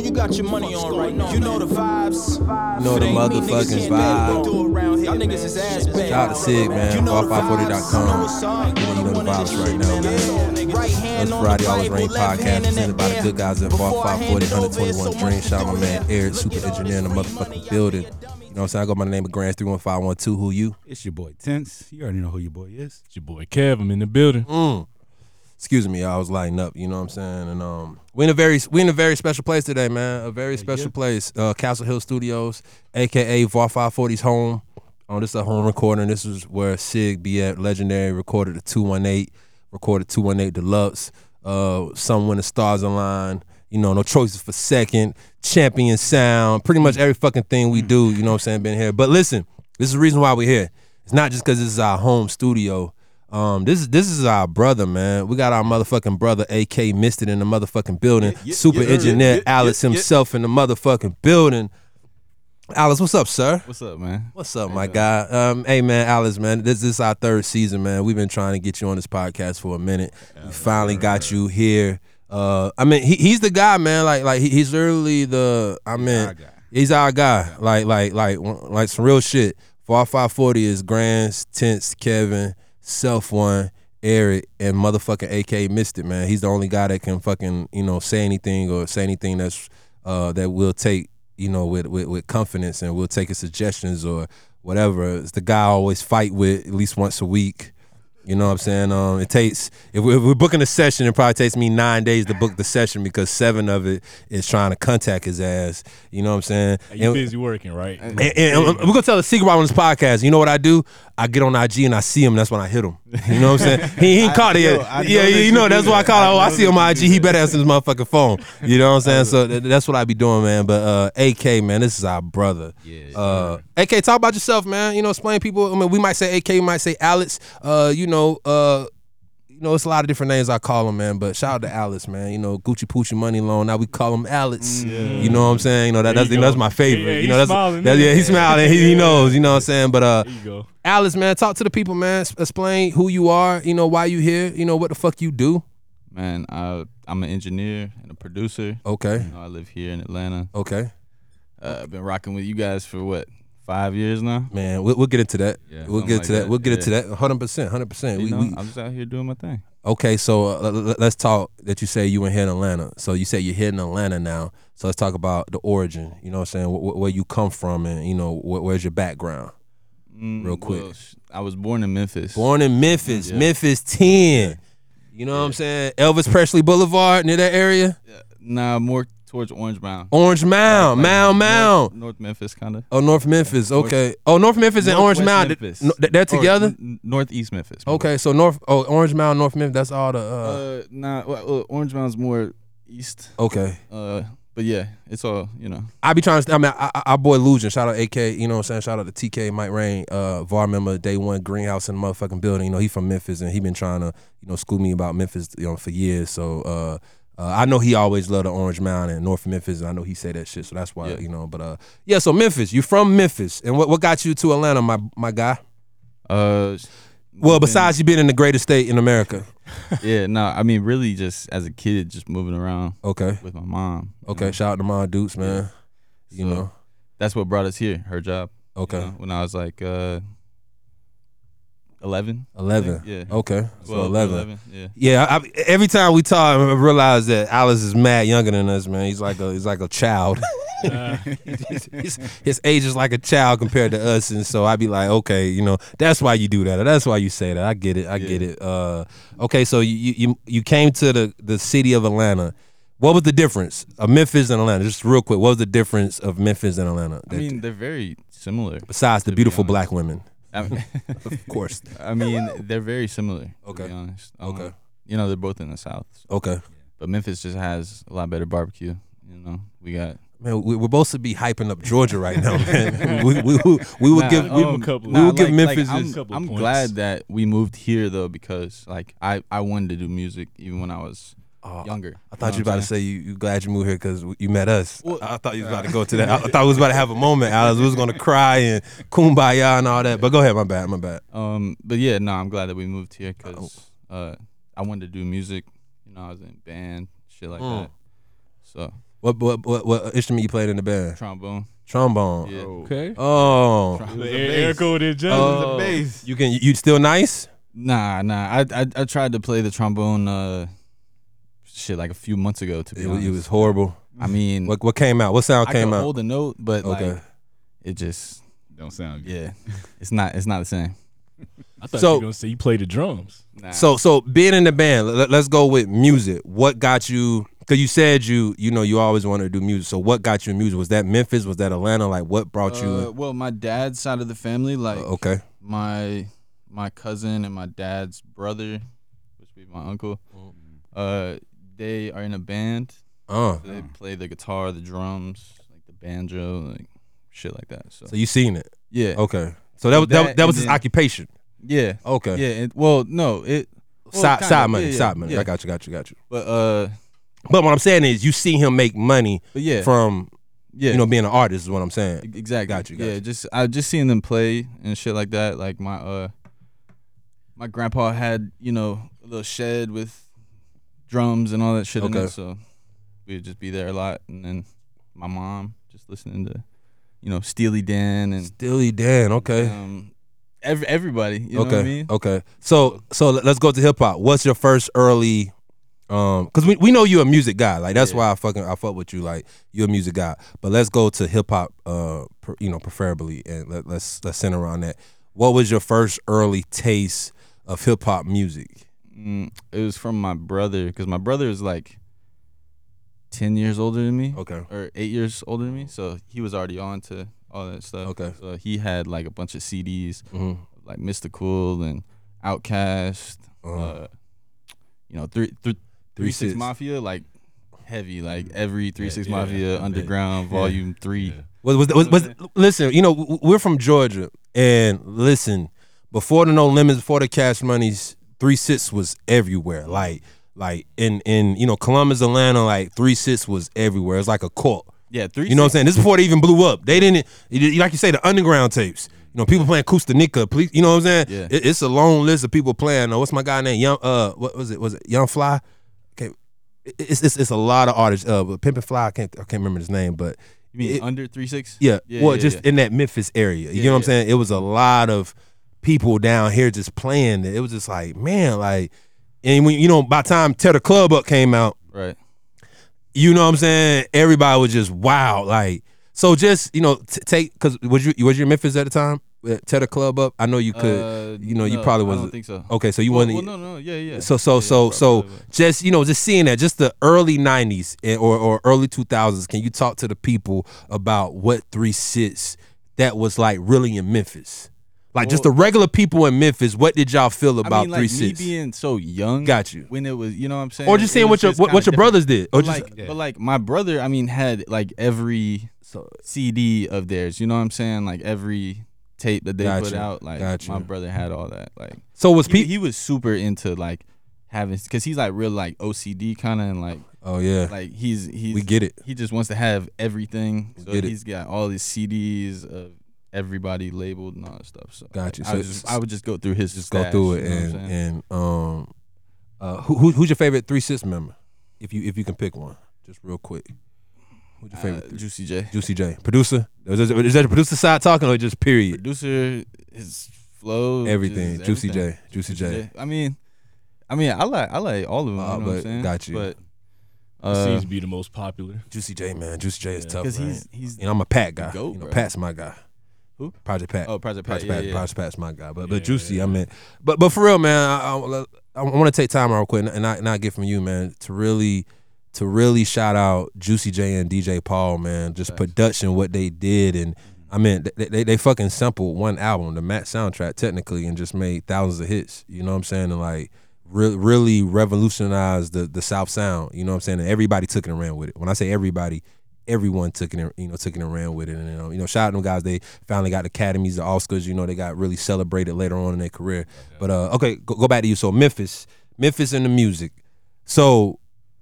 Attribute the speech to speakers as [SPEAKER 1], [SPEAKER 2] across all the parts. [SPEAKER 1] You got your money on right now. You know the vibes.
[SPEAKER 2] Know
[SPEAKER 1] It
[SPEAKER 2] the
[SPEAKER 1] ain't me,
[SPEAKER 2] motherfucking
[SPEAKER 1] niggas can't bad
[SPEAKER 2] vibe.
[SPEAKER 1] do around here, Y'all niggas is ass bad.
[SPEAKER 2] Shout out to Sig, man.
[SPEAKER 1] You know
[SPEAKER 2] All
[SPEAKER 1] the
[SPEAKER 2] 540.com.
[SPEAKER 1] vibes. Know what's up.
[SPEAKER 2] You know the
[SPEAKER 1] One of
[SPEAKER 2] vibes
[SPEAKER 1] this
[SPEAKER 2] right
[SPEAKER 1] shit,
[SPEAKER 2] now,
[SPEAKER 1] man.
[SPEAKER 2] man.
[SPEAKER 1] Yeah. Right hand
[SPEAKER 2] It's
[SPEAKER 1] on
[SPEAKER 2] Friday,
[SPEAKER 1] the
[SPEAKER 2] Always
[SPEAKER 1] Bible,
[SPEAKER 2] Rain
[SPEAKER 1] left
[SPEAKER 2] podcast
[SPEAKER 1] hand in the
[SPEAKER 2] presented by the
[SPEAKER 1] air.
[SPEAKER 2] good guys at Bar
[SPEAKER 1] Before I hand
[SPEAKER 2] 540,
[SPEAKER 1] it over, it's so
[SPEAKER 2] 121 Dream.
[SPEAKER 1] much to
[SPEAKER 2] Shout out
[SPEAKER 1] do
[SPEAKER 2] my
[SPEAKER 1] here.
[SPEAKER 2] man Eric,
[SPEAKER 1] Look
[SPEAKER 2] super
[SPEAKER 1] at all
[SPEAKER 2] engineer in the
[SPEAKER 1] this free money,
[SPEAKER 2] motherfucking
[SPEAKER 1] y'all
[SPEAKER 2] building. You
[SPEAKER 1] niggas dummies.
[SPEAKER 2] know what I'm saying? I go by the name of Grants 31512. Who you?
[SPEAKER 3] It's your boy Tense. You already know who your boy is. It's your boy Kev. I'm in the building.
[SPEAKER 2] Excuse me, I was lighting up. You know what I'm saying? And um, we in a very we in a very special place today, man. A very special place, uh, Castle Hill Studios, aka VAR 540's home. Um, this is a home recording. This is where Sig be at legendary recorded the 218, recorded 218 Deluxe. Uh, some when the stars align. You know, no choices for second. Champion sound. Pretty much every fucking thing we do. You know what I'm saying? Been here, but listen, this is the reason why we're here. It's not just because this is our home studio. Um, this is this is our brother, man. We got our motherfucking brother, AK Misted, in the motherfucking building. Super
[SPEAKER 4] yeah,
[SPEAKER 2] engineer
[SPEAKER 4] yeah, yeah,
[SPEAKER 2] Alice
[SPEAKER 4] yeah, yeah.
[SPEAKER 2] himself in the motherfucking building. Alice, what's up, sir?
[SPEAKER 4] What's up, man?
[SPEAKER 2] What's up, my guy? Um, hey, man, Alice, man, this, this is our third season, man. We've been trying to get you on this podcast for a minute. we finally got you here. Uh, I mean, he, he's the guy, man. Like, like he, he's literally the. I mean,
[SPEAKER 3] our guy.
[SPEAKER 2] he's our guy. Like, like, like, like some real shit. Far five forty is Grants, Tense, Kevin, Self One, Eric, and motherfucking AK missed it, man. He's the only guy that can fucking you know say anything or say anything that's uh, that will take you know, with, with, with confidence and we'll take his suggestions or whatever. It's the guy I always fight with at least once a week. You know what I'm saying? Um, it takes if, we, if we're booking a session, it probably takes me nine days to book the session because seven of it is trying to contact his ass. You know what I'm saying?
[SPEAKER 3] You
[SPEAKER 2] And-
[SPEAKER 3] busy working, right?
[SPEAKER 2] and, and- and we're gonna tell a secret about on this podcast. You know what I do? I get on IG and I see him. That's when I hit him. You know what I'm saying? He, he ain't caught it.
[SPEAKER 4] yo,
[SPEAKER 2] yet.
[SPEAKER 4] I know
[SPEAKER 2] yeah,
[SPEAKER 4] that
[SPEAKER 2] you
[SPEAKER 4] you
[SPEAKER 2] know
[SPEAKER 4] do
[SPEAKER 2] that's why I
[SPEAKER 4] that.
[SPEAKER 2] call.
[SPEAKER 4] I
[SPEAKER 2] Oh, I
[SPEAKER 4] know
[SPEAKER 2] see him
[SPEAKER 4] that
[SPEAKER 2] on IG. He better answer his motherfucking phone. You know what I'm saying? So th- that's what I be doing, man. But uh, AK, man, this is our brother.
[SPEAKER 4] Yeah,
[SPEAKER 2] Uh, AK, talk about yourself, man. You know, explain people. I mean, we might say AK, we might say Alex. Uh, you know, uh, you know, it's a lot of different names I call him, man. But shout out to Alex, man. You know, Gucci Poochie Money Loan. Now we call him Alex.
[SPEAKER 4] Mm.
[SPEAKER 2] You know what I'm saying? You know that,
[SPEAKER 3] There
[SPEAKER 2] that's
[SPEAKER 3] you
[SPEAKER 2] you know, that's
[SPEAKER 3] go.
[SPEAKER 2] my favorite.
[SPEAKER 3] Yeah, yeah,
[SPEAKER 2] you know
[SPEAKER 3] he's
[SPEAKER 2] that's,
[SPEAKER 3] smiling,
[SPEAKER 2] that's-
[SPEAKER 3] yeah.
[SPEAKER 2] yeah he's smiling. He, he knows. You know what I'm saying? But uh,
[SPEAKER 3] There you go.
[SPEAKER 2] Alex, man, talk to the people, man. S- explain who you are. You know why you here. You know what the fuck you do.
[SPEAKER 4] Man, I I'm an engineer and a producer.
[SPEAKER 2] Okay.
[SPEAKER 4] You know, I live here in Atlanta.
[SPEAKER 2] Okay,
[SPEAKER 4] Uh, I've been rocking with you guys for what five years now.
[SPEAKER 2] man. We'll, we'll get into that.
[SPEAKER 4] Yeah,
[SPEAKER 2] we'll
[SPEAKER 4] something
[SPEAKER 2] get
[SPEAKER 4] like
[SPEAKER 2] to that.
[SPEAKER 4] that,
[SPEAKER 2] We'll get
[SPEAKER 4] yeah.
[SPEAKER 2] into that. Hundred percent. Hundred percent.
[SPEAKER 4] You
[SPEAKER 2] We
[SPEAKER 4] know,
[SPEAKER 2] we
[SPEAKER 4] I'm just out here doing my thing.
[SPEAKER 2] okay. So uh, l- l- let's talk that you say you were here in Atlanta. So you say you're here in Atlanta now. So let's talk about the origin. You know what I'm saying? Wh- wh- where you come from and you know wh- where's your background?
[SPEAKER 4] Mm,
[SPEAKER 2] Real quick.
[SPEAKER 4] well, sh- I was born in Memphis.
[SPEAKER 2] Born in Memphis,
[SPEAKER 4] Yeah.
[SPEAKER 2] Memphis 10. You know what I'm saying? Elvis Presley Boulevard near that area.
[SPEAKER 4] Nah, more towards Orange Mound.
[SPEAKER 2] Orange Mound,
[SPEAKER 4] Like
[SPEAKER 2] Mound,
[SPEAKER 4] North-
[SPEAKER 2] Mound.
[SPEAKER 4] North Memphis, kind of.
[SPEAKER 2] Oh, North Memphis. Okay. Oh, North Memphis and Orange Mound. th- no, th- They're together.
[SPEAKER 4] Northeast Memphis. my
[SPEAKER 2] Okay, so North. Oh, Orange Mound, North Memphis. That's all the.
[SPEAKER 4] bad.
[SPEAKER 2] Uh,
[SPEAKER 4] Uh, nah, well, well, Orange Mound's more east.
[SPEAKER 2] okay.
[SPEAKER 4] Uh, but yeah, it's all you know.
[SPEAKER 2] I be trying to. I mean, I, I, our boy Lujan. Shout out AK. You know what I'm saying? Shout out to TK, Mike Rain, uh, VAR member, day one greenhouse in the motherfucking building. You know he from Memphis and he been trying to you know school me about Memphis you know for years. So uh, uh, I know he always loved the Orange Mountain and North Memphis, and I know he say that shit. So that's why
[SPEAKER 4] Yeah.
[SPEAKER 2] you know. But uh, yeah. So Memphis, you from Memphis, and what what got you to Atlanta, my my guy?
[SPEAKER 4] Uh,
[SPEAKER 2] Well,
[SPEAKER 4] moving-
[SPEAKER 2] besides you being in the greatest state in America.
[SPEAKER 4] yeah, no, I mean, really, just as a kid, just moving around
[SPEAKER 2] Okay.
[SPEAKER 4] with my mom. you
[SPEAKER 2] Okay.
[SPEAKER 4] know.
[SPEAKER 2] Shout out to my dudes, man. You
[SPEAKER 4] So,
[SPEAKER 2] know.
[SPEAKER 4] that's what brought us here. Her job. you
[SPEAKER 2] Okay.
[SPEAKER 4] know, when I was like uh, eleven. I
[SPEAKER 2] Eleven.
[SPEAKER 4] think, Yeah.
[SPEAKER 2] Okay. So
[SPEAKER 4] 12,
[SPEAKER 2] eleven.
[SPEAKER 4] Yeah.
[SPEAKER 2] Yeah, I, I- every time we talk, I realize that Alice is mad younger than us, man. He's like a he's like a child. his, his age is like a child compared to us, and so I'd be like, okay, you know, that's why you do that. or That's why you say that. I get it. I get it. Uh, okay, so you- you you you came to the the city of Atlanta. What was the difference of Memphis and Atlanta? Just real quick, what was the difference of Memphis and Atlanta?
[SPEAKER 4] I mean, they're very similar.
[SPEAKER 2] besides the
[SPEAKER 4] to be
[SPEAKER 2] beautiful
[SPEAKER 4] honest.
[SPEAKER 2] black women,
[SPEAKER 4] I mean,
[SPEAKER 2] of course.
[SPEAKER 4] I mean, they're very similar.
[SPEAKER 2] Okay.
[SPEAKER 4] To be honest. Um,
[SPEAKER 2] Okay.
[SPEAKER 4] You know, they're both in the south,
[SPEAKER 2] Okay.
[SPEAKER 4] but Memphis just has a lot better barbecue. You know, we got.
[SPEAKER 2] Man, we, we're supposed to be hyping up Georgia right now, man. we, we, we, we would
[SPEAKER 4] Nah,
[SPEAKER 2] give
[SPEAKER 3] give 'em a couple-
[SPEAKER 2] we would give Memphis
[SPEAKER 4] I'm,
[SPEAKER 2] just-
[SPEAKER 3] Couple
[SPEAKER 4] I'm
[SPEAKER 3] points.
[SPEAKER 4] glad that we moved here though because like I, I wanted to do music even when I was
[SPEAKER 2] Oh,
[SPEAKER 4] younger.
[SPEAKER 2] I thought you were
[SPEAKER 4] know what
[SPEAKER 2] about
[SPEAKER 4] I'm
[SPEAKER 2] to say you, you glad you moved here because you met us.
[SPEAKER 4] Well-
[SPEAKER 2] I, I thought you was about to go to that. I, I thought we was about to have a moment, Alex. We was gonna cry and kumbaya and all that. But go ahead, my bad, my bad.
[SPEAKER 4] Um, but yeah, no, I'm glad that we moved here
[SPEAKER 2] Oh.
[SPEAKER 4] because uh, I wanted to do music. You know, I was in band, shit like
[SPEAKER 2] Mm.
[SPEAKER 4] that. So
[SPEAKER 2] What what what, what instrument you played in the band?
[SPEAKER 4] trombone.
[SPEAKER 2] Trombone.
[SPEAKER 4] Yeah.
[SPEAKER 3] Okay.
[SPEAKER 2] Oh,
[SPEAKER 4] Trom-
[SPEAKER 3] The air, air code in
[SPEAKER 2] Oh.
[SPEAKER 3] general.
[SPEAKER 2] you can you still nice?
[SPEAKER 4] Nah, nah. I, I I tried to play the trombone uh shit like a few months ago to be
[SPEAKER 2] It, wa-
[SPEAKER 4] honest.
[SPEAKER 2] it was horrible.
[SPEAKER 4] I mean
[SPEAKER 2] What what came out? What sound
[SPEAKER 4] I
[SPEAKER 2] came
[SPEAKER 4] can
[SPEAKER 2] out?
[SPEAKER 4] hold a note, but
[SPEAKER 2] Okay.
[SPEAKER 4] like it just
[SPEAKER 5] Don't sound good.
[SPEAKER 4] yeah. It's not it's not the same.
[SPEAKER 3] I thought
[SPEAKER 2] So-
[SPEAKER 3] you were gonna say you play the drums.
[SPEAKER 4] Nah.
[SPEAKER 2] So so being in the band, let, us go with music. What got you? Because you said you you know you always wanted to do music. So what got you in music? Was that Memphis? Was that Atlanta? Like what brought
[SPEAKER 4] Uh,
[SPEAKER 2] you?
[SPEAKER 4] well, my dad's side of the family, like
[SPEAKER 2] Uh, okay.
[SPEAKER 4] my my cousin and my dad's brother, which would be my uncle,
[SPEAKER 2] Oh.
[SPEAKER 4] uh, they are in a band.
[SPEAKER 2] Uh.
[SPEAKER 4] So they play the guitar, the drums, like the banjo, like shit like that. So,
[SPEAKER 2] So you Oh. seen it?
[SPEAKER 4] yeah,
[SPEAKER 2] Okay. So that was that,
[SPEAKER 4] That
[SPEAKER 2] that was
[SPEAKER 4] and
[SPEAKER 2] his
[SPEAKER 4] then-
[SPEAKER 2] occupation.
[SPEAKER 4] yeah,
[SPEAKER 2] Okay.
[SPEAKER 4] yeah. It, well, no, it well,
[SPEAKER 2] side
[SPEAKER 4] kinda,
[SPEAKER 2] side money.
[SPEAKER 4] yeah, yeah,
[SPEAKER 2] side money.
[SPEAKER 4] yeah.
[SPEAKER 2] I got you. Got you. Got you.
[SPEAKER 4] but uh,
[SPEAKER 2] But what I'm saying is, you see him make money
[SPEAKER 4] but yeah,
[SPEAKER 2] from
[SPEAKER 4] yeah,
[SPEAKER 2] you know being an artist. Is what I'm saying.
[SPEAKER 4] e- exactly.
[SPEAKER 2] Got you, got
[SPEAKER 4] yeah,
[SPEAKER 2] you.
[SPEAKER 4] just I just seeing them play and shit like that. Like my uh, my grandpa had you know a little shed with drums and all that shit in
[SPEAKER 2] Okay.
[SPEAKER 4] it, so we would just be there a lot. And then my mom just listening to you know Steely Dan and
[SPEAKER 2] Dilly Dan. Okay.
[SPEAKER 4] um, every, everybody. You
[SPEAKER 2] Eh.
[SPEAKER 4] know
[SPEAKER 2] okay. Oh.
[SPEAKER 4] what I mean?
[SPEAKER 2] Okay. So so let- let's go to hip hop. What's your first early um cuz we, we know you're a music guy. Like that's
[SPEAKER 4] Yeah.
[SPEAKER 2] why I fucking I fuck with you like you're a music guy. But let's go to hip hop uh per, you know preferably and let, let's let's center around that. What was your first early taste of hip hop music?
[SPEAKER 4] Mm, it was from my brother because my brother is like ten years older than me,
[SPEAKER 2] Okay.
[SPEAKER 4] or eight years older than me. So he was already on to all that stuff.
[SPEAKER 2] Okay.
[SPEAKER 4] So he had like a bunch of CDs,
[SPEAKER 2] hmm
[SPEAKER 4] like Mr. Cool and Outkast,
[SPEAKER 2] Uh,
[SPEAKER 4] uh, you know, three,
[SPEAKER 2] Three
[SPEAKER 4] three, three Six
[SPEAKER 2] Six. Mm-hmm.
[SPEAKER 4] Mafia, like heavy, like every Three Six
[SPEAKER 3] yeah,
[SPEAKER 4] Mafia
[SPEAKER 3] I
[SPEAKER 4] Underground Volume Three.
[SPEAKER 2] Was was, was, was listen, you know, w- w- we're from Georgia and listen, before the no limits, before the cash monies, three six was everywhere. Like like in in you know, Columbus, Atlanta, like three six was everywhere. It's like a cult.
[SPEAKER 4] Yeah, three.
[SPEAKER 2] You know what I'm saying? This is before they even blew up. They didn't you- like you say the underground tapes. You know, people playing Kusta Nika, please you know what I'm saying?
[SPEAKER 4] Yeah.
[SPEAKER 2] It- it's a long list of people playing. Uh, what's my guy name? Young uh what was it? Was it Young Fly? Okay. It- It's, it's, it's a lot of artists. Uh, but Pimp and Fly, I can't I can't remember his name, but
[SPEAKER 4] You mean
[SPEAKER 2] it-
[SPEAKER 4] under Three Six?
[SPEAKER 2] yeah.
[SPEAKER 4] Yeah,
[SPEAKER 2] well,
[SPEAKER 4] yeah,
[SPEAKER 2] just
[SPEAKER 4] yeah.
[SPEAKER 2] in that Memphis area. You
[SPEAKER 4] Yeah,
[SPEAKER 2] know what I'm
[SPEAKER 4] yeah.
[SPEAKER 2] saying? It was a lot of people down here just playing. It was just like, man, like, and when you know, by the time Tear the Club Up came out,
[SPEAKER 4] Right.
[SPEAKER 2] you know what I'm saying? Everybody was just wow. Like, so just you know, t- take because was you was you in Memphis at the time? Uh, Tear the Club Up. I know you could.
[SPEAKER 4] Uh,
[SPEAKER 2] you know, you
[SPEAKER 4] no,
[SPEAKER 2] probably
[SPEAKER 4] I
[SPEAKER 2] wasn't-
[SPEAKER 4] don't think so.
[SPEAKER 2] okay, so you
[SPEAKER 4] well,
[SPEAKER 2] wasn't. e-
[SPEAKER 4] well, no, no, yeah, yeah.
[SPEAKER 2] So so
[SPEAKER 4] Yeah,
[SPEAKER 2] so
[SPEAKER 4] probably,
[SPEAKER 2] so
[SPEAKER 4] probably.
[SPEAKER 2] just you know just seeing that just the early '90s and- or or early 2000s. Can you talk to the people about what three sits that was like really in Memphis? Like just the
[SPEAKER 4] Well-
[SPEAKER 2] regular people in Memphis. What did y'all feel
[SPEAKER 4] I
[SPEAKER 2] about
[SPEAKER 4] mean, like
[SPEAKER 2] three
[SPEAKER 4] me
[SPEAKER 2] sits?
[SPEAKER 4] being so young.
[SPEAKER 2] Got you.
[SPEAKER 4] When it was, you know what I'm saying?
[SPEAKER 2] Or just
[SPEAKER 4] It
[SPEAKER 2] seeing
[SPEAKER 4] was
[SPEAKER 2] what your
[SPEAKER 4] just
[SPEAKER 2] what, what your
[SPEAKER 4] kinda
[SPEAKER 2] brothers did, or
[SPEAKER 4] different.
[SPEAKER 2] just uh,
[SPEAKER 4] But like, but like my brother, I mean, had like every
[SPEAKER 2] so,
[SPEAKER 4] CD of theirs. You know what I'm saying? Like every tape that they
[SPEAKER 2] Got
[SPEAKER 4] put
[SPEAKER 2] you.
[SPEAKER 4] out. Like
[SPEAKER 2] Got
[SPEAKER 4] my
[SPEAKER 2] you.
[SPEAKER 4] brother had all that. Like
[SPEAKER 2] so was
[SPEAKER 4] he,
[SPEAKER 2] people?
[SPEAKER 4] he was super into like having because he's like real like OCD kind of and like
[SPEAKER 2] Oh yeah,
[SPEAKER 4] like he's he's
[SPEAKER 2] we get it.
[SPEAKER 4] he just wants to have everything. So
[SPEAKER 2] Get it.
[SPEAKER 4] he's got all these CDs of everybody labeled and all that stuff. So
[SPEAKER 2] Got you.
[SPEAKER 4] I,
[SPEAKER 2] So
[SPEAKER 4] would just, I would just go through his
[SPEAKER 2] Just go through it and and um, uh, who, who who's your favorite three sits member? If you if you can pick one, just real quick. Who's your favorite?
[SPEAKER 4] uh, Juicy J.
[SPEAKER 2] Juicy J. Producer? Is that, is that the producer side talking or just period?
[SPEAKER 4] Producer, his flow, just
[SPEAKER 2] Everything. Juicy
[SPEAKER 4] everything.
[SPEAKER 2] J. Juicy J.
[SPEAKER 4] I mean, I mean, I like I like all of them.
[SPEAKER 2] Uh,
[SPEAKER 4] you know what
[SPEAKER 2] but
[SPEAKER 4] I'm saying?
[SPEAKER 2] got you.
[SPEAKER 4] But Uh,
[SPEAKER 3] seems to be the most popular.
[SPEAKER 2] Juicy J, man. Juicy J is tough,
[SPEAKER 4] because
[SPEAKER 2] man.
[SPEAKER 4] he's he's
[SPEAKER 2] you know, I'm a Pat guy.
[SPEAKER 4] goat,
[SPEAKER 2] you know,
[SPEAKER 4] bro.
[SPEAKER 2] Pat's my guy.
[SPEAKER 4] Who?
[SPEAKER 2] Project Pat.
[SPEAKER 4] oh Project Pat.
[SPEAKER 2] Project
[SPEAKER 4] Yeah,
[SPEAKER 2] Pat.
[SPEAKER 4] yeah.
[SPEAKER 2] Project Pat's my guy. But
[SPEAKER 3] Yeah,
[SPEAKER 2] but Juicy,
[SPEAKER 3] yeah.
[SPEAKER 2] I mean, but but for real, man, I, I, want to take time real quick and, and I and I get from you, man, to really to really shout out Juicy J and DJ Paul, man. Just production, what they did, and I mean, they, they they fucking sampled one album, the Matt soundtrack, technically, and just made thousands of hits. You know what I'm saying? And like. Re- really revolutionized the the South sound. You know what I'm saying? And everybody took it and ran with it. When I say everybody, everyone took it and you know took it and ran with it. And you know, you know, shout out to them guys. They finally got academies, the Oscars. You know, they got really celebrated later on in their career. But uh, okay, go, go back to you. So Memphis, Memphis and the music. So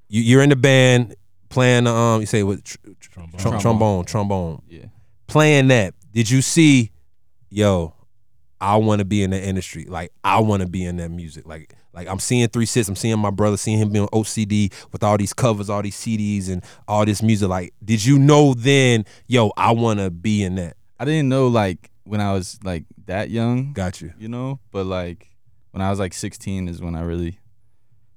[SPEAKER 2] you, you're in the band playing. the, Um, you say what? Tr- tr-
[SPEAKER 3] Trombone.
[SPEAKER 2] trom- trombone, trombone.
[SPEAKER 4] Yeah.
[SPEAKER 2] Playing that. Did you see? Yo, I want to be in that industry. Like I want to be in that music. Like like I'm seeing three six. I'm seeing my brother. Seeing him be on OCD with all these covers, all these CDs, and all this music. Like, did you know then? Yo, I want to be in that.
[SPEAKER 4] I didn't know like when I was like that young,
[SPEAKER 2] Got you.
[SPEAKER 4] you know, but like when I was like 16 is when I really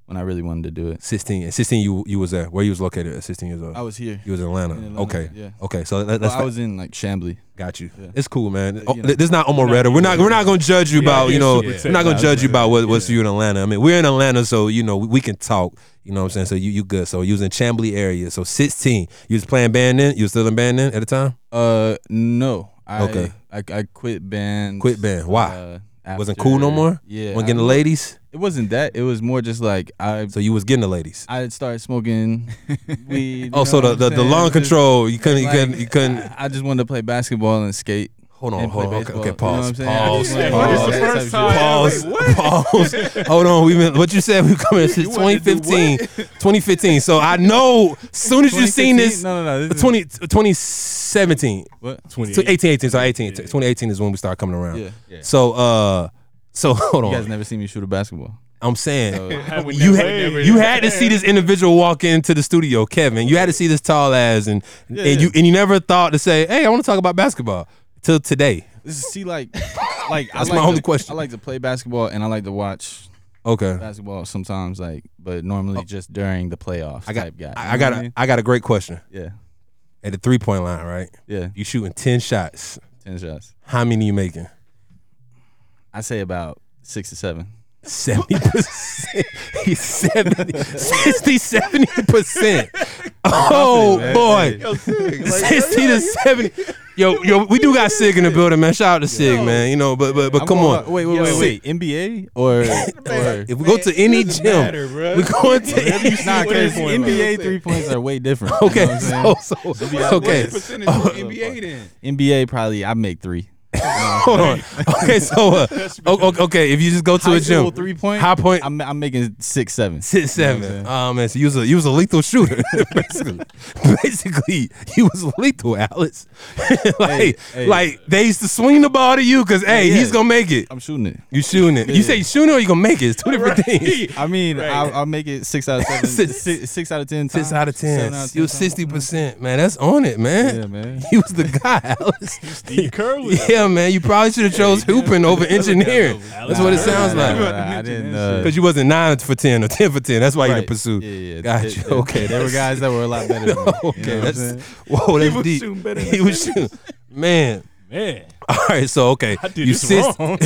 [SPEAKER 4] when I really wanted to do it.
[SPEAKER 2] Sixteen. At Sixteen. You you was at where you was located at sixteen years old.
[SPEAKER 4] I was here.
[SPEAKER 2] you was in Atlanta.
[SPEAKER 4] in Atlanta,
[SPEAKER 2] Okay.
[SPEAKER 4] yeah.
[SPEAKER 2] Okay. So that, that's
[SPEAKER 4] Well, I was in like Chambly.
[SPEAKER 2] Got you.
[SPEAKER 4] Yeah.
[SPEAKER 2] It's cool, man. Oh,
[SPEAKER 4] you know.
[SPEAKER 2] th- this is not Omar Redder. We're not. We're not gonna judge you
[SPEAKER 3] Yeah,
[SPEAKER 2] about.
[SPEAKER 3] yeah,
[SPEAKER 2] You know.
[SPEAKER 3] yeah.
[SPEAKER 2] We're not gonna
[SPEAKER 3] Yeah.
[SPEAKER 2] judge you about what, what's you in Atlanta. I mean, we're in Atlanta, so you know we, we can talk. You know what I'm saying? So you you good? So you was in Chamblee area. So 16. You was playing band then. You was still in band then at the time.
[SPEAKER 4] Uh no. I
[SPEAKER 2] Okay.
[SPEAKER 4] I, I quit band.
[SPEAKER 2] Quit band. Why?
[SPEAKER 4] Uh,
[SPEAKER 2] Wasn't cool no
[SPEAKER 4] after-
[SPEAKER 2] more?
[SPEAKER 4] Yeah.
[SPEAKER 2] Wasn't
[SPEAKER 4] I-
[SPEAKER 2] getting the ladies.
[SPEAKER 4] It wasn't that. It was more just like I
[SPEAKER 2] So you was getting the ladies.
[SPEAKER 4] I had started smoking weed. you
[SPEAKER 2] Oh, so
[SPEAKER 4] know
[SPEAKER 2] the
[SPEAKER 4] what
[SPEAKER 2] the,
[SPEAKER 4] I'm
[SPEAKER 2] the
[SPEAKER 4] saying?
[SPEAKER 2] lawn
[SPEAKER 4] Just-
[SPEAKER 2] control. You couldn't.
[SPEAKER 4] like,
[SPEAKER 2] you couldn't. You couldn't.
[SPEAKER 4] I, I just wanted to play basketball and skate.
[SPEAKER 2] Hold on.
[SPEAKER 4] and
[SPEAKER 2] Hold
[SPEAKER 4] play
[SPEAKER 2] on. Okay.
[SPEAKER 4] baseball,
[SPEAKER 2] okay, Pause.
[SPEAKER 4] you know what I'm
[SPEAKER 2] Pause.
[SPEAKER 4] saying? I
[SPEAKER 3] What is
[SPEAKER 2] Pause.
[SPEAKER 3] the first
[SPEAKER 4] just wanted that type of shit.
[SPEAKER 2] pause, pause. Hold on, we been, what you said? We coming since 2015, 2015. So I know. Soon as you seen this,
[SPEAKER 4] No, no, no. This is-
[SPEAKER 2] 20, 2017,
[SPEAKER 4] what?
[SPEAKER 3] 28.
[SPEAKER 2] 18, 18. So 18, 2018 is when we start coming around.
[SPEAKER 4] Yeah.
[SPEAKER 2] So, uh, so hold
[SPEAKER 4] You guys
[SPEAKER 2] on.
[SPEAKER 4] never seen me shoot a basketball.
[SPEAKER 2] I'm saying
[SPEAKER 3] I would
[SPEAKER 2] you
[SPEAKER 3] never-
[SPEAKER 2] had
[SPEAKER 3] never-
[SPEAKER 2] you had to see this individual walk into the studio, Kevin. You had to see this tall ass, and and you and you never thought to say, "Hey, I want to talk about basketball." Till today.
[SPEAKER 4] This is see like, like
[SPEAKER 2] That's
[SPEAKER 4] I like
[SPEAKER 2] my
[SPEAKER 4] to-
[SPEAKER 2] only question.
[SPEAKER 4] I like to play basketball and I like to watch
[SPEAKER 2] Okay.
[SPEAKER 4] basketball sometimes, like, but normally just during the playoffs
[SPEAKER 2] Oh. I got
[SPEAKER 4] type guy.
[SPEAKER 2] I,
[SPEAKER 4] You
[SPEAKER 2] I
[SPEAKER 4] know
[SPEAKER 2] got
[SPEAKER 4] what
[SPEAKER 2] a,
[SPEAKER 4] mean?
[SPEAKER 2] I got a great question.
[SPEAKER 4] yeah,
[SPEAKER 2] At the three point line, right?
[SPEAKER 4] yeah,
[SPEAKER 2] You shooting ten shots.
[SPEAKER 4] ten shots.
[SPEAKER 2] How many you making?
[SPEAKER 4] I say about six to seven.
[SPEAKER 2] Seventy percent. He's 70, 60, 70 percent. Oh
[SPEAKER 4] man.
[SPEAKER 2] boy, sixty to seventy. Yo, yo, we do got Sig in the building, man. Shout out to Sig, man. You know, but but but
[SPEAKER 4] I'm
[SPEAKER 2] come
[SPEAKER 4] going-
[SPEAKER 2] on.
[SPEAKER 4] wait, wait,
[SPEAKER 3] Yo.
[SPEAKER 4] wait, wait. NBA or, or
[SPEAKER 2] If we go to any
[SPEAKER 3] doesn't
[SPEAKER 2] gym,
[SPEAKER 3] matter, bro.
[SPEAKER 2] we going to any.
[SPEAKER 4] nah,
[SPEAKER 3] What is
[SPEAKER 4] because
[SPEAKER 3] the point,
[SPEAKER 4] NBA
[SPEAKER 3] bro?
[SPEAKER 4] three pointers are way different. you know
[SPEAKER 2] Okay,
[SPEAKER 4] what I'm saying?
[SPEAKER 2] so so okay.
[SPEAKER 5] percentage of NBA then?
[SPEAKER 4] NBA probably I make three.
[SPEAKER 2] Hold on. Okay, so uh, o- o- okay, if you just go to
[SPEAKER 4] High
[SPEAKER 2] a gym,
[SPEAKER 4] school three point.
[SPEAKER 2] high point,
[SPEAKER 4] I'm, I'm making six seven.
[SPEAKER 2] six seven. oh man, so you was a you was a lethal shooter. basically, basically, you was lethal, Alex. like
[SPEAKER 4] hey.
[SPEAKER 2] like they used to swing the ball to you because hey,
[SPEAKER 4] Yeah.
[SPEAKER 2] he's gonna make it.
[SPEAKER 4] I'm shooting it.
[SPEAKER 2] You shooting it. You say you shooting or you gonna make it. It's two different things.
[SPEAKER 4] I mean, I'll, I'll make it six out of seven.
[SPEAKER 2] Six-
[SPEAKER 4] six, six, out of ten. Times,
[SPEAKER 2] Six out of ten.
[SPEAKER 4] seven out of
[SPEAKER 2] You was
[SPEAKER 4] times.
[SPEAKER 2] sixty percent, man. That's on it, man.
[SPEAKER 4] Yeah, man.
[SPEAKER 2] You was the guy, Alex.
[SPEAKER 3] Steve Kerr was
[SPEAKER 2] yeah, man. You probably should have chose hooping over engineering. That's what it
[SPEAKER 3] Nah,
[SPEAKER 2] sounds
[SPEAKER 4] nah,
[SPEAKER 2] like.
[SPEAKER 4] nah, nah, I didn't. Uh,
[SPEAKER 2] Because you wasn't nine for ten or ten for ten. That's why you
[SPEAKER 4] right.
[SPEAKER 2] didn't pursue.
[SPEAKER 4] Yeah, yeah.
[SPEAKER 2] Gotcha.
[SPEAKER 4] There- there-
[SPEAKER 2] okay.
[SPEAKER 4] There were
[SPEAKER 2] that's-
[SPEAKER 4] guys that were a lot better. Than me,
[SPEAKER 2] okay.
[SPEAKER 4] You know what I'm
[SPEAKER 2] that's,
[SPEAKER 4] saying?
[SPEAKER 2] whoa, that's
[SPEAKER 5] was
[SPEAKER 2] deep.
[SPEAKER 5] shooting better than
[SPEAKER 2] he was shooting. Man.
[SPEAKER 3] man.
[SPEAKER 2] All right. So okay.
[SPEAKER 3] I did
[SPEAKER 2] you
[SPEAKER 3] this
[SPEAKER 2] sis-
[SPEAKER 3] wrong.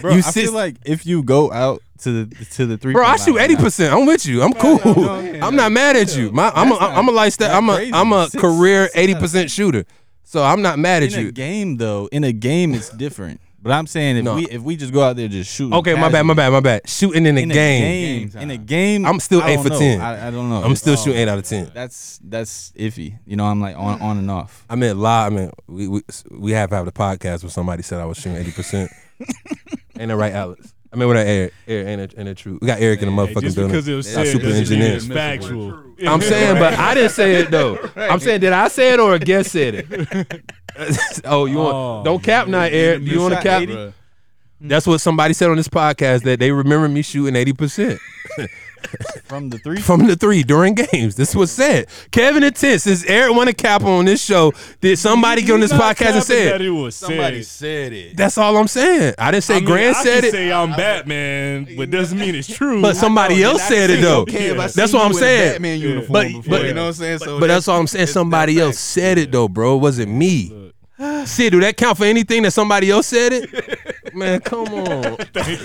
[SPEAKER 4] Bro,
[SPEAKER 2] you
[SPEAKER 4] I
[SPEAKER 2] sis-
[SPEAKER 4] feel like if you go out to the to the three.
[SPEAKER 2] Bro, I
[SPEAKER 4] point
[SPEAKER 2] shoot
[SPEAKER 4] line
[SPEAKER 2] eighty
[SPEAKER 4] right now,
[SPEAKER 2] percent. I'm with you. I'm cool.
[SPEAKER 4] no, yeah,
[SPEAKER 2] I'm not mad at you. My, I'm a, I'm a lifestyle. I'm a
[SPEAKER 4] crazy.
[SPEAKER 2] I'm a
[SPEAKER 4] Six,
[SPEAKER 2] career
[SPEAKER 4] seven.
[SPEAKER 2] eighty percent shooter. So I'm not mad at
[SPEAKER 4] In a
[SPEAKER 2] you.
[SPEAKER 4] game though, in a game it's different. But I'm saying if
[SPEAKER 2] No.
[SPEAKER 4] we if we just go out there just shooting.
[SPEAKER 2] Okay, my bad, my bad, my bad. Shooting in a
[SPEAKER 4] In a
[SPEAKER 2] game,
[SPEAKER 4] game, Oh, in a game,
[SPEAKER 2] I'm still
[SPEAKER 4] I
[SPEAKER 2] eight
[SPEAKER 4] don't
[SPEAKER 2] for
[SPEAKER 4] know.
[SPEAKER 2] 10.
[SPEAKER 4] I, I don't know.
[SPEAKER 2] I'm
[SPEAKER 4] It's-
[SPEAKER 2] still shooting eight out of ten.
[SPEAKER 4] That's that's iffy. You know, I'm like on on and off.
[SPEAKER 2] I meant live. I mean, we we, we have have the podcast where somebody said I was shooting eighty percent. ain't that right, Alex? I mean, with that Eric, Eric ain't it, ain't it true? We got Eric in the
[SPEAKER 3] Hey,
[SPEAKER 2] motherfucking
[SPEAKER 3] just
[SPEAKER 2] building.
[SPEAKER 3] because it was
[SPEAKER 2] Our
[SPEAKER 3] said,
[SPEAKER 2] super
[SPEAKER 3] doesn't mean
[SPEAKER 2] engineer.
[SPEAKER 3] it's factual.
[SPEAKER 2] I'm saying, but I didn't say it though. I'm saying, did I say it or a guest said it? oh, you want?
[SPEAKER 3] Oh,
[SPEAKER 2] don't cap now, Eric. You want to cap?
[SPEAKER 4] Bro.
[SPEAKER 2] That's what somebody said on this podcast that they remember me shooting eighty percent
[SPEAKER 4] from the three?
[SPEAKER 2] from the three during games. This was said. Kevin and Tense, since Eric won a cap on this show, did somebody get on this podcast
[SPEAKER 3] Not capping
[SPEAKER 2] and say it?
[SPEAKER 3] that it was
[SPEAKER 5] Somebody
[SPEAKER 3] said.
[SPEAKER 5] said it.
[SPEAKER 2] That's all I'm saying. I didn't say
[SPEAKER 3] I mean,
[SPEAKER 2] Grant
[SPEAKER 3] I
[SPEAKER 2] said
[SPEAKER 3] can
[SPEAKER 2] it,
[SPEAKER 3] Say I'm Batman, but doesn't mean it's true.
[SPEAKER 2] but somebody else said it though.
[SPEAKER 5] Okay, if I
[SPEAKER 2] That's
[SPEAKER 5] seen
[SPEAKER 2] what
[SPEAKER 5] you
[SPEAKER 2] I'm
[SPEAKER 5] in a
[SPEAKER 2] saying.
[SPEAKER 5] Batman
[SPEAKER 3] Yeah.
[SPEAKER 5] uniform
[SPEAKER 2] But-
[SPEAKER 5] before,
[SPEAKER 2] but-
[SPEAKER 5] you know what I'm saying? So
[SPEAKER 2] But that's all I'm saying. Somebody else said it though, bro. It wasn't me. Sid, do that count for anything that somebody else said it? man, come on.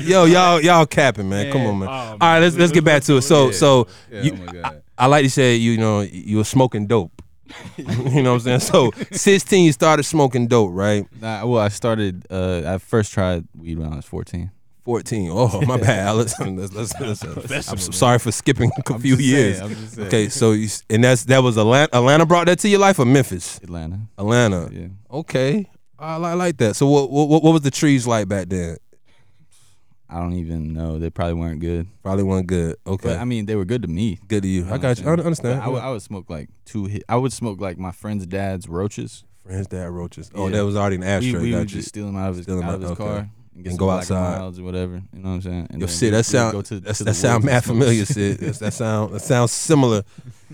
[SPEAKER 2] Yo, y'all, y'all capping, man. Come on, man.
[SPEAKER 3] Oh,
[SPEAKER 2] All
[SPEAKER 3] man.
[SPEAKER 2] right, let's let's get back to it. So, so
[SPEAKER 5] Yeah,
[SPEAKER 2] you,
[SPEAKER 5] oh my
[SPEAKER 2] I,
[SPEAKER 5] God.
[SPEAKER 2] I like to say, you know, you were smoking dope. you know what I'm saying? So, 16, you started smoking dope, right?
[SPEAKER 4] Nah, well, I started. Uh, I first tried weed when I was 14.
[SPEAKER 2] 14. Oh, my bad, Alex. Let's- let's- let's- I'm so sorry for skipping a few
[SPEAKER 4] just
[SPEAKER 2] years.
[SPEAKER 4] saying, I'm just saying.
[SPEAKER 2] okay, so you, s- and that's that was Atlanta. Atlanta brought that to your life or Memphis?
[SPEAKER 4] Atlanta.
[SPEAKER 2] Atlanta.
[SPEAKER 4] Yeah.
[SPEAKER 2] Okay, I, li- I like that. So what, what what what was the trees like back then?
[SPEAKER 4] I don't even know. They probably weren't good.
[SPEAKER 2] Probably wasn't good. Okay,
[SPEAKER 4] But I mean, they were good to me.
[SPEAKER 2] good to you. I got you. I understand.
[SPEAKER 4] I would, I would smoke like two. Hit. I would smoke like my friend's dad's roaches.
[SPEAKER 2] Friends, dad, roaches. Oh,
[SPEAKER 4] Yeah.
[SPEAKER 2] that was already an ashtray.
[SPEAKER 4] We, we would
[SPEAKER 2] got you.
[SPEAKER 4] just steal them out of his,
[SPEAKER 2] Steal 'em
[SPEAKER 4] out of his
[SPEAKER 2] out, okay.
[SPEAKER 4] car. and, get
[SPEAKER 2] And
[SPEAKER 4] some
[SPEAKER 2] go
[SPEAKER 4] Black
[SPEAKER 2] outside.
[SPEAKER 4] Miles or whatever. You know what I'm saying? And
[SPEAKER 2] Yo,
[SPEAKER 4] then
[SPEAKER 2] Sid,
[SPEAKER 4] we- we
[SPEAKER 2] that sound
[SPEAKER 4] go to- to
[SPEAKER 2] that's-
[SPEAKER 4] the
[SPEAKER 2] that sound
[SPEAKER 4] woods and
[SPEAKER 2] mad
[SPEAKER 4] smoke.
[SPEAKER 2] familiar, Sid. That's, that sound that sounds similar.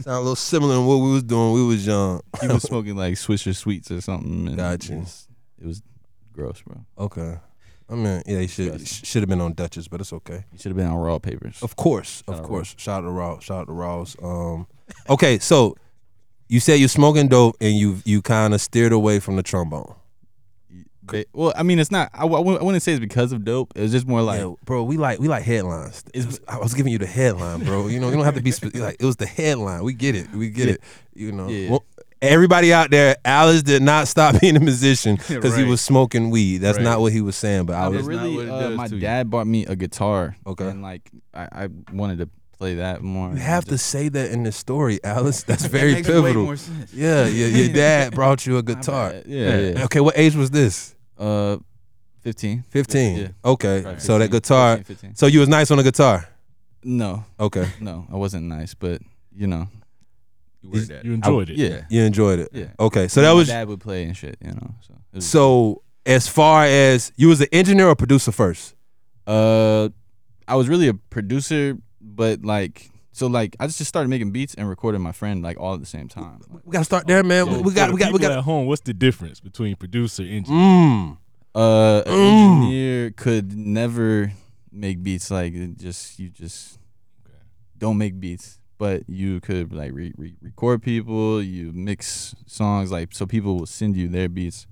[SPEAKER 2] Sound a little similar to what we was doing. when We was young.
[SPEAKER 4] He was smoking like Swisher Sweets or something. And
[SPEAKER 2] Gotcha.
[SPEAKER 4] It was, it was gross, bro.
[SPEAKER 2] Okay. I mean, yeah, he should
[SPEAKER 4] Disgusting.
[SPEAKER 2] should have been on Duchess, but it's okay.
[SPEAKER 4] He should have been on Raw Papers.
[SPEAKER 2] Of course,
[SPEAKER 4] Shout out
[SPEAKER 2] of
[SPEAKER 4] to
[SPEAKER 2] course. Shout out to Ross. Shout out to Ross. Um, okay, so you said you're smoking dope and you you kind of steered away from the trombone.
[SPEAKER 4] Ba- well, I mean, it's not. I, w- I wouldn't- I wouldn't say it's because of dope. It was just more like
[SPEAKER 2] Yeah, bro, we like we like headlines.
[SPEAKER 4] It's-
[SPEAKER 2] I was giving you the headline, bro. You know, you don't have to be spe- like it was the headline. We get it. We get
[SPEAKER 4] Yeah.
[SPEAKER 2] it. You know.
[SPEAKER 4] Yeah.
[SPEAKER 2] Well, everybody out there, Alice did not stop being a musician
[SPEAKER 3] Yeah,
[SPEAKER 2] because he
[SPEAKER 3] right.
[SPEAKER 2] was smoking weed. That's
[SPEAKER 3] Right.
[SPEAKER 2] not what he was saying, but I
[SPEAKER 4] No,
[SPEAKER 2] was
[SPEAKER 4] but
[SPEAKER 3] It's not what
[SPEAKER 4] really,
[SPEAKER 3] it
[SPEAKER 4] uh,
[SPEAKER 3] does
[SPEAKER 4] my
[SPEAKER 3] to you.
[SPEAKER 4] dad bought me a guitar.
[SPEAKER 2] Okay.
[SPEAKER 4] And like, I, I wanted to play that more.
[SPEAKER 2] You have to say that in the story, Alice. That's very
[SPEAKER 4] makes way
[SPEAKER 2] pivotal.
[SPEAKER 4] more sense.
[SPEAKER 2] Yeah, yeah. Your dad brought you a
[SPEAKER 4] My
[SPEAKER 2] guitar.
[SPEAKER 4] bad. Yeah. yeah.
[SPEAKER 2] Okay, what age was this?
[SPEAKER 4] Uh, fifteen.
[SPEAKER 2] Fifteen.
[SPEAKER 4] Yeah.
[SPEAKER 2] Okay.
[SPEAKER 4] Right,
[SPEAKER 2] So that
[SPEAKER 4] 15,
[SPEAKER 2] guitar.
[SPEAKER 4] 15, 15.
[SPEAKER 2] So you was nice on the guitar.
[SPEAKER 4] No,
[SPEAKER 2] Okay.
[SPEAKER 4] no, I wasn't nice, but you know,
[SPEAKER 5] You were that.
[SPEAKER 3] You enjoyed it.
[SPEAKER 4] yeah,
[SPEAKER 2] You enjoyed it.
[SPEAKER 4] yeah.
[SPEAKER 2] Okay. So that
[SPEAKER 4] my
[SPEAKER 2] was
[SPEAKER 4] dad would play and shit, you know. So, it was-
[SPEAKER 2] so. As far as you was an engineer or producer first.
[SPEAKER 4] uh, I was really a producer, but like, so like, I just started making beats and recording my friend like all at the same time.
[SPEAKER 2] We gotta start there, man.
[SPEAKER 3] So
[SPEAKER 2] We got,
[SPEAKER 3] for
[SPEAKER 2] we
[SPEAKER 3] the
[SPEAKER 2] got, we
[SPEAKER 3] people
[SPEAKER 2] got.
[SPEAKER 3] at home. What's the difference between producer and engineer?
[SPEAKER 2] Mmm.
[SPEAKER 4] Uh, an
[SPEAKER 2] Mm.
[SPEAKER 4] engineer could never make beats. Like, it just you just
[SPEAKER 3] Okay.
[SPEAKER 4] don't make beats, but you could like re- re- record people. You mix songs like so people will send you their beats.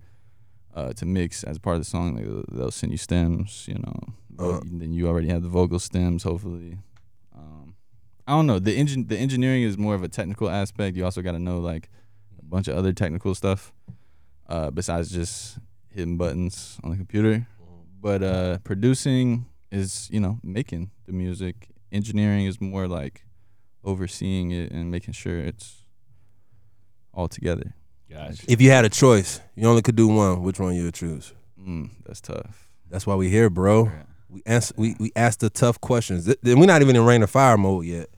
[SPEAKER 4] Uh, to mix as part of the song, like they'll- they'll send you stems, you know.
[SPEAKER 2] Uh.
[SPEAKER 4] but then you already have the vocal stems, hopefully. Um, I don't know. The engine, the engineering is more of a technical aspect. You also got to know like a bunch of other technical stuff, uh, besides just hitting buttons on the computer. But uh, producing is you know making the music. Engineering is more like overseeing it and making sure it's all together.
[SPEAKER 3] Gotcha.
[SPEAKER 2] If you had a choice, you only could do one. Which one you would choose?
[SPEAKER 4] Mm, that's tough.
[SPEAKER 2] That's why we here, bro.
[SPEAKER 4] Yeah.
[SPEAKER 2] We answer, we we ask the tough questions. Th- th- We're not even in rain of fire mode yet.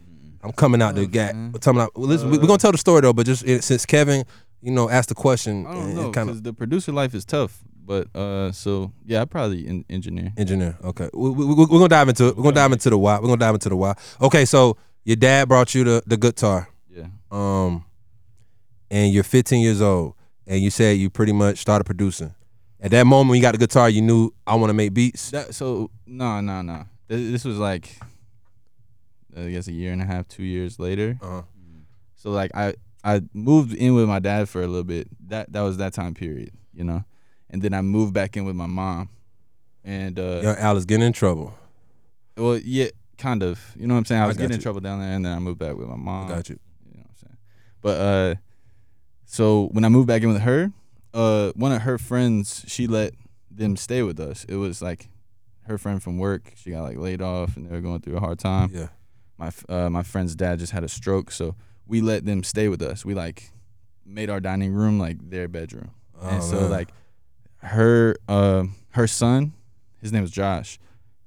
[SPEAKER 2] I'm coming out the
[SPEAKER 4] Tough,
[SPEAKER 2] gap.
[SPEAKER 4] man.
[SPEAKER 2] We're talking out. well, listen, we, we're gonna tell the story though, but just eh, since Kevin, you know, asked the question, eh,
[SPEAKER 4] I don't
[SPEAKER 2] and
[SPEAKER 4] know
[SPEAKER 2] kind of
[SPEAKER 4] because the producer life is tough. But uh, so yeah, I probably en- engineer.
[SPEAKER 2] engineer. Okay, we, we, we, we're gonna dive into it. We're gonna dive into the why. We're gonna dive into the why. Okay, so your dad brought you the the guitar.
[SPEAKER 4] Yeah.
[SPEAKER 2] um, and you're 15 years old, and you said you pretty much started producing. At that moment, when you got the guitar, you knew I want to make beats.
[SPEAKER 4] That, so no, no, no. Th- This was like, I guess a year and a half, two years later.
[SPEAKER 2] Uh-huh.
[SPEAKER 4] So like I I moved in with my dad for a little bit. That that was that time period, you know. And then I moved back in with my mom. And uh,
[SPEAKER 2] Young Alice getting in trouble.
[SPEAKER 4] well, yeah, kind of. You know what I'm saying? I was
[SPEAKER 2] got
[SPEAKER 4] getting in
[SPEAKER 2] you.
[SPEAKER 4] trouble down there, and then I moved back with my mom.
[SPEAKER 2] Got you.
[SPEAKER 4] You know what I'm saying? But uh so when I moved back in with her, uh one of her friends, she let them stay with us. It was like her friend from work, she got like laid off and they were going through a hard time.
[SPEAKER 2] Yeah.
[SPEAKER 4] My f- uh my friend's dad just had a stroke, so we let them stay with us. We like made our dining room like their bedroom. and
[SPEAKER 2] Oh,
[SPEAKER 4] so
[SPEAKER 2] man.
[SPEAKER 4] like her uh her son, his name was Josh.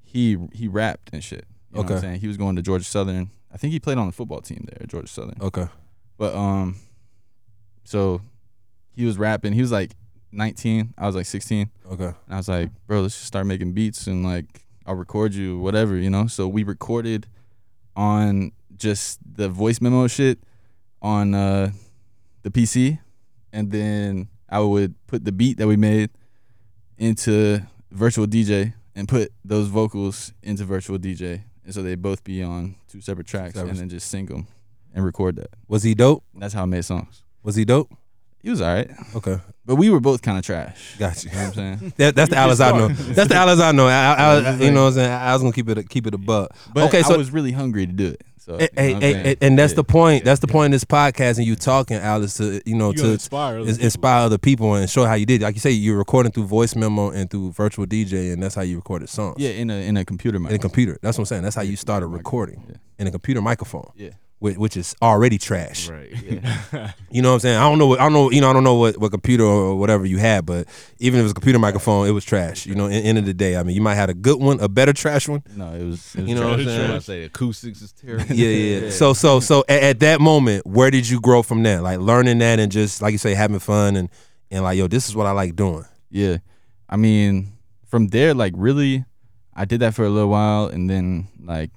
[SPEAKER 4] He he rapped and shit. You know what
[SPEAKER 2] Okay.
[SPEAKER 4] I'm saying? He was going to Georgia Southern. I think he played on the football team there at Georgia Southern.
[SPEAKER 2] okay.
[SPEAKER 4] But um, so he was rapping. He was like 19. I was like 16.
[SPEAKER 2] Okay.
[SPEAKER 4] And I was like, bro, let's just start making beats and like I'll record you, whatever, you know. So we recorded on just the voice memo shit on uh the PC, and then I would put the beat that we made into virtual DJ and put those vocals into virtual DJ, and so they both be on two separate tracks,
[SPEAKER 2] Separate-
[SPEAKER 4] and then just sing them and record that.
[SPEAKER 2] Was he dope?
[SPEAKER 4] And That's how I made songs.
[SPEAKER 2] Was he dope?
[SPEAKER 4] He was all right,
[SPEAKER 2] Okay.
[SPEAKER 4] but we were both kind of trash.
[SPEAKER 2] Got you.
[SPEAKER 4] You know what I'm saying?
[SPEAKER 2] That, that's the Alice I know. That's the Alice I know. I, I, I, you know what I'm saying? I was gonna keep it a, keep it a buck.
[SPEAKER 4] But
[SPEAKER 2] okay, so eh,
[SPEAKER 4] I was really hungry to do it. So
[SPEAKER 2] Hey,
[SPEAKER 4] you know
[SPEAKER 2] hey,
[SPEAKER 4] what I'm
[SPEAKER 2] hey,
[SPEAKER 4] saying?
[SPEAKER 2] and that's the
[SPEAKER 4] Yeah.
[SPEAKER 2] point. That's the point of this podcast, and you talking, Alice, to you know,
[SPEAKER 3] You
[SPEAKER 2] to
[SPEAKER 3] gonna inspire other
[SPEAKER 2] ins-
[SPEAKER 3] people.
[SPEAKER 2] inspire other people and show how you did. Like you say, you're recording through voice memo and through virtual DJ, and that's how you recorded songs.
[SPEAKER 4] Yeah, in a in a computer mic.
[SPEAKER 2] in a computer. That's what I'm saying. That's how you started
[SPEAKER 4] computer
[SPEAKER 2] recording
[SPEAKER 4] Yeah.
[SPEAKER 2] in a computer microphone,
[SPEAKER 4] yeah.
[SPEAKER 2] which, which is already trash.
[SPEAKER 3] Right.
[SPEAKER 2] You know what I'm saying? I don't know. What, I don't know. You know, I don't know what, what computer or whatever you had, but even if it was a computer microphone, it was trash. You know, in end of the day, I mean, you might have had a good one, a better trash one.
[SPEAKER 4] No, it was. It was
[SPEAKER 2] Mm, You know what I'm
[SPEAKER 4] trash.
[SPEAKER 2] saying?
[SPEAKER 5] I say acoustics is terrible.
[SPEAKER 2] yeah, yeah. yeah. So, so, so at, at that moment, where did you grow from there? Like learning that and just like you say, having fun and and like, yo, this is what I like doing.
[SPEAKER 4] Yeah, I mean, from there, like really, I did that for a little while, and then like,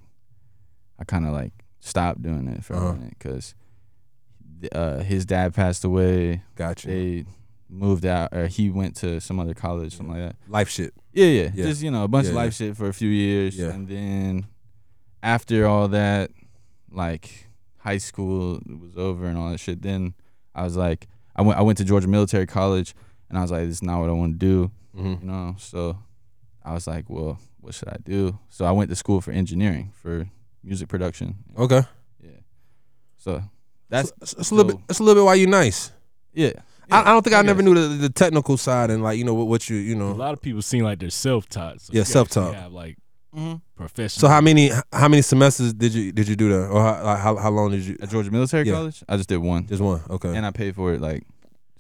[SPEAKER 4] I kind of like stopped doing it for
[SPEAKER 2] Uh-huh.
[SPEAKER 4] a minute because uh, his dad passed away.
[SPEAKER 2] Gotcha.
[SPEAKER 4] They moved out, or he went to some other college, something like that.
[SPEAKER 2] Life shit.
[SPEAKER 4] Yeah, yeah,
[SPEAKER 2] Yeah.
[SPEAKER 4] just you know a bunch of
[SPEAKER 2] Yeah,
[SPEAKER 4] life shit for a few years,
[SPEAKER 2] Yeah.
[SPEAKER 4] and then after all that, like high school was over and all that shit. Then I was like, I went, I went to Georgia Military College, and I was like, this is not what I want to do,
[SPEAKER 2] Mhm.
[SPEAKER 4] you know. So I was like, well, what should I do? So I went to school for engineering for music production.
[SPEAKER 2] Okay.
[SPEAKER 4] Yeah, so that's
[SPEAKER 2] It's, it's a little bit. It's a little bit why you nice.
[SPEAKER 4] yeah.
[SPEAKER 2] I, I don't think I,
[SPEAKER 4] I
[SPEAKER 2] never
[SPEAKER 4] guess.
[SPEAKER 2] knew the, the technical side and like you know what, what you you
[SPEAKER 3] A
[SPEAKER 2] know.
[SPEAKER 3] lot of people seem like they're self taught. So
[SPEAKER 2] Yeah,
[SPEAKER 3] you actually
[SPEAKER 2] self-taught.
[SPEAKER 3] Have like
[SPEAKER 4] hmm
[SPEAKER 3] professional.
[SPEAKER 2] So how many how many semesters did you did you do that or how like, how, how long did you?
[SPEAKER 4] At Georgia Military
[SPEAKER 2] Yeah.
[SPEAKER 4] College, I just did one,
[SPEAKER 2] Just uh, one. Okay.
[SPEAKER 4] and I paid for it like,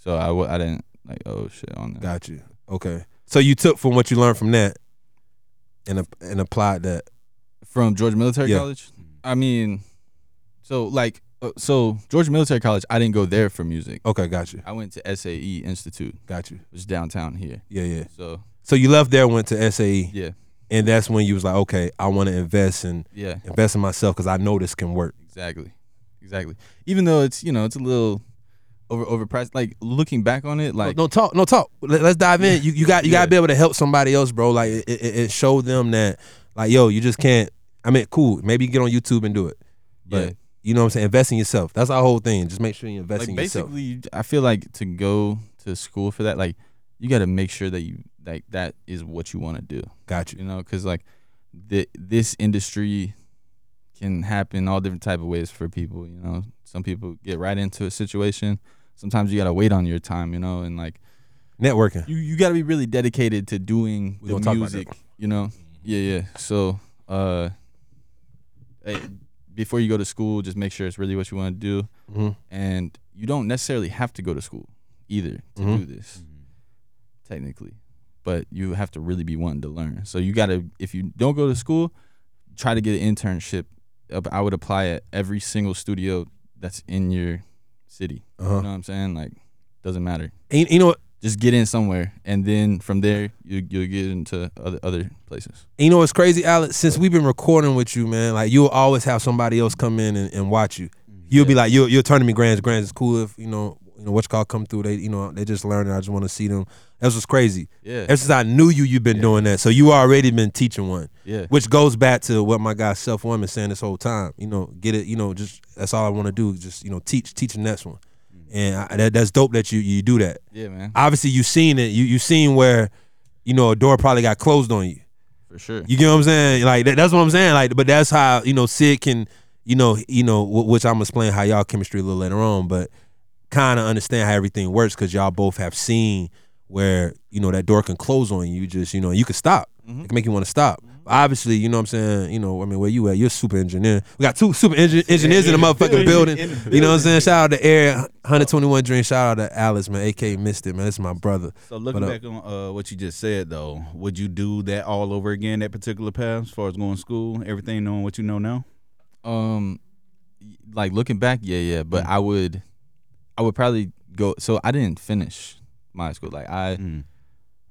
[SPEAKER 4] so I w- I didn't like oh shit on that.
[SPEAKER 2] Got you. Okay. So you took from what you learned from that, and ap- and applied that.
[SPEAKER 4] from Georgia Military
[SPEAKER 2] Yeah.
[SPEAKER 4] College. I mean, so like, uh, so Georgia Military College. I didn't go there for music.
[SPEAKER 2] Okay. Got you.
[SPEAKER 4] I went to SAE Institute,
[SPEAKER 2] Got you.
[SPEAKER 4] which is downtown here.
[SPEAKER 2] Yeah. Yeah.
[SPEAKER 4] So
[SPEAKER 2] So you left there, went to SAE,
[SPEAKER 4] yeah,
[SPEAKER 2] and that's when you was like, okay, I want to invest and
[SPEAKER 4] yeah,
[SPEAKER 2] invest in myself because I know this can work.
[SPEAKER 4] exactly, exactly. Even though it's you know it's a little over overpriced. Like looking back on it, like
[SPEAKER 2] no, no talk, no talk. Let, us dive in. You you got you got
[SPEAKER 4] Yeah.
[SPEAKER 2] to be able to help somebody else, bro. Like it, it, it show them that like yo, you just can't. I mean, cool. Maybe you get on YouTube and do it, but
[SPEAKER 4] Yeah.
[SPEAKER 2] you know what I'm saying. Invest in yourself. That's our whole thing. Just make sure you invest
[SPEAKER 4] like
[SPEAKER 2] in yourself.
[SPEAKER 4] basically, I feel like to go to school for that, like you got to make sure that you like that is what you want to do.
[SPEAKER 2] Got you.
[SPEAKER 4] you know because like the, this industry can happen all different type of ways for people you know some people get right into a situation sometimes you gotta wait on your time you know and like
[SPEAKER 2] Networking.
[SPEAKER 4] you, you gotta be really dedicated to doing
[SPEAKER 2] We
[SPEAKER 4] the
[SPEAKER 2] gonna talk about that.
[SPEAKER 4] music you know yeah yeah so uh eh, before you go to school just make sure it's really what you want to do
[SPEAKER 2] hmm
[SPEAKER 4] and you don't necessarily have to go to school either to
[SPEAKER 2] Mhm.
[SPEAKER 4] do this technically but you have to really be wanting to learn so you gotta if you don't go to school try to get an internship Uh, i would apply at every single studio that's in your city
[SPEAKER 2] Uh
[SPEAKER 4] you know
[SPEAKER 2] huh.
[SPEAKER 4] what i'm saying like doesn't matter
[SPEAKER 2] And you know what?
[SPEAKER 4] just get in somewhere and then from there you, you'll get into other, other places
[SPEAKER 2] And You know what's crazy, Alex? Since we've been recording with you, man, like you'll always have somebody else come in and, and watch you. You'll be like, you'll you'll turn to me, Grands. Grands is cool if you know you know what you call come through. They you know they just learning. I just want to see them. That's what's crazy.
[SPEAKER 4] yeah
[SPEAKER 2] Ever since I knew you, you've been doing that. So you already been teaching one,
[SPEAKER 4] yeah
[SPEAKER 2] which goes back to what my guy Self One been saying this whole time. You know, get it. You know, just that's all I want to do. Just you know, teach, teach the next one.
[SPEAKER 4] Mm.
[SPEAKER 2] And I, that, that's dope that you you do that.
[SPEAKER 4] yeah man
[SPEAKER 2] Obviously, you seen it. You you seen where, you know, a door probably got closed on you.
[SPEAKER 4] for sure
[SPEAKER 2] You get what I'm saying? Like that, that's what I'm saying. Like, but that's how you know Sid can, you know, you know, wh- which I'm explaining how y'all chemistry a little later on, but kind of understand how everything works because y'all both have seen where you know that door can close on you. You Just you know, you can stop. It can make you want to stop. Obviously, you know what I'm saying. You know, I mean, where you at? You're a super engineer. We got two super engi- engineers in the motherfucking building. You know what I'm saying? Shout out to Air 121 Dream. Shout out to Alice, man. AK missed it, man. This is my brother.
[SPEAKER 5] So looking
[SPEAKER 2] But, uh,
[SPEAKER 5] back on uh, what you just said though, would you do that all over again? That particular path, as far as going to school, everything, knowing what you know now.
[SPEAKER 4] Um, like looking back, yeah, yeah. But I would, I would probably go. So I didn't finish my school. Like I
[SPEAKER 5] Mm.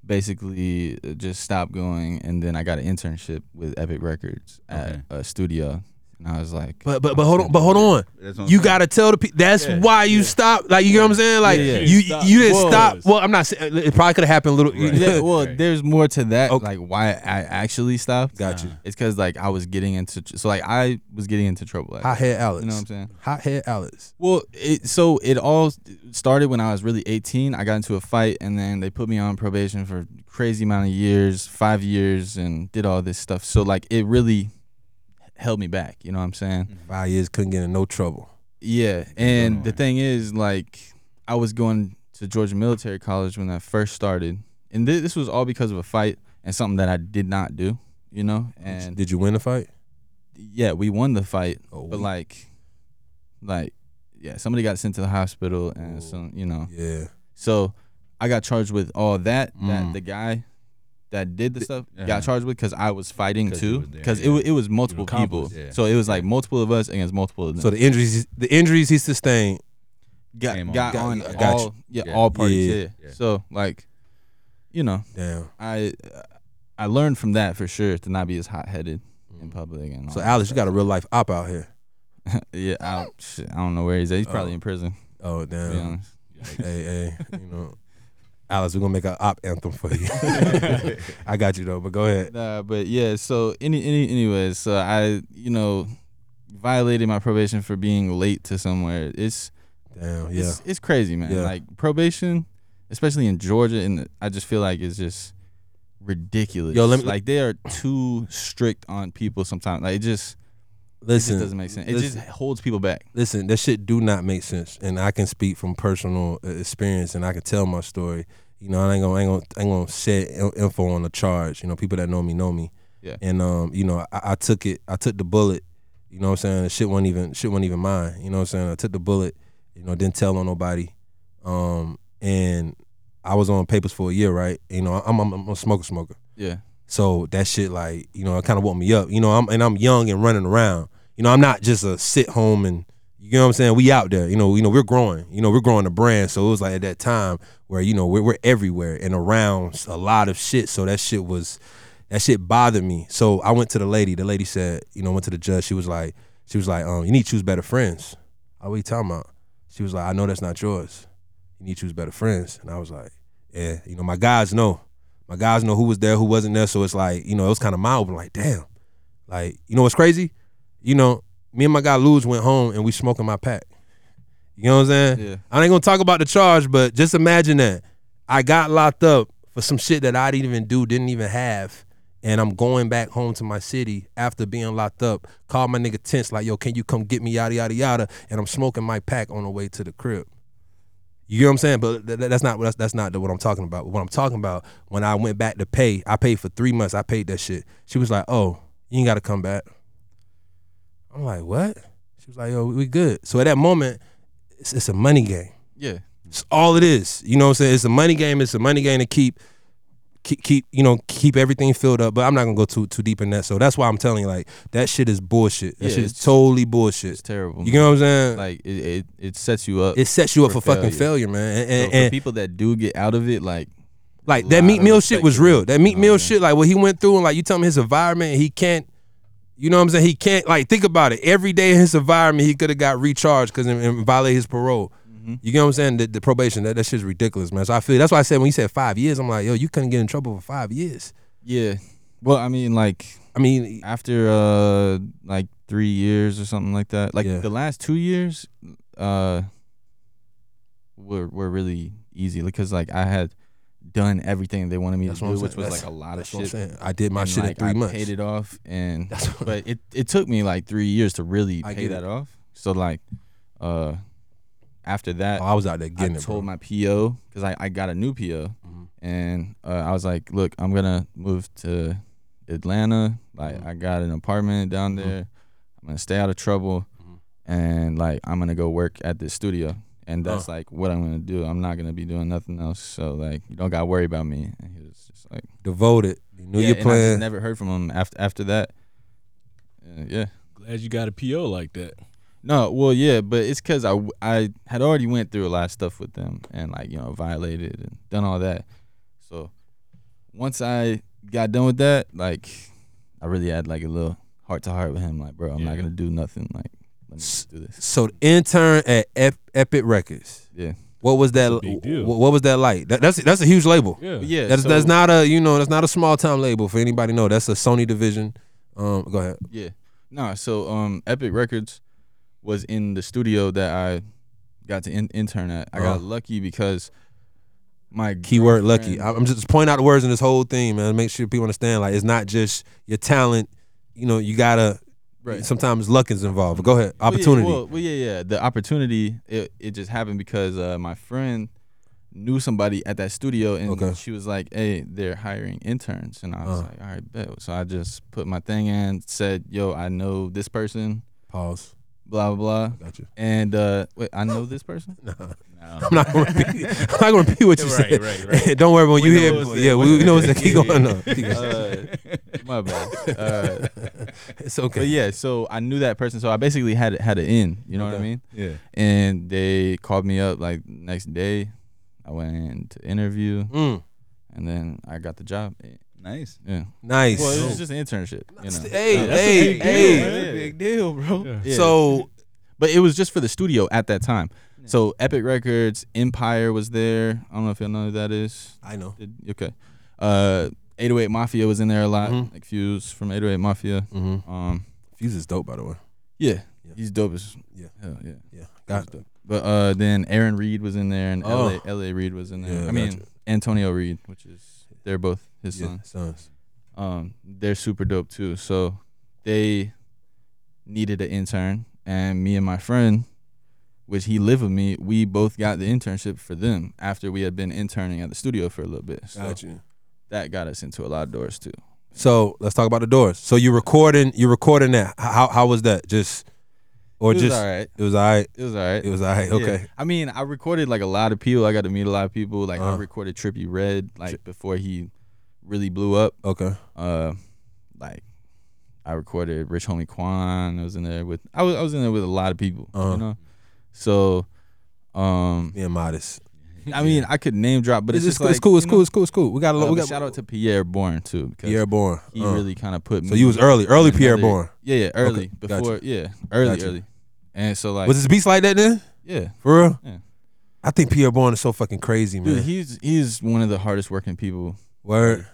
[SPEAKER 4] basically uh, just stopped going, and then I got an internship with Epic Records at
[SPEAKER 5] Okay.
[SPEAKER 4] a studio, and I was like,
[SPEAKER 2] But but but hold on, but hold on.
[SPEAKER 5] That's what I'm
[SPEAKER 2] you
[SPEAKER 5] saying.
[SPEAKER 2] gotta tell the people. That's
[SPEAKER 5] Yeah,
[SPEAKER 2] why you stopped. Like you know what I'm saying. Like
[SPEAKER 4] Yeah, yeah.
[SPEAKER 2] you
[SPEAKER 3] You didn't
[SPEAKER 2] you didn't
[SPEAKER 4] stop.
[SPEAKER 2] stop.
[SPEAKER 3] Was.
[SPEAKER 2] Well, I'm not saying it probably could have happened a little. you-
[SPEAKER 5] Right.
[SPEAKER 4] Yeah, well,
[SPEAKER 5] Right.
[SPEAKER 4] there's more to that.
[SPEAKER 2] Okay.
[SPEAKER 4] Like why I actually stopped.
[SPEAKER 2] Got you.
[SPEAKER 4] It's because like I was getting into so like I was getting into trouble. Like,
[SPEAKER 2] Hot head Alex.
[SPEAKER 4] you know what I'm saying?
[SPEAKER 2] Hot head Alex.
[SPEAKER 4] Well, it, so it all started when I was really 18. I got into a fight, and then they put me on probation for crazy amount of years, five years, and did all this stuff. So like, it really held me back. You know what I'm saying?
[SPEAKER 2] Five years couldn't get in no trouble.
[SPEAKER 4] Yeah. And the thing is, like, I was going to Georgia Military College when I first started, and thi- this was all because of a fight and something that I did not do. You know? And
[SPEAKER 2] Did you win the fight?
[SPEAKER 4] yeah, we won the fight,
[SPEAKER 2] Oh,
[SPEAKER 4] but
[SPEAKER 2] we-
[SPEAKER 4] like, like, yeah, somebody got sent to the hospital, and some, you know.
[SPEAKER 2] Yeah.
[SPEAKER 4] So I got charged with all that
[SPEAKER 2] Mm.
[SPEAKER 4] that the guy that did the stuff
[SPEAKER 5] yeah.
[SPEAKER 4] got charged with because I was fighting
[SPEAKER 5] 'Cause uh-huh. you
[SPEAKER 4] too
[SPEAKER 5] was there,
[SPEAKER 4] because it
[SPEAKER 5] yeah.
[SPEAKER 4] was it was multiple people.
[SPEAKER 5] accomplice, yeah.
[SPEAKER 4] So it was like multiple of us against multiple of them.
[SPEAKER 2] So the injuries the injuries he sustained.
[SPEAKER 4] got
[SPEAKER 5] Came on.
[SPEAKER 4] got
[SPEAKER 5] Got-
[SPEAKER 4] on
[SPEAKER 5] got
[SPEAKER 4] all
[SPEAKER 2] you.
[SPEAKER 4] yeah,
[SPEAKER 5] Yeah.
[SPEAKER 4] all parties.
[SPEAKER 2] Yeah.
[SPEAKER 4] Yeah.
[SPEAKER 5] Yeah.
[SPEAKER 4] So like, you know,
[SPEAKER 2] Damn.
[SPEAKER 4] I I learned from that for sure to not be as hot headed in
[SPEAKER 5] Mm.
[SPEAKER 4] public. And all
[SPEAKER 2] So
[SPEAKER 4] that.
[SPEAKER 2] Alex, you got a real life op out here.
[SPEAKER 4] yeah, I, shit, I don't know where he's at. He's probably
[SPEAKER 2] Oh.
[SPEAKER 4] in prison.
[SPEAKER 2] Oh
[SPEAKER 4] To be
[SPEAKER 2] damn.
[SPEAKER 4] honest.
[SPEAKER 2] hey, hey, you know. Alex, we're gonna make an op anthem for you. I got you though, but go ahead.
[SPEAKER 4] Nah, but yeah. So any, any, anyways. So I, you know, violated my probation for being late to somewhere. It's
[SPEAKER 2] Damn, yeah.
[SPEAKER 4] it's, it's crazy, man.
[SPEAKER 2] Yeah.
[SPEAKER 4] Like probation, especially in Georgia, and I just feel like it's just ridiculous.
[SPEAKER 2] Yo, let me-
[SPEAKER 4] like they are too strict on people sometimes. Like it just, it just
[SPEAKER 2] Listen,
[SPEAKER 4] doesn't make sense. It
[SPEAKER 2] listen.
[SPEAKER 4] just holds people back.
[SPEAKER 2] listen, that shit do not make sense. And I can speak from personal uh, experience, and I can tell my story. You know, I ain't gonna, I ain't gonna, I ain't gonna set in- info on the charge. You know, people that know me know me.
[SPEAKER 4] Yeah.
[SPEAKER 2] And um, you know, I, I took it. I took the bullet. You know what I'm saying? The shit wasn't even shit wasn't even mine. You know what I'm saying? I took the bullet. You know, didn't tell on nobody. Um, and I was on papers for a year, right? You know, I'm I'm, I'm a smoker smoker.
[SPEAKER 4] Yeah,
[SPEAKER 2] So that shit, like, you know, it kind of woke me up. You know, I'm and I'm young and running around. You know, I'm not just a sit home and you know what I'm saying. We out there. You know, you know, we're growing. You know, we're growing a brand. So it was like at that time where you know we're, we're everywhere and around a lot of shit. So that shit was that shit bothered me. So I went to the lady. The lady said, you know, went to the judge. She was like, she was like, um, you need to choose better friends. I what you talking about? She was like, I know that's not yours. You need to choose better friends. And I was like, yeah, you know, my guys know my guys know who was there, who wasn't there. So it's like, you know, it was kind of mild, but like, damn. Like, you know what's crazy? You know, me and my guy Luz went home and we smoking my pack. You know what I'm saying?
[SPEAKER 4] Yeah.
[SPEAKER 2] I ain't gonna talk about the charge, but just imagine that. I got locked up for some shit that I didn't even do, didn't even have. And I'm going back home to my city after being locked up. Called my nigga Tense, like, yo, can you come get me, yada, yada, yada. And I'm smoking my pack on the way to the crib. You get what I'm saying? But th- th- that's not that's, that's not the, what I'm talking about. What I'm talking about when I went back to pay, I paid for three months. I paid that shit. She was like, "Oh, you ain't got to come back." I'm like, "What?" She was like, "Yo, we- we good." So at that moment, it's, it's a money game.
[SPEAKER 4] yeah,
[SPEAKER 2] It's all it is. You know what I'm saying? It's a money game. It's a money game to keep keep, keep you know keep everything filled up. But I'm not gonna go too too deep in that. So that's why I'm telling you, like that shit is bullshit. That
[SPEAKER 4] Yeah,
[SPEAKER 2] shit is
[SPEAKER 4] it's-
[SPEAKER 2] totally
[SPEAKER 4] it's
[SPEAKER 2] bullshit.
[SPEAKER 4] terrible.
[SPEAKER 2] You get what I'm saying? Like,
[SPEAKER 4] like it, it, it sets you up.
[SPEAKER 2] it sets you up for,
[SPEAKER 4] for
[SPEAKER 2] fucking failure,
[SPEAKER 4] failure.
[SPEAKER 2] man. And,
[SPEAKER 4] So
[SPEAKER 2] and,
[SPEAKER 4] for
[SPEAKER 2] and-
[SPEAKER 4] people that do get out of it, like
[SPEAKER 2] Like
[SPEAKER 4] a
[SPEAKER 2] that
[SPEAKER 4] lot
[SPEAKER 2] meat
[SPEAKER 4] of
[SPEAKER 2] meal
[SPEAKER 4] respect
[SPEAKER 2] shit was
[SPEAKER 4] for them.
[SPEAKER 2] real. That meat
[SPEAKER 4] Oh,
[SPEAKER 2] meal
[SPEAKER 4] yeah.
[SPEAKER 2] shit, like what he went through, and like you tell me his environment, he can't. You know what I'm saying? He can't. Like think about it. Every day in his environment, he could have got recharged because and, and violated his parole.
[SPEAKER 4] Mm-hmm.
[SPEAKER 2] You get what I'm saying? The, the probation that that shit's ridiculous, man. So I feel that's why I said when you said five years, I'm like, yo, you couldn't get in trouble for five years.
[SPEAKER 4] yeah. Well, I mean, like
[SPEAKER 2] I mean,
[SPEAKER 4] after uh like three years or something like that. Like
[SPEAKER 2] Yeah.
[SPEAKER 4] the last two years, uh, were were really easy because like I had done everything they wanted me
[SPEAKER 2] That's
[SPEAKER 4] to
[SPEAKER 2] what
[SPEAKER 4] do,
[SPEAKER 2] I'm
[SPEAKER 4] which
[SPEAKER 2] saying.
[SPEAKER 4] was
[SPEAKER 2] That's-
[SPEAKER 4] like a lot of
[SPEAKER 2] that's what I'm
[SPEAKER 4] shit.
[SPEAKER 2] saying. I did my
[SPEAKER 4] and,
[SPEAKER 2] shit
[SPEAKER 4] like,
[SPEAKER 2] in three
[SPEAKER 4] I
[SPEAKER 2] months.
[SPEAKER 4] Paid it off, and
[SPEAKER 2] That's what-
[SPEAKER 4] but it it took me like three years to really
[SPEAKER 2] I
[SPEAKER 4] pay
[SPEAKER 2] get
[SPEAKER 4] that
[SPEAKER 2] it.
[SPEAKER 4] off. So like, uh, after that,
[SPEAKER 2] Oh, I was out there getting
[SPEAKER 4] I
[SPEAKER 2] it,
[SPEAKER 4] told
[SPEAKER 2] bro. Mm-hmm.
[SPEAKER 4] my PO because I, I got a new PO, and uh, I was like, "Look, I'm gonna move to Atlanta. Like,
[SPEAKER 2] Mm-hmm.
[SPEAKER 4] I got an apartment down there. I'm gonna stay out of trouble,
[SPEAKER 2] Mm-hmm.
[SPEAKER 4] and like, I'm gonna go work at this studio. And that's like what I'm gonna do. I'm not gonna be doing nothing else. So like, you don't gotta worry about me." And he was just like,
[SPEAKER 2] Devoted. You knew
[SPEAKER 4] "Yeah."
[SPEAKER 2] your
[SPEAKER 4] and I just
[SPEAKER 2] plan.
[SPEAKER 4] never heard from him after after that. Uh, yeah.
[SPEAKER 3] Glad you got a PO like that.
[SPEAKER 4] No, well, yeah, but it's because I, w- I had already went through a lot of stuff with them and like you know violated and done all that. So once I got done with that, like I really had like a little heart to heart with him. Like, bro, I'm not
[SPEAKER 3] Yeah.
[SPEAKER 4] gonna do nothing. Like, let me just do this.
[SPEAKER 2] So the intern at Ep- Epic Records.
[SPEAKER 4] Yeah,
[SPEAKER 2] What was that?
[SPEAKER 3] That's a big deal.
[SPEAKER 2] What, what was that like? That, that's that's a huge label.
[SPEAKER 3] Yeah.
[SPEAKER 4] But yeah.
[SPEAKER 2] That's
[SPEAKER 4] so-
[SPEAKER 2] that's not a you know that's not a small time label for anybody to know. That's a Sony division. Um, go ahead.
[SPEAKER 4] Yeah. Nah, so um Epic Records was in the studio that I got to in- intern at. I got
[SPEAKER 2] Uh-huh.
[SPEAKER 4] lucky because my
[SPEAKER 2] Keyword
[SPEAKER 4] girlfriend-
[SPEAKER 2] lucky. I- I'm just pointing out the words in this whole thing, man. Make sure people understand. Like it's not just your talent. You know, you gotta.
[SPEAKER 4] Right.
[SPEAKER 2] Sometimes luck is involved. But go ahead.
[SPEAKER 4] Well, yeah,
[SPEAKER 2] Opportunity.
[SPEAKER 4] Well, well, yeah, yeah. The opportunity it, it just happened because uh, my friend knew somebody at that studio, and
[SPEAKER 2] Okay.
[SPEAKER 4] she was like, "Hey, they're hiring interns," and I was
[SPEAKER 2] Uh.
[SPEAKER 4] like, "All right, bet." So I just put my thing in, said, "Yo, I know this person."
[SPEAKER 2] Pause.
[SPEAKER 4] Blah blah blah,
[SPEAKER 2] Gotcha.
[SPEAKER 4] and uh, wait, I know this person.
[SPEAKER 2] I'm not gonna repeat. I'm not gonna repeat what you
[SPEAKER 5] Right,
[SPEAKER 2] said.
[SPEAKER 5] right, right.
[SPEAKER 2] Don't worry when you
[SPEAKER 5] We
[SPEAKER 2] hear.
[SPEAKER 5] know what's
[SPEAKER 2] yeah,
[SPEAKER 5] that.
[SPEAKER 2] we, we know what's that. Keep going on. Keep going.
[SPEAKER 4] Uh, my bad. Uh,
[SPEAKER 2] it's
[SPEAKER 4] but
[SPEAKER 2] okay.
[SPEAKER 4] yeah, so I knew that person, so I basically had had an in. You know what I
[SPEAKER 2] Okay.
[SPEAKER 4] mean?
[SPEAKER 5] yeah.
[SPEAKER 4] And they called me up like next day. I went to interview.
[SPEAKER 2] Mm.
[SPEAKER 4] and then I got the job. eh,
[SPEAKER 5] Nice.
[SPEAKER 4] Yeah.
[SPEAKER 2] Nice.
[SPEAKER 4] Well, it was just an internship. You know.
[SPEAKER 2] hey,
[SPEAKER 4] Yeah, that's
[SPEAKER 2] hey,
[SPEAKER 4] a big
[SPEAKER 2] hey.
[SPEAKER 4] deal.
[SPEAKER 5] That's a big deal, bro.
[SPEAKER 3] Yeah.
[SPEAKER 4] Yeah.
[SPEAKER 2] So
[SPEAKER 4] but it was just for the studio at that time. So Epic Records, Empire was there. I don't know if y'all know who that is.
[SPEAKER 2] I know.
[SPEAKER 4] Did, okay. Uh, 808 Mafia was in there a lot.
[SPEAKER 2] Mm-hmm.
[SPEAKER 4] Like Fuse from 808 Mafia.
[SPEAKER 2] hmm
[SPEAKER 4] Um,
[SPEAKER 2] Fuse is dope, by the way.
[SPEAKER 4] yeah,
[SPEAKER 2] Yeah.
[SPEAKER 4] he's dope as
[SPEAKER 2] Yeah.
[SPEAKER 4] hell, yeah.
[SPEAKER 2] Yeah, got
[SPEAKER 4] But uh, then Aaron Reed was in there, and
[SPEAKER 2] Oh.
[SPEAKER 4] LA, LA Reed was in there.
[SPEAKER 2] Yeah,
[SPEAKER 4] I mean
[SPEAKER 2] gotcha.
[SPEAKER 4] Antonio Reed, which is they're both his
[SPEAKER 2] yeah,
[SPEAKER 4] sons.
[SPEAKER 2] sons.
[SPEAKER 4] Um, they're super dope too. So they needed an intern, and me and my friend, which he lived with me, we both got the internship for them after we had been interning at the studio for a little bit. So
[SPEAKER 2] Gotcha.
[SPEAKER 4] that got us into a lot of doors too.
[SPEAKER 2] So let's talk about the doors. So you recording? You recording that? How how was that? Just or
[SPEAKER 4] it was
[SPEAKER 2] just
[SPEAKER 4] all right.
[SPEAKER 2] it was all right.
[SPEAKER 4] It was all right.
[SPEAKER 2] It was all right.
[SPEAKER 4] Yeah.
[SPEAKER 2] Okay.
[SPEAKER 4] I mean, I recorded like a lot of people. I got to meet a lot of people. Like I
[SPEAKER 2] Uh-huh.
[SPEAKER 4] recorded Trippy Red like before he really blew up.
[SPEAKER 2] Okay.
[SPEAKER 4] Uh, like I recorded Rich Homie Quan. I was in there with I was I was in there with a lot of people.
[SPEAKER 2] Uh-huh.
[SPEAKER 4] You know, so um,
[SPEAKER 2] Being modest,
[SPEAKER 4] I mean, I could name drop, but
[SPEAKER 2] but
[SPEAKER 4] it's,
[SPEAKER 2] it's,
[SPEAKER 4] just
[SPEAKER 2] cool, it's
[SPEAKER 4] like,
[SPEAKER 2] cool. It's
[SPEAKER 4] you
[SPEAKER 2] cool.
[SPEAKER 4] know,
[SPEAKER 2] It's cool. It's cool. We got a
[SPEAKER 4] uh,
[SPEAKER 2] lot. we
[SPEAKER 4] but
[SPEAKER 2] got
[SPEAKER 4] shout out to Pierre Bourne too because
[SPEAKER 2] Pierre Bourne.
[SPEAKER 4] he
[SPEAKER 2] Uh,
[SPEAKER 4] really kind of put me.
[SPEAKER 2] so you was early, early
[SPEAKER 4] in
[SPEAKER 2] Pierre
[SPEAKER 4] another-
[SPEAKER 2] Bourne.
[SPEAKER 4] Yeah, yeah, early
[SPEAKER 2] Okay, gotcha.
[SPEAKER 4] before. Yeah, early,
[SPEAKER 2] Gotcha.
[SPEAKER 4] early, and so like
[SPEAKER 2] Was his beats like that then?
[SPEAKER 4] yeah.
[SPEAKER 2] For real?
[SPEAKER 4] Yeah.
[SPEAKER 2] I think Pierre Bourne is so fucking crazy, man.
[SPEAKER 4] Dude, he's he's one of the hardest working people.
[SPEAKER 2] Word.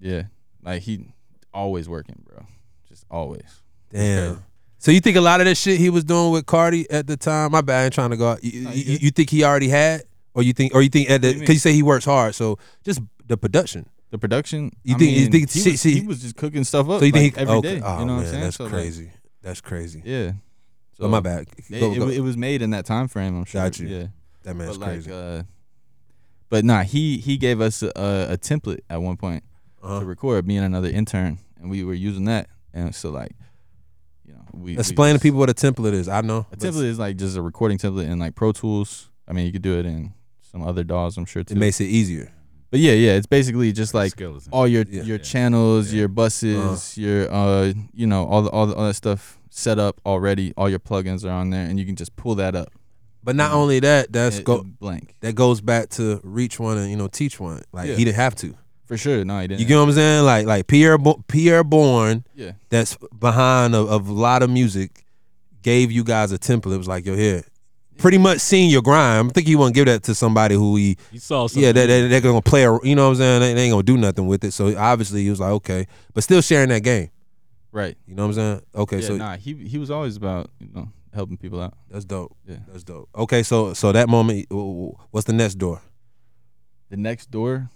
[SPEAKER 4] Yeah, like he always working, bro. Just always.
[SPEAKER 2] Damn. So you think a lot of that shit he was doing with Cardi at the time? My bad, I ain't trying to go. out. You, you, you think he already had, or you think, or you think at the?
[SPEAKER 4] do you
[SPEAKER 2] Because you say he works hard, so just the production.
[SPEAKER 4] The production.
[SPEAKER 2] You
[SPEAKER 4] I
[SPEAKER 2] think- you
[SPEAKER 4] mean,
[SPEAKER 2] think-
[SPEAKER 4] he,
[SPEAKER 2] see-
[SPEAKER 4] was,
[SPEAKER 2] see-
[SPEAKER 4] he was just cooking stuff up?
[SPEAKER 2] So you think
[SPEAKER 4] like,
[SPEAKER 2] he
[SPEAKER 4] every
[SPEAKER 2] okay.
[SPEAKER 4] day,
[SPEAKER 2] Oh
[SPEAKER 4] you
[SPEAKER 2] man,
[SPEAKER 4] know what I'm saying?
[SPEAKER 2] that's
[SPEAKER 4] So, like,
[SPEAKER 2] crazy. that's crazy.
[SPEAKER 4] yeah. So
[SPEAKER 2] oh my bad.
[SPEAKER 4] It,
[SPEAKER 2] Go-
[SPEAKER 4] it
[SPEAKER 2] go.
[SPEAKER 4] wa- it was made in that time frame. I'm sure.
[SPEAKER 2] Got you.
[SPEAKER 4] Yeah.
[SPEAKER 2] that man's
[SPEAKER 4] but like,
[SPEAKER 2] crazy.
[SPEAKER 4] uh, but nah, he he gave us a, a template at one point
[SPEAKER 2] Uh-huh.
[SPEAKER 4] to record. Me and another intern, and we were using that, and so like, you know, we we
[SPEAKER 2] Explain to
[SPEAKER 4] just-
[SPEAKER 2] people what a template is. I know.
[SPEAKER 4] A
[SPEAKER 2] but
[SPEAKER 4] template is like just a recording template in like Pro Tools. I mean, you could do it in some other DAWs, I'm sure too.
[SPEAKER 2] It makes it easier.
[SPEAKER 4] but yeah, yeah, it's basically just like
[SPEAKER 5] skeleton.
[SPEAKER 4] all your
[SPEAKER 2] Yeah. Uh-huh.
[SPEAKER 4] your channels, your buses, your uh, you know, all the, all the, all that stuff set up already. All your plugins are on there, and you can just pull that up.
[SPEAKER 2] But not only that, that's
[SPEAKER 4] It-
[SPEAKER 2] go.
[SPEAKER 4] it blank
[SPEAKER 2] That goes back to reach one and you know teach one. Like
[SPEAKER 4] Yeah.
[SPEAKER 2] he didn't have to.
[SPEAKER 4] for sure. No, I didn't.
[SPEAKER 2] You get what I'm saying? Like like Pierre Bo- Pierre Bourne
[SPEAKER 4] yeah,
[SPEAKER 2] that's behind a, of a lot of music gave you guys a template. It was like, yo, here. Pretty much seeing your grind. I think he wouldn't give that to somebody who he,
[SPEAKER 3] You saw something.
[SPEAKER 2] yeah, they, they, they're going to play, a, you know what I'm saying? They, they ain't going to do nothing with it. So obviously he was like, okay, but still sharing that game.
[SPEAKER 4] right.
[SPEAKER 2] You know what I'm saying? Okay,
[SPEAKER 4] yeah,
[SPEAKER 2] so
[SPEAKER 4] nah, he he was always about you know helping people out.
[SPEAKER 2] that's dope.
[SPEAKER 4] Yeah.
[SPEAKER 2] That's dope. Okay, so so that moment, w- w- what's the next door?
[SPEAKER 4] The next door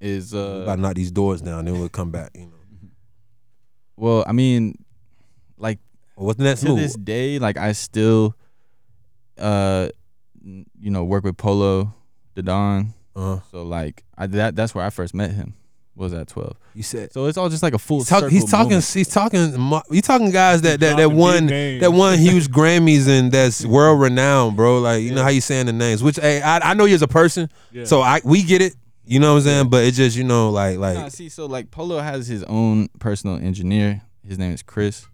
[SPEAKER 4] is
[SPEAKER 2] We
[SPEAKER 4] uh,
[SPEAKER 2] about to knock these doors down, then we'll come back. You know,
[SPEAKER 4] well, I mean, like.
[SPEAKER 2] what's the next
[SPEAKER 4] to
[SPEAKER 2] move?
[SPEAKER 4] this day, like I still, uh, n- you know, work with Polo, Dadon.
[SPEAKER 2] uh,
[SPEAKER 4] So like I that that's where I first met him. Was at twelve.
[SPEAKER 2] you said
[SPEAKER 4] So it's all just like a full.
[SPEAKER 2] he's, talk, he's
[SPEAKER 4] circle
[SPEAKER 2] talking.
[SPEAKER 4] moment.
[SPEAKER 2] He's talking. mo- You talking guys that that, that
[SPEAKER 3] dropping big
[SPEAKER 2] won
[SPEAKER 3] names.
[SPEAKER 2] that won huge Grammys and that's world renowned, bro. Like you know how you saying the names, which hey, I I know you as a person,
[SPEAKER 3] Yeah.
[SPEAKER 2] so I we get it. You know what I'm saying? But it's just you know like like
[SPEAKER 4] Nah, see, so like Polo has his own personal engineer. His name is Chris,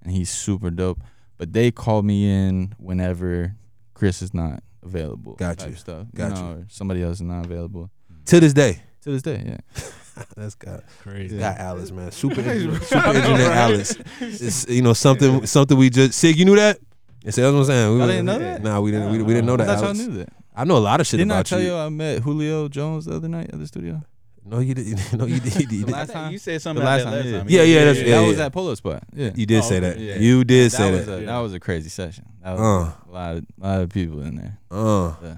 [SPEAKER 4] and he's super dope. But they call me in whenever Chris is not available.
[SPEAKER 2] Got
[SPEAKER 4] type
[SPEAKER 2] you.
[SPEAKER 4] Stuff, you
[SPEAKER 2] Got
[SPEAKER 4] know, or somebody else is not available.
[SPEAKER 2] to this day.
[SPEAKER 4] To this day, yeah.
[SPEAKER 2] That's God.
[SPEAKER 3] crazy.
[SPEAKER 2] Got Alice, man. Super, internet- super internet Alice. It's you know something, something we just Sig. You knew that. And so that's what I'm saying. We
[SPEAKER 4] I
[SPEAKER 2] was-
[SPEAKER 4] didn't know that.
[SPEAKER 2] Nah, we didn't. We, we didn't know
[SPEAKER 4] I
[SPEAKER 2] that.
[SPEAKER 4] thought y'all
[SPEAKER 2] Alex.
[SPEAKER 4] knew that.
[SPEAKER 2] I know a lot of shit
[SPEAKER 4] Didn't I
[SPEAKER 2] about
[SPEAKER 4] tell
[SPEAKER 2] you.
[SPEAKER 4] you. I met Julio Jones the other night at the studio?
[SPEAKER 2] No, you did. No, you did. You did,
[SPEAKER 4] The last time?
[SPEAKER 5] You said something
[SPEAKER 4] The
[SPEAKER 5] about
[SPEAKER 4] last
[SPEAKER 5] that
[SPEAKER 4] time,
[SPEAKER 5] last
[SPEAKER 4] yeah.
[SPEAKER 5] time.
[SPEAKER 2] Yeah, yeah, that's-
[SPEAKER 3] yeah,
[SPEAKER 4] that
[SPEAKER 2] yeah,
[SPEAKER 4] was
[SPEAKER 2] yeah.
[SPEAKER 4] at Polo Spot. Yeah.
[SPEAKER 2] You did
[SPEAKER 3] Oh,
[SPEAKER 2] say
[SPEAKER 3] okay,
[SPEAKER 2] that.
[SPEAKER 5] yeah.
[SPEAKER 2] You did say
[SPEAKER 4] that was
[SPEAKER 2] that.
[SPEAKER 4] a that was a crazy session. That was
[SPEAKER 2] Uh.
[SPEAKER 4] a lot of, lot of people in there.
[SPEAKER 2] Uh,
[SPEAKER 4] Yeah.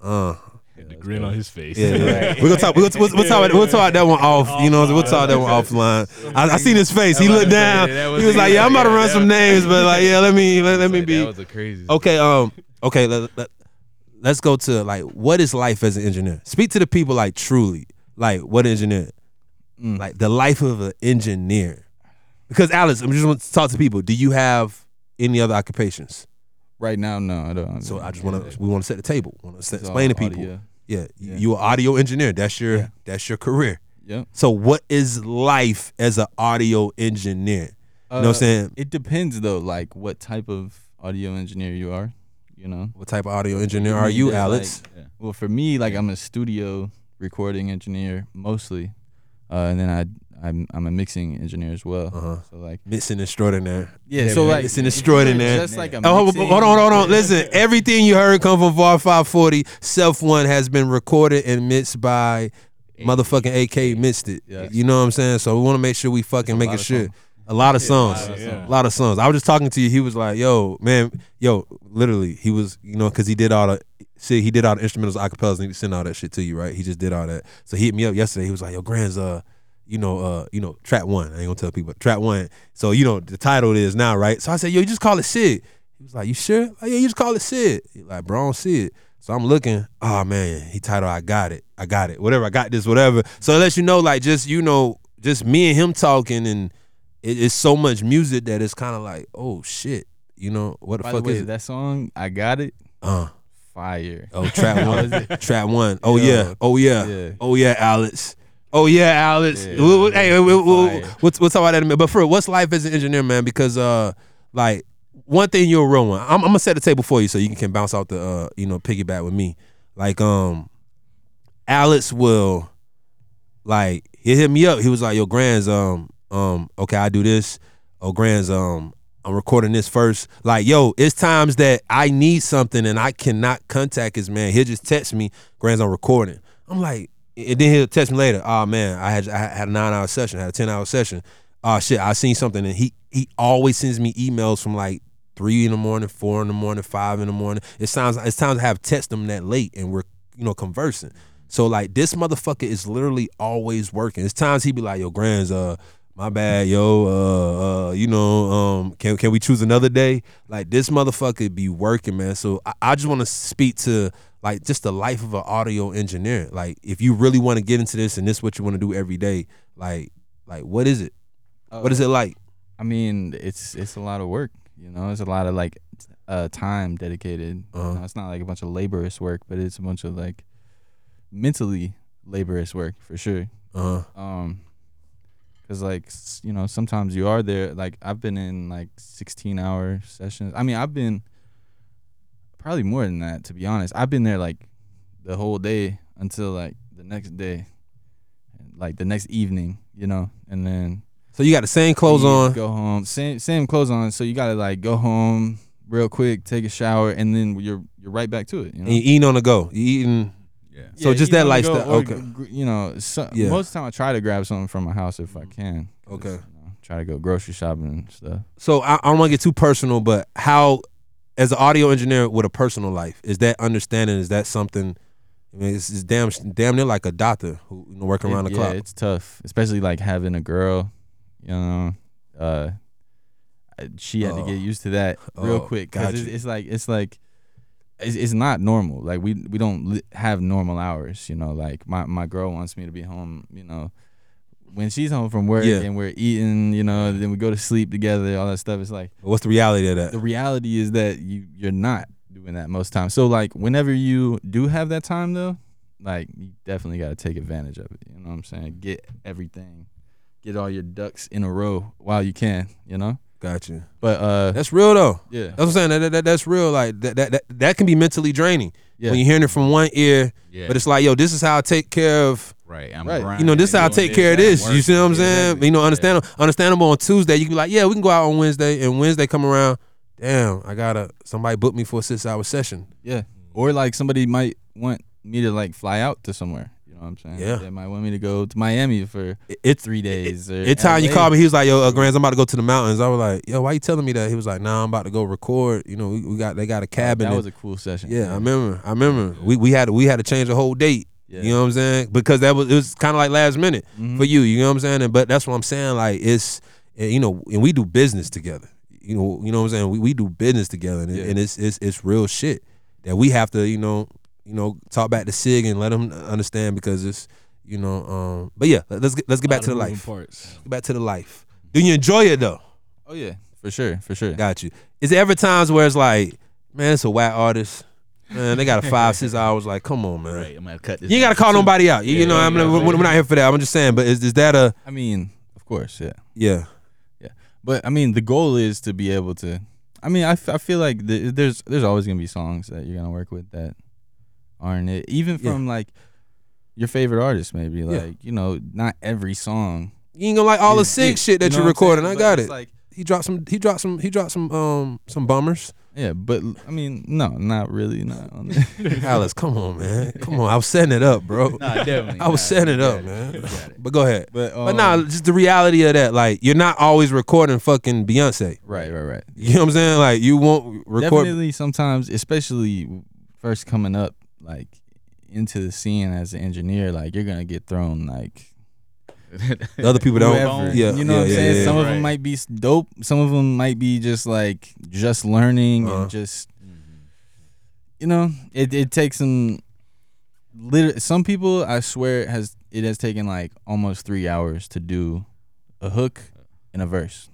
[SPEAKER 2] uh.
[SPEAKER 3] The grin on his face.
[SPEAKER 2] Yeah, yeah. we're gonna talk. We're gonna, we'll, we'll talk. About, we'll talk about that one off. You know, we'll talk about that one offline. I, I seen his face. He looked down. He was like, "Yeah, I'm about to run some names, but like, yeah, let me let, let me be."
[SPEAKER 6] a crazy.
[SPEAKER 2] Okay, um, okay, let, let, let's go to like what is life as an engineer? Speak to the people like truly, like what engineer,
[SPEAKER 4] Mm.
[SPEAKER 2] like the life of an engineer. Because Alice, I just want to talk to people. Do you have any other occupations?
[SPEAKER 4] Right now, no, I don't.
[SPEAKER 2] So I just want to we want to set the table. Want to
[SPEAKER 4] It's all
[SPEAKER 2] explain to people.
[SPEAKER 4] audio.
[SPEAKER 2] Yeah,
[SPEAKER 4] Yeah.
[SPEAKER 2] you an audio engineer. That's your
[SPEAKER 4] Yeah.
[SPEAKER 2] that's your career.
[SPEAKER 4] Yep.
[SPEAKER 2] So what is life as an audio engineer? You know what
[SPEAKER 4] Uh,
[SPEAKER 2] I'm saying?
[SPEAKER 4] It depends though, like what type of audio engineer you are. You know.
[SPEAKER 2] What type of audio engineer are you,
[SPEAKER 4] Either, like-
[SPEAKER 2] Alex?
[SPEAKER 4] Well, for me, like I'm a studio recording engineer mostly. uh, and then I I'm I'm a mixing engineer as well.
[SPEAKER 2] Uh-huh.
[SPEAKER 4] So like
[SPEAKER 2] Missing extraordinaire.
[SPEAKER 4] yeah, so like
[SPEAKER 2] It's an extraordinaire.
[SPEAKER 4] Just like a
[SPEAKER 2] Oh, hold
[SPEAKER 4] mixing-
[SPEAKER 2] on, hold on, hold on. Listen, everything you heard come from VAR 540, Self One has been recorded and mixed by motherfucking AK Mixed It.
[SPEAKER 4] Yeah.
[SPEAKER 2] You know what I'm saying? So we want to make sure we fucking making sure. A lot of songs, a lot of songs. I was just talking to you. He was like, "Yo, man, yo, literally." He was, you know, because he did all the see, he did all the instrumentals, acapellas, and he sent all that shit to you, right? He just did all that. So he hit me up yesterday. He was like, "Yo, Grand's, uh, you know, uh, you know, trap one. I ain't gonna tell people trap one. So you know, the title it is now, right? So I said, yo, you just call it Sid. He was like, you sure? Like, yeah, you just call it Sid. He like, bro, I don't see it. So I'm looking. Oh man, he titled, I got it, I got it, whatever, I got this, whatever. So it lets you know, like, just you know, just me and him talking, and it, it's so much music that it's kind of like, oh shit, you know, what the
[SPEAKER 4] By the
[SPEAKER 2] fuck
[SPEAKER 4] way,
[SPEAKER 2] is it?
[SPEAKER 4] that song I got it
[SPEAKER 2] uh,
[SPEAKER 4] fire.
[SPEAKER 2] oh, trap one, trap one. Oh
[SPEAKER 4] Yo.
[SPEAKER 2] yeah, oh yeah.
[SPEAKER 4] Yeah.
[SPEAKER 2] Oh yeah, Alex. Oh yeah, Alex.
[SPEAKER 4] Yeah.
[SPEAKER 2] We'll- we'll- hey, we'll, we'll,
[SPEAKER 4] Fire.
[SPEAKER 2] we'll- we'll talk about that in a minute. But for real, what's life as an engineer, man? Because uh, like one thing you're a real one. I'm, I'm gonna set the table for you so you can, can bounce off the uh, you know, piggyback with me. Like um, Alex will, like he hit me up. He was like, "Yo, Grands, um, um, okay, I do this. Oh, Grands, um, I'm recording this first. Like, yo, it's times that I need something and I cannot contact his man. He'll just text me, Grands, I'm recording. I'm like, and then he'll text me later. Oh man, I had I had a nine hour session, I had a ten hour session. Oh shit, I seen something, and he he always sends me emails from like three in the morning, four in the morning, five in the morning. It sounds it's times I have text him that late, and we're you know conversing. So like this motherfucker is literally always working. It's times he be like, yo, Grands, uh, my bad, yo, uh, uh, you know, um, can can we choose another day? Like this motherfucker be working, man. So I, I just want to speak to like just the life of an audio engineer. Like if you really want to get into this and this what you want to do every day, like like what is it? what is it like?
[SPEAKER 4] I mean, it's it's a lot of work. You know, it's a lot of like t- uh, time dedicated. You
[SPEAKER 2] Uh-huh.
[SPEAKER 4] know, it's not like a bunch of laborious work, but it's a bunch of like mentally laborious work for sure.
[SPEAKER 2] Uh
[SPEAKER 4] Um, cause like s- you know, sometimes you are there. Like I've been in like sixteen hour sessions. I mean, I've been probably more than that to be honest. I've been there like the whole day until like the next day, and, like the next evening. You know, and then
[SPEAKER 2] So you got the same clothes
[SPEAKER 4] you
[SPEAKER 2] on.
[SPEAKER 4] Go home. Same same clothes on. So you gotta like go home real quick, take a shower, and then you're you're right back to it. You know?
[SPEAKER 2] And you eating on the go. You eating
[SPEAKER 5] Yeah.
[SPEAKER 2] so just
[SPEAKER 4] eat
[SPEAKER 2] that
[SPEAKER 4] on the go,
[SPEAKER 2] lifestyle.
[SPEAKER 4] or
[SPEAKER 2] Okay.
[SPEAKER 4] g- gr- You know, so,
[SPEAKER 2] Yeah. Mm-hmm.
[SPEAKER 4] most of the time I try to grab something from my house if I can. 'cause,
[SPEAKER 2] Okay.
[SPEAKER 4] you know, try to go grocery shopping and stuff.
[SPEAKER 2] So I, I don't want to get too personal, but how, as an audio engineer with a personal life, is that understanding? Is that something? I mean, it's, it's damn, damn near like a doctor who you know, working
[SPEAKER 4] It-
[SPEAKER 2] around the
[SPEAKER 4] yeah,
[SPEAKER 2] clock.
[SPEAKER 4] it's tough, especially like having a girl. You know, uh, I- she had
[SPEAKER 2] Oh.
[SPEAKER 4] to get used to that real
[SPEAKER 2] Oh,
[SPEAKER 4] quick
[SPEAKER 2] got
[SPEAKER 4] because it's,
[SPEAKER 2] you.
[SPEAKER 4] it's like it's like it's, it's not normal. Like we we don't li- have normal hours. You know, like my my girl wants me to be home. You know. When she's home from work
[SPEAKER 2] Yeah.
[SPEAKER 4] and we're eating, you know, then we go to sleep together, all that stuff. It's like
[SPEAKER 2] What's the reality of that?
[SPEAKER 4] the reality is that you you're not doing that most times. So like whenever you do have that time though, like you definitely got to take advantage of it. You know what I'm saying? Get everything, get all your ducks in a row while you can. You know.
[SPEAKER 2] Gotcha.
[SPEAKER 4] But uh,
[SPEAKER 2] That's real though.
[SPEAKER 4] yeah,
[SPEAKER 2] That's what I'm saying. That, that- that- that's real. Like that, that that that can be mentally draining
[SPEAKER 4] yeah,
[SPEAKER 2] when you're hearing it from one ear,
[SPEAKER 5] Yeah.
[SPEAKER 2] but it's like, yo, this is how I take care of
[SPEAKER 5] right. I'm
[SPEAKER 4] Right.
[SPEAKER 5] grinding
[SPEAKER 2] you know, this is
[SPEAKER 5] and
[SPEAKER 2] how I
[SPEAKER 5] doing
[SPEAKER 2] take care of this.
[SPEAKER 5] and
[SPEAKER 2] You see what I'm
[SPEAKER 5] working.
[SPEAKER 2] saying?
[SPEAKER 5] Exactly.
[SPEAKER 2] You know, understand, understandable on Tuesday. You can be like, yeah, we can go out on Wednesday, and Wednesday come around. Damn, I gotta somebody booked me for a six hour session.
[SPEAKER 4] yeah. Or like somebody might want me to like fly out to somewhere. You know what I'm saying?
[SPEAKER 2] Yeah.
[SPEAKER 4] They might want me to go to Miami for
[SPEAKER 2] It- It's
[SPEAKER 4] three days. or
[SPEAKER 2] It's time you
[SPEAKER 4] LA.
[SPEAKER 2] called me. He was like, "Yo, uh, Grams, I'm about to go to the mountains." I was like, "Yo, why you telling me that?" He was like, "Nah, I'm about to go record. You know, we, we got they got a cabin.
[SPEAKER 4] That
[SPEAKER 2] in-
[SPEAKER 4] was a cool session.
[SPEAKER 2] yeah, I remember. I remember. We we had we had to change the whole date.
[SPEAKER 4] Yeah.
[SPEAKER 2] You know what I'm saying? Because that was it was kind of like last minute
[SPEAKER 4] Mhm.
[SPEAKER 2] for you. You know what I'm saying? And, but that's what I'm saying. Like it's and, you know, and we do business together. You know, you know what I'm saying? We we do business together, and, it-
[SPEAKER 4] Yeah.
[SPEAKER 2] and it's it's it's real shit that we have to you know you know talk back to Sig and let him understand because it's you know um but yeah let- let's get, let's get back to the life
[SPEAKER 3] Parts.
[SPEAKER 2] get back to the life do you enjoy it though
[SPEAKER 4] Oh yeah, for sure, for sure.
[SPEAKER 2] Got you. Is there ever times where it's like, man, it's a whack artist. Man, they got a five, six hours. Like, come on, man.
[SPEAKER 5] Right. I'm gonna cut this.
[SPEAKER 2] You ain't gotta call nobody out. You, you know, I'm not, we're not here for that. I'm just saying. But is, is that a
[SPEAKER 4] I mean, of course, yeah.
[SPEAKER 2] yeah?
[SPEAKER 4] But I mean, the goal is to be able to. I mean, I, f- I feel like th- there's there's always gonna be songs that you're gonna work with that aren't it. Even
[SPEAKER 2] Yeah.
[SPEAKER 4] from like, your favorite artist, maybe.
[SPEAKER 2] Yeah.
[SPEAKER 4] Like you know, not every song.
[SPEAKER 2] You ain't gonna like all the
[SPEAKER 4] is
[SPEAKER 2] sick
[SPEAKER 4] it,
[SPEAKER 2] shit that
[SPEAKER 4] know
[SPEAKER 2] you're
[SPEAKER 4] what I'm saying?
[SPEAKER 2] recording. I
[SPEAKER 4] But
[SPEAKER 2] got
[SPEAKER 4] it's
[SPEAKER 2] it.
[SPEAKER 4] Like
[SPEAKER 2] He dropped some. He dropped some. He dropped some. Um, some bummers.
[SPEAKER 4] yeah, but I mean, no, not really. Not on
[SPEAKER 2] Alice, come on, man. Come on. I was setting it up, bro.
[SPEAKER 4] definitely.
[SPEAKER 2] I was setting it up, man. But go ahead.
[SPEAKER 4] But, um,
[SPEAKER 2] But nah, just the reality of that. Like, you're not always recording fucking Beyonce.
[SPEAKER 4] Right, right, right.
[SPEAKER 2] You know what I'm saying? Like, you won't record.
[SPEAKER 4] Definitely sometimes, especially first coming up like into the scene as an engineer, like you're gonna get thrown like
[SPEAKER 2] The other people don't.
[SPEAKER 4] whoever.
[SPEAKER 2] Yeah,
[SPEAKER 4] you
[SPEAKER 2] yeah,
[SPEAKER 4] know what I'm
[SPEAKER 2] yeah,
[SPEAKER 4] saying?
[SPEAKER 2] yeah.
[SPEAKER 4] some of
[SPEAKER 5] Right.
[SPEAKER 4] them might be s- dope. Some of them might be just like just learning
[SPEAKER 2] Uh-huh.
[SPEAKER 4] and just you know, it it takes them. Liter- some people, I swear, it has it has taken like almost three hours to do a hook and a verse.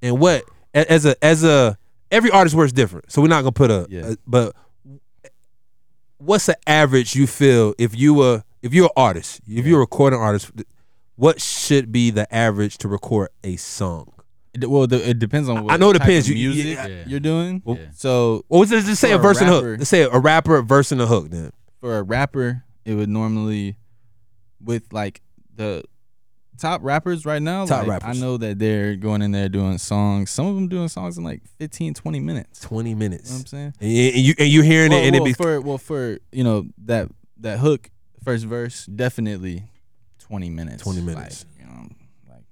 [SPEAKER 2] and what a- as a as a every artist works different so we're not gonna put a,
[SPEAKER 4] Yeah.
[SPEAKER 2] a- but what's the average you feel if you were if you're an artist if you're a recording artist what should be the average to record a song
[SPEAKER 4] It, de- well, the, it depends on. What
[SPEAKER 2] know it
[SPEAKER 4] type of
[SPEAKER 2] depends. You- you-
[SPEAKER 4] music
[SPEAKER 2] yeah.
[SPEAKER 4] you're doing.
[SPEAKER 2] Well-
[SPEAKER 4] So
[SPEAKER 2] well let's just say
[SPEAKER 4] For
[SPEAKER 2] a
[SPEAKER 4] a
[SPEAKER 2] verse and a
[SPEAKER 4] rapper-
[SPEAKER 2] hook let's say a rapper a verse and a hook then
[SPEAKER 4] for a rapper, it would normally with like the top rappers right now.
[SPEAKER 2] Top
[SPEAKER 4] like,
[SPEAKER 2] rappers.
[SPEAKER 4] I know that they're going in there doing songs. Some of them doing songs in like 15, 20 minutes.
[SPEAKER 2] 20
[SPEAKER 4] You know what I'm
[SPEAKER 2] minutes
[SPEAKER 4] saying?
[SPEAKER 2] and you and you- and you're hearing
[SPEAKER 4] well,
[SPEAKER 2] it and
[SPEAKER 4] well,
[SPEAKER 2] it be
[SPEAKER 4] for well for you know that that hook first verse definitely twenty minutes.
[SPEAKER 2] 20 minutes.
[SPEAKER 4] Like, you know, like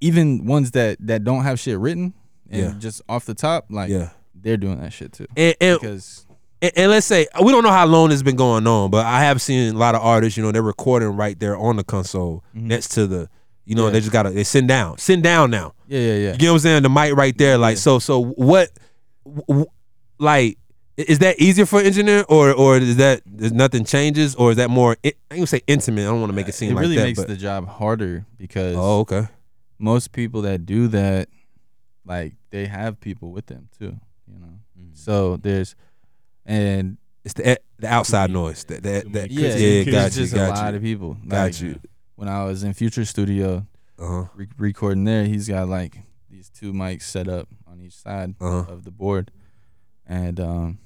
[SPEAKER 4] even ones that that don't have shit written and
[SPEAKER 2] Yeah.
[SPEAKER 4] just off the top like
[SPEAKER 2] yeah
[SPEAKER 4] they're doing that shit too
[SPEAKER 2] and, and
[SPEAKER 4] because
[SPEAKER 2] and, and let's say we don't know how long it's been going on, but I have seen a lot of artists. You know, they're recording right there on the console next to the. You know,
[SPEAKER 4] Mm-hmm. Yeah.
[SPEAKER 2] they just gotta they sitting down, sitting down now.
[SPEAKER 4] yeah yeah yeah
[SPEAKER 2] You get what I'm saying? The mic right there, like so. So what, w- w- like, i- is that easier for an engineer, or or is that is nothing changes, or is that more? I I ain't gonna say intimate. I don't want to make it seem
[SPEAKER 4] it
[SPEAKER 2] like
[SPEAKER 4] really
[SPEAKER 2] that.
[SPEAKER 4] makes
[SPEAKER 2] but,
[SPEAKER 4] the job harder because
[SPEAKER 2] oh, okay.
[SPEAKER 4] most people that do that, like they have people with them too, you know.
[SPEAKER 5] Mm.
[SPEAKER 4] So there's, and
[SPEAKER 2] It's the e, the outside noise. That that, that
[SPEAKER 4] yeah,
[SPEAKER 2] yeah,
[SPEAKER 4] it's
[SPEAKER 2] got you,
[SPEAKER 4] just a lot
[SPEAKER 2] got
[SPEAKER 4] of
[SPEAKER 2] you,
[SPEAKER 4] people. Like,
[SPEAKER 2] got you.
[SPEAKER 4] When I was in Future Studio
[SPEAKER 2] Uh huh.
[SPEAKER 4] re- recording there, he's got like these two mics set up on each side
[SPEAKER 2] Uh-huh.
[SPEAKER 4] of the board, and um,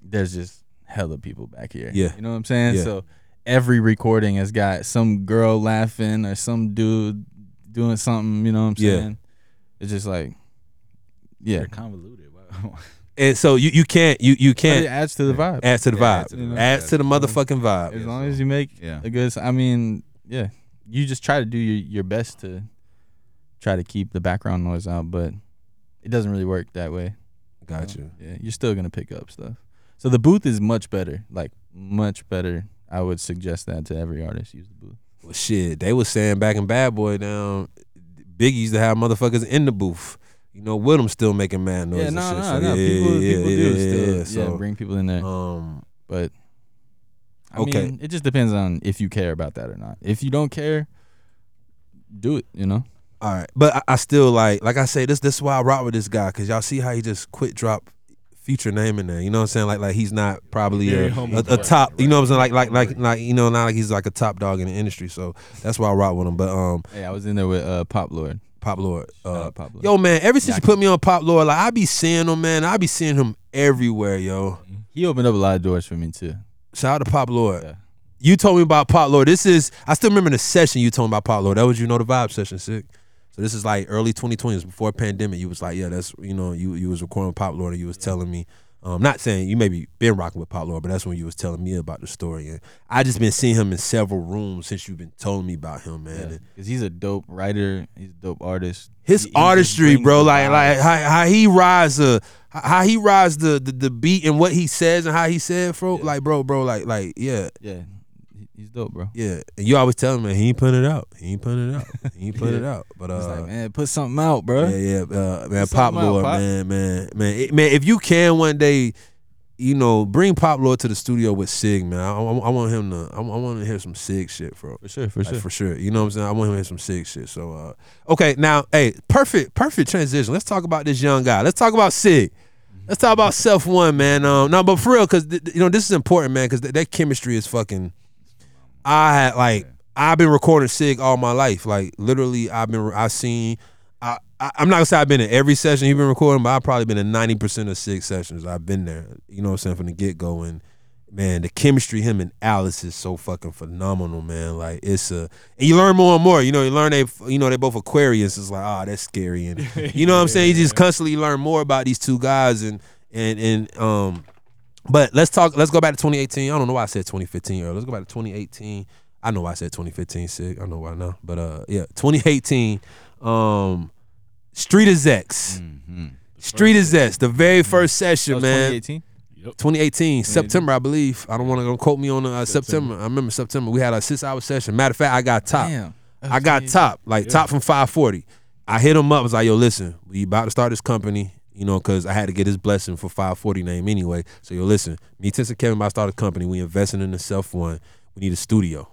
[SPEAKER 4] there's just hella people back here.
[SPEAKER 2] Yeah.
[SPEAKER 4] you know what I'm saying.
[SPEAKER 2] Yeah.
[SPEAKER 4] So every recording has got some girl laughing or some dude doing something. You know what I'm
[SPEAKER 2] Yeah.
[SPEAKER 4] saying? It's just like, yeah,
[SPEAKER 5] They're convoluted. Wow.
[SPEAKER 2] And so you you can't you you
[SPEAKER 4] But it
[SPEAKER 2] can't
[SPEAKER 4] adds to the vibe.
[SPEAKER 2] add to the
[SPEAKER 5] Yeah, add
[SPEAKER 2] vibe.
[SPEAKER 5] to the vibe.
[SPEAKER 2] Adds to the motherfucking
[SPEAKER 4] as
[SPEAKER 2] vibe.
[SPEAKER 4] long as you make
[SPEAKER 5] Yeah.
[SPEAKER 4] a good, s- I mean, yeah, you just try to do your, your best to try to keep the background noise out, but it doesn't really work that way.
[SPEAKER 2] Got you.
[SPEAKER 4] Yeah, you're still gonna pick up stuff. So the booth is much better, like much better. I would suggest that to every artist use the booth.
[SPEAKER 2] Well, shit, they was saying back in Bad Boy down, Biggie used to have motherfuckers in the booth. You know, with them still making mad noise.
[SPEAKER 4] yeah,
[SPEAKER 2] and
[SPEAKER 4] no,
[SPEAKER 2] shit.
[SPEAKER 4] no,
[SPEAKER 2] so, yeah,
[SPEAKER 4] no. people,
[SPEAKER 2] yeah,
[SPEAKER 4] people
[SPEAKER 2] yeah,
[SPEAKER 4] do
[SPEAKER 2] yeah,
[SPEAKER 4] still,
[SPEAKER 2] yeah.
[SPEAKER 4] yeah,
[SPEAKER 2] So,
[SPEAKER 4] bring people in there.
[SPEAKER 2] um,
[SPEAKER 4] but I
[SPEAKER 2] Okay.
[SPEAKER 4] mean, it just depends on if you care about that or not. If you don't care, do it. You know.
[SPEAKER 2] all right, but I, I still like, like I say, this this is why I rock with this guy because y'all see how he just quit drop future name in there. You know what I'm saying? Like like he's not probably a, a, a top. You know what I'm saying? Like like like like you know not like he's like a top dog in the industry. So that's why I rock with him. But um,
[SPEAKER 4] Hey, I was in there with uh, Pop Lord.
[SPEAKER 2] Pop Lord, uh,
[SPEAKER 4] Pop Lord.
[SPEAKER 2] yo man, ever since you put me on Pop Lord, like I be seeing him, man. I be seeing him everywhere, yo.
[SPEAKER 4] He opened up a lot of doors for me too.
[SPEAKER 2] Shout out to Pop Lord.
[SPEAKER 4] Yeah.
[SPEAKER 2] You told me about Pop Lord. This is I still remember the session you told me about Pop Lord. That was you know the vibe session, sick. So this is like early 2020s before pandemic. You was like, yeah, that's you know you you was recording Pop Lord and you was telling me. Um, not saying you maybe been rocking with Pop Lord, but that's when you was telling me about the story. And I just been seeing him in several rooms since you've been telling me about him, man. And
[SPEAKER 4] Cause he's a dope writer. He's a dope artist.
[SPEAKER 2] his
[SPEAKER 4] He- he just
[SPEAKER 2] artistry,
[SPEAKER 4] brings
[SPEAKER 2] bro.
[SPEAKER 4] the
[SPEAKER 2] Like
[SPEAKER 4] vibe.
[SPEAKER 2] like how, how he rides uh how he rides the, the the beat and what he says and how he said, bro. Like bro, bro, like like yeah.
[SPEAKER 4] yeah, he- he's dope, bro.
[SPEAKER 2] Yeah, and you always tell him, man, he ain't putting it out. He ain't putting it out. He ain't putting it out. But uh,
[SPEAKER 4] He's like, man, put something out, bro.
[SPEAKER 2] yeah, yeah, uh, man,
[SPEAKER 4] It's
[SPEAKER 2] Pop
[SPEAKER 4] something about
[SPEAKER 2] Lord,
[SPEAKER 4] Pop.
[SPEAKER 2] man, man, man, It- man. If you can one day, you know, bring Pop Lord to the studio with Sig, man. I, I, I want him to. I, I want to hear some Sig shit, bro.
[SPEAKER 4] For sure, for
[SPEAKER 2] Like, for sure. You know what I'm saying? I want him to hear some sick shit. So uh okay, now hey, perfect, perfect transition. Let's talk about this young guy. Let's talk about Sig. Let's talk about self one, man. Um no, but for real, cause th- th- you know, this is important, man, cause th- that chemistry is fucking I had like I've been recording Sig all my life. Like literally I've been I've seen I, I, I'm not gonna say I've been in every session you've been recording, but I've probably been in 90% of Sig sessions. I've been there, you know what I'm saying, from the get go. And man, the chemistry him and Alice is so fucking phenomenal, man. Like it's a and you learn more and more. You know, you learn they you know they both Aquarius. It's like ah, that's scary, and you know what I'm saying. You just constantly learn more about these two guys, and and and um. But let's talk. Let's go back to 2018. I don't know why I said 2015 earlier. Let's go back to 2018. I know why I said 2015 sick. I know why now. But uh, yeah, 2018. Um, Street is X. Street is X. The very first session, man.
[SPEAKER 4] 2018.
[SPEAKER 2] 2018 September, I believe. I don't want to don't quote me on uh, September. I remember September. We had a six-hour session. Matter of fact, I got top.
[SPEAKER 4] Damn.
[SPEAKER 2] I got top, like top from 540. I hit him up. Was like, yo, listen, we about to start this company, you know, because I had to get his blessing for 540 name anyway. So yo, listen, me, Tess, and Kevin about to start a company. We investing in the self one. We need a studio.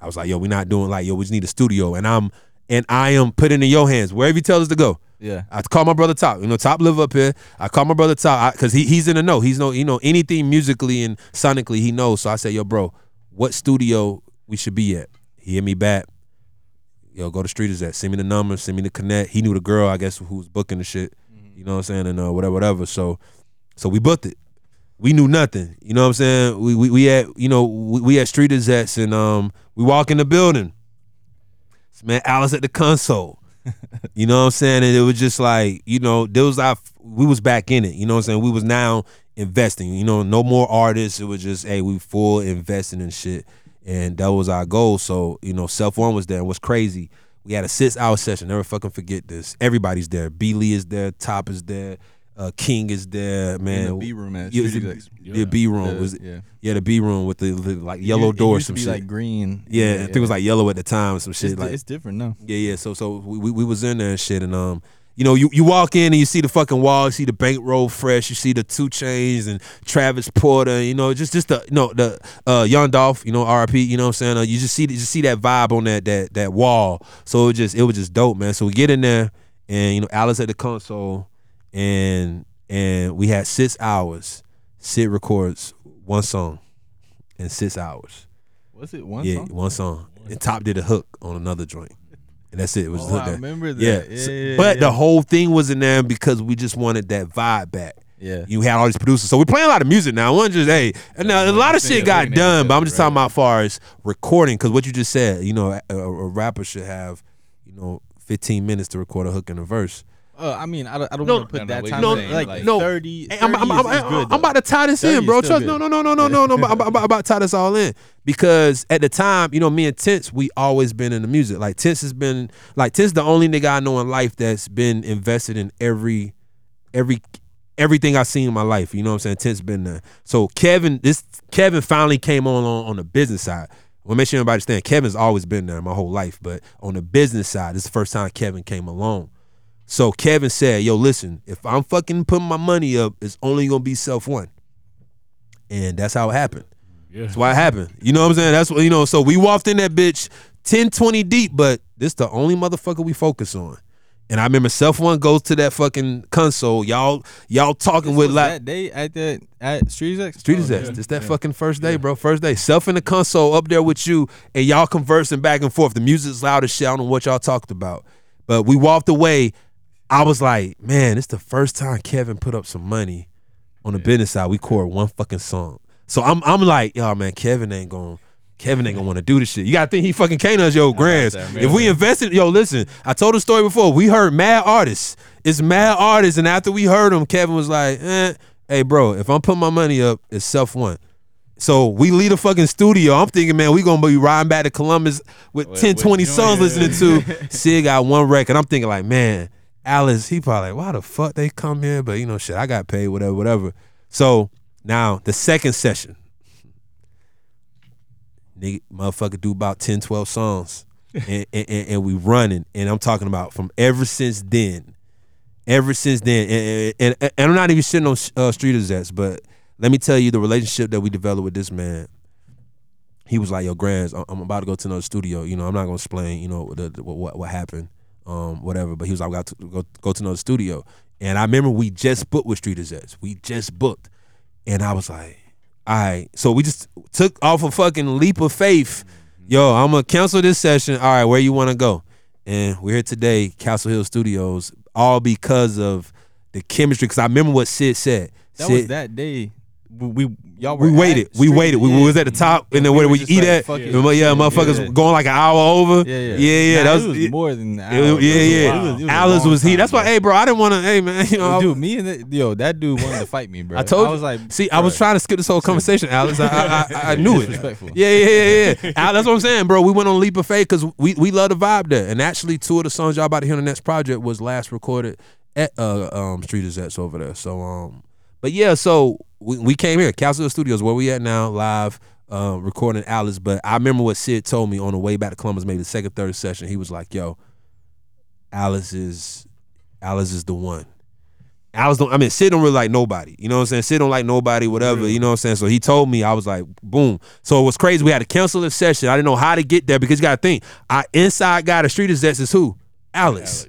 [SPEAKER 2] I was like, yo, we not doing like, yo, we just need a studio, and I'm and I am putting in your hands wherever you tell us to go.
[SPEAKER 4] Yeah.
[SPEAKER 2] I call my brother Top. You know, Top live up here. I call my brother Top because he he's in the know. He's no you know anything musically and sonically he knows. So I say, yo, bro, what studio we should be at? He hit me back. Yo, go to street is at. Send me the number. Send me the connect. He knew the girl, I guess, who was booking the shit. You know what I'm saying? And uh, whatever, whatever. So, so we booked it. We knew nothing. You know what I'm saying? We we, we at you know we, we at street is at, and um we walk in the building. Man, Alice at the console. You know what I'm saying? And it was just like, you know, there was our we was back in it. You know what I'm saying? We was now investing. You know, no more artists. It was just, hey, we full investing in shit. And that was our goal. So, you know, self one was there. And what's crazy, we had a six hour session. Never fucking forget this. Everybody's there. B Lee is there, Top is there, uh, King is there, man.
[SPEAKER 4] the B room at
[SPEAKER 2] Yeah, it was
[SPEAKER 4] Street
[SPEAKER 2] the-
[SPEAKER 4] Execs.
[SPEAKER 2] The B room
[SPEAKER 4] The-
[SPEAKER 2] was it-
[SPEAKER 4] yeah.
[SPEAKER 2] yeah, the B room with the, the, like yellow door,
[SPEAKER 4] used to
[SPEAKER 2] some
[SPEAKER 4] be
[SPEAKER 2] shit.
[SPEAKER 4] like green.
[SPEAKER 2] yeah, I think it was like yellow at the time, some shit
[SPEAKER 4] it's,
[SPEAKER 2] like
[SPEAKER 4] it's different now.
[SPEAKER 2] yeah, yeah. So so we, we we was in there and shit, and um, you know, you, you walk in and you see the fucking wall, you see the bankroll fresh, you see the two chains and Travis Porter, you know, just just the no the uh Young Dolph, you know, RP, you know what I'm saying? Uh, you just see you just see that vibe on that that that wall. So it just it was just dope, man. So we get in there and you know, Alice at the console and and we had six hours. Sid records one song in six hours.
[SPEAKER 4] Was it one
[SPEAKER 2] yeah,
[SPEAKER 4] song?
[SPEAKER 2] one song. And Top did a hook on another joint. And that's it. It was
[SPEAKER 4] Oh,
[SPEAKER 2] just hooked
[SPEAKER 4] I
[SPEAKER 2] there.
[SPEAKER 4] remember that.
[SPEAKER 2] Yeah.
[SPEAKER 4] Yeah,
[SPEAKER 2] So-
[SPEAKER 4] yeah,
[SPEAKER 2] but
[SPEAKER 4] yeah.
[SPEAKER 2] the whole thing was in there because we just wanted that vibe back.
[SPEAKER 4] Yeah.
[SPEAKER 2] You had all these producers. So we're playing a lot of music now. It wasn't just, hey, and now, a lot of shit got done, but I'm just talking about far as recording because what you just said, you know, a, a rapper should have, you know, 15 minutes to record a hook and a verse.
[SPEAKER 4] Uh, I mean, I don't, I don't
[SPEAKER 2] No,
[SPEAKER 4] want to put that
[SPEAKER 2] no,
[SPEAKER 4] time.
[SPEAKER 2] no,
[SPEAKER 4] in,
[SPEAKER 2] like,
[SPEAKER 4] like,
[SPEAKER 2] no.
[SPEAKER 4] 30,
[SPEAKER 2] Hey, I'm, I'm,
[SPEAKER 4] 30 is-
[SPEAKER 2] I'm,
[SPEAKER 4] is
[SPEAKER 2] I'm,
[SPEAKER 4] good,
[SPEAKER 2] I'm about to tie this
[SPEAKER 4] 30
[SPEAKER 2] in,
[SPEAKER 4] is
[SPEAKER 2] bro.
[SPEAKER 4] still
[SPEAKER 2] Trust, no,
[SPEAKER 4] good.
[SPEAKER 2] no, no, no, no, no. no. I'm, about- I'm about- I'm about to tie this all in because at the time, you know, me and Tense, we always been in the music. Like Tense has been, like Tense, the only nigga I know in life that's been invested in every, every, everything I've seen in my life. You know what I'm saying? Tense been there. So Kevin, this Kevin finally came on on, on the business side. Well, make sure everybody understand. Kevin's always been there my whole life, but on the business side, this is the first time Kevin came along. So Kevin said, "Yo, listen, if I'm fucking putting my money up, it's only gonna be self one." And that's how it happened.
[SPEAKER 3] Yeah.
[SPEAKER 2] That's why it happened. You know what I'm saying? That's what you know. So we walked in that bitch 10, 20 deep, but this the only motherfucker we focus on. And I remember self one goes to that fucking console. Y'all, y'all talking
[SPEAKER 4] This
[SPEAKER 2] with
[SPEAKER 4] was
[SPEAKER 2] like
[SPEAKER 4] that day at that at Street X.
[SPEAKER 2] Street is that. It's that fucking first day, bro. First day. Self in the console up there with you, and y'all conversing back and forth. The music's loud as shit. I don't know what y'all talked about. But we walked away. I was like, man, it's the first time Kevin put up some money on the business side. We core one fucking song. So I'm I'm like, yo, man, Kevin ain't going Kevin ain't gonna want to do this shit. You gotta think he fucking can't us, yo, grands. If we invested, yo, listen, I told the story before. We heard mad artists. It's mad artists, and after we heard them, Kevin was like, eh, hey, bro, if I'm putting my money up, it's self one. So we leave the fucking studio. I'm thinking, man, we gonna be riding back to Columbus with 10, 20 songs listening to. Sid got one record. I'm thinking like, man, Alice, he probably like, why the fuck they come here? But you know, shit, I got paid, whatever, whatever. So now the second session, nigga, motherfucker do about 10, 12 songs. and, and, and, and we running. And I'm talking about from ever since then. Ever since then. And, and, and- and I'm not even shitting on uh, Street Zets, but let me tell you the relationship that we developed with this man. He was like, yo, Grands, I- I'm about to go to another studio. You know, I'm not going to explain, you know, the, the- what, what, what happened, um, whatever. But he was like, I got to go, go to another studio. And I remember we just booked with Street Zets. We just booked. And I was like, all right. So we just took off a fucking leap of faith. Yo, I'm gonna cancel this session. All right, where you wanna go? And we're here today, Castle Hill Studios, all because of the chemistry. Cause I remember what Sid said.
[SPEAKER 4] That
[SPEAKER 2] Sid,
[SPEAKER 4] was that day. we we- y'all Oh, were
[SPEAKER 2] We
[SPEAKER 4] at
[SPEAKER 2] waited. We
[SPEAKER 4] Street-
[SPEAKER 2] waited. We, we
[SPEAKER 4] yeah.
[SPEAKER 2] was at the top, and then where
[SPEAKER 4] were
[SPEAKER 2] we
[SPEAKER 4] just
[SPEAKER 2] eat
[SPEAKER 4] like,
[SPEAKER 2] at?
[SPEAKER 4] fuck it.
[SPEAKER 2] Yeah, yeah, motherfuckers
[SPEAKER 4] Yeah.
[SPEAKER 2] going like an hour over.
[SPEAKER 4] Yeah, yeah,
[SPEAKER 2] yeah. yeah
[SPEAKER 4] Nah,
[SPEAKER 2] that
[SPEAKER 4] it
[SPEAKER 2] was,
[SPEAKER 4] was more than an
[SPEAKER 2] it was-
[SPEAKER 4] hour.
[SPEAKER 2] yeah,
[SPEAKER 4] It
[SPEAKER 2] yeah.
[SPEAKER 4] was- it was a
[SPEAKER 2] Alice
[SPEAKER 4] long
[SPEAKER 2] was he.
[SPEAKER 4] time,
[SPEAKER 2] That's why,
[SPEAKER 4] bro.
[SPEAKER 2] hey, bro, I didn't want to. Hey, man, you know, I-
[SPEAKER 4] dude, me and that, yo, that dude wanted to fight me, bro.
[SPEAKER 2] I told
[SPEAKER 4] I
[SPEAKER 2] you.
[SPEAKER 4] was like,
[SPEAKER 2] See, I was
[SPEAKER 4] bruh.
[SPEAKER 2] trying to skip this whole conversation, Alex. I, I, I, I knew it.
[SPEAKER 4] Disrespectful.
[SPEAKER 2] Yeah, yeah, yeah, yeah. Al, that's what I'm saying, bro. We went on Leap of Faith because we, we love the vibe there. And actually, two of the songs y'all about to hear on the next project was last recorded at uh, um, Street Zets over there. So, um, but yeah, so we, we came here, Castle Studios, where we at now, live. Uh, recording Alice, but I remember what Sid told me on the way back to Columbus, maybe the second, third session. He was like, "Yo, Alice is Alice is the one. Alice don't I mean Sid don't really like nobody. You know what I'm saying? Sid don't like nobody, whatever. You know what I'm saying? So he told me, I was like, boom. So it was crazy. We had to cancel the session. I didn't know how to get there because you gotta think. Our inside guy, the street is is who? Alex.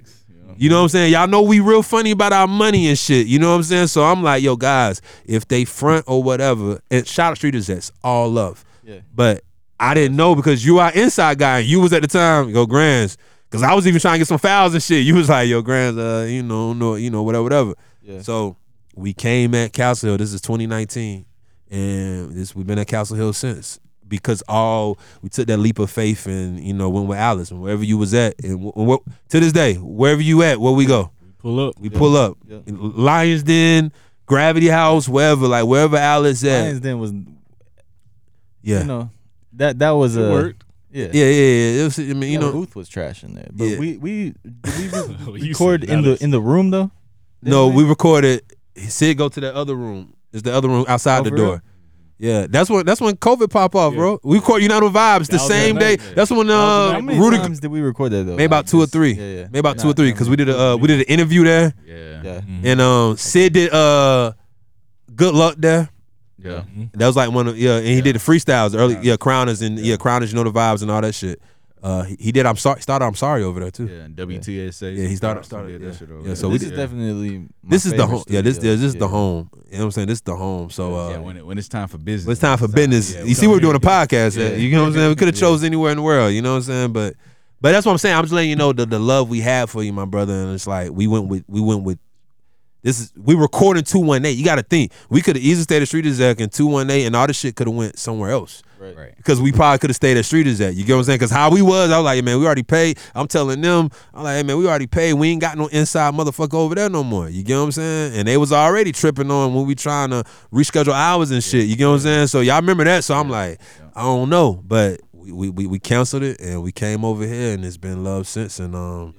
[SPEAKER 2] You know what I'm saying? Y'all know we real funny about our money and shit. You know what I'm saying? So I'm like, yo, guys, if they front or whatever, and shout out Streeters, that's all love.
[SPEAKER 4] Yeah.
[SPEAKER 2] But I didn't know because you are inside guy and you was at the time, yo, Grands. Cause I was even trying to get some fouls and shit. You was like, yo, Grands, uh, you know, no, you know, whatever, whatever.
[SPEAKER 4] Yeah.
[SPEAKER 2] So we came at Castle Hill. This is 2019, and this we've been at Castle Hill since because all we took that leap of faith and you know went with Alice and wherever you was at and, wh- and what to this day wherever you at where we go
[SPEAKER 3] Pull up.
[SPEAKER 2] we pull up
[SPEAKER 4] Yeah.
[SPEAKER 2] Lions Den Gravity House wherever like wherever Alice at
[SPEAKER 4] Lions Den was,
[SPEAKER 2] yeah.
[SPEAKER 4] you know, that that was
[SPEAKER 3] It
[SPEAKER 4] a
[SPEAKER 3] worked.
[SPEAKER 4] yeah.
[SPEAKER 2] yeah yeah yeah it was, I mean you
[SPEAKER 4] Yeah, the
[SPEAKER 2] know
[SPEAKER 4] booth was trash in there. But
[SPEAKER 2] Yeah.
[SPEAKER 4] we we did we re-
[SPEAKER 3] You said
[SPEAKER 4] record in
[SPEAKER 3] that
[SPEAKER 4] the
[SPEAKER 3] is-
[SPEAKER 4] in the room though.
[SPEAKER 2] no
[SPEAKER 4] Didn't
[SPEAKER 2] we recorded Sid go to that other room it's the other room outside
[SPEAKER 4] Oh,
[SPEAKER 2] the
[SPEAKER 4] for real?
[SPEAKER 2] door. Yeah, that's when that's when COVID pop off,
[SPEAKER 3] Yeah.
[SPEAKER 2] bro. We caught United Vibes the
[SPEAKER 3] That was
[SPEAKER 2] same
[SPEAKER 3] that
[SPEAKER 2] day.
[SPEAKER 3] night, yeah.
[SPEAKER 2] That's when
[SPEAKER 3] was
[SPEAKER 2] uh,
[SPEAKER 4] How many
[SPEAKER 2] Rudy
[SPEAKER 4] times did we record that though?
[SPEAKER 2] Maybe about
[SPEAKER 4] Like,
[SPEAKER 2] two or
[SPEAKER 4] just-
[SPEAKER 2] three.
[SPEAKER 4] Yeah, yeah.
[SPEAKER 2] Maybe about
[SPEAKER 4] Nah, Mm-hmm.
[SPEAKER 2] two or three because we did a uh, we did an interview there,
[SPEAKER 5] Yeah.
[SPEAKER 4] Yeah.
[SPEAKER 2] and um Sid did uh good luck there.
[SPEAKER 5] Yeah.
[SPEAKER 3] Mm-hmm.
[SPEAKER 2] That was like one of yeah, and he did the freestyles the early yeah crowners and yeah. crowners you know the vibes and all that shit. Uh, he, he did I'm sorry started I'm sorry over there too.
[SPEAKER 5] Yeah, and WTSA.
[SPEAKER 2] Yeah, he started- started,
[SPEAKER 5] did
[SPEAKER 2] yeah.
[SPEAKER 5] that shit over
[SPEAKER 2] Yeah,
[SPEAKER 5] there.
[SPEAKER 2] so we
[SPEAKER 4] this
[SPEAKER 2] did-
[SPEAKER 4] is definitely my
[SPEAKER 2] This is the
[SPEAKER 4] favorite
[SPEAKER 2] home. Yeah, this
[SPEAKER 4] studio.
[SPEAKER 2] this, this is
[SPEAKER 4] Yeah.
[SPEAKER 2] the home. You know what I'm saying? This is the home. So uh,
[SPEAKER 5] yeah, when, it, when it's time for business.
[SPEAKER 2] But it's time for
[SPEAKER 5] it's time-
[SPEAKER 2] business.
[SPEAKER 5] yeah,
[SPEAKER 2] you see, we're doing a podcast.
[SPEAKER 5] Yeah.
[SPEAKER 2] at. You know what I'm saying? We could have chose anywhere in the world. You know what I'm saying? But, but that's what I'm saying. I'm just letting you know the, the love we have for you, my brother. And it's like we went with we went with this is we recording two one eight. You got to think we could have easily stayed at Street Zach and two one eight, and all this shit could have went somewhere else
[SPEAKER 4] Right.
[SPEAKER 5] Right.
[SPEAKER 2] because we probably could have stayed at Street is at. You get what I'm saying? Because how we was, I was like, man, we already paid. I'm telling them, I'm like, hey, man, we already paid. We ain't got no inside motherfucker over there no more. You get what I'm saying? And they was already tripping on when we trying to reschedule hours and shit. You get what I'm saying? So y'all remember that? So I'm like, I don't know, but we, we we we canceled it and we came over here and it's been love since. And um,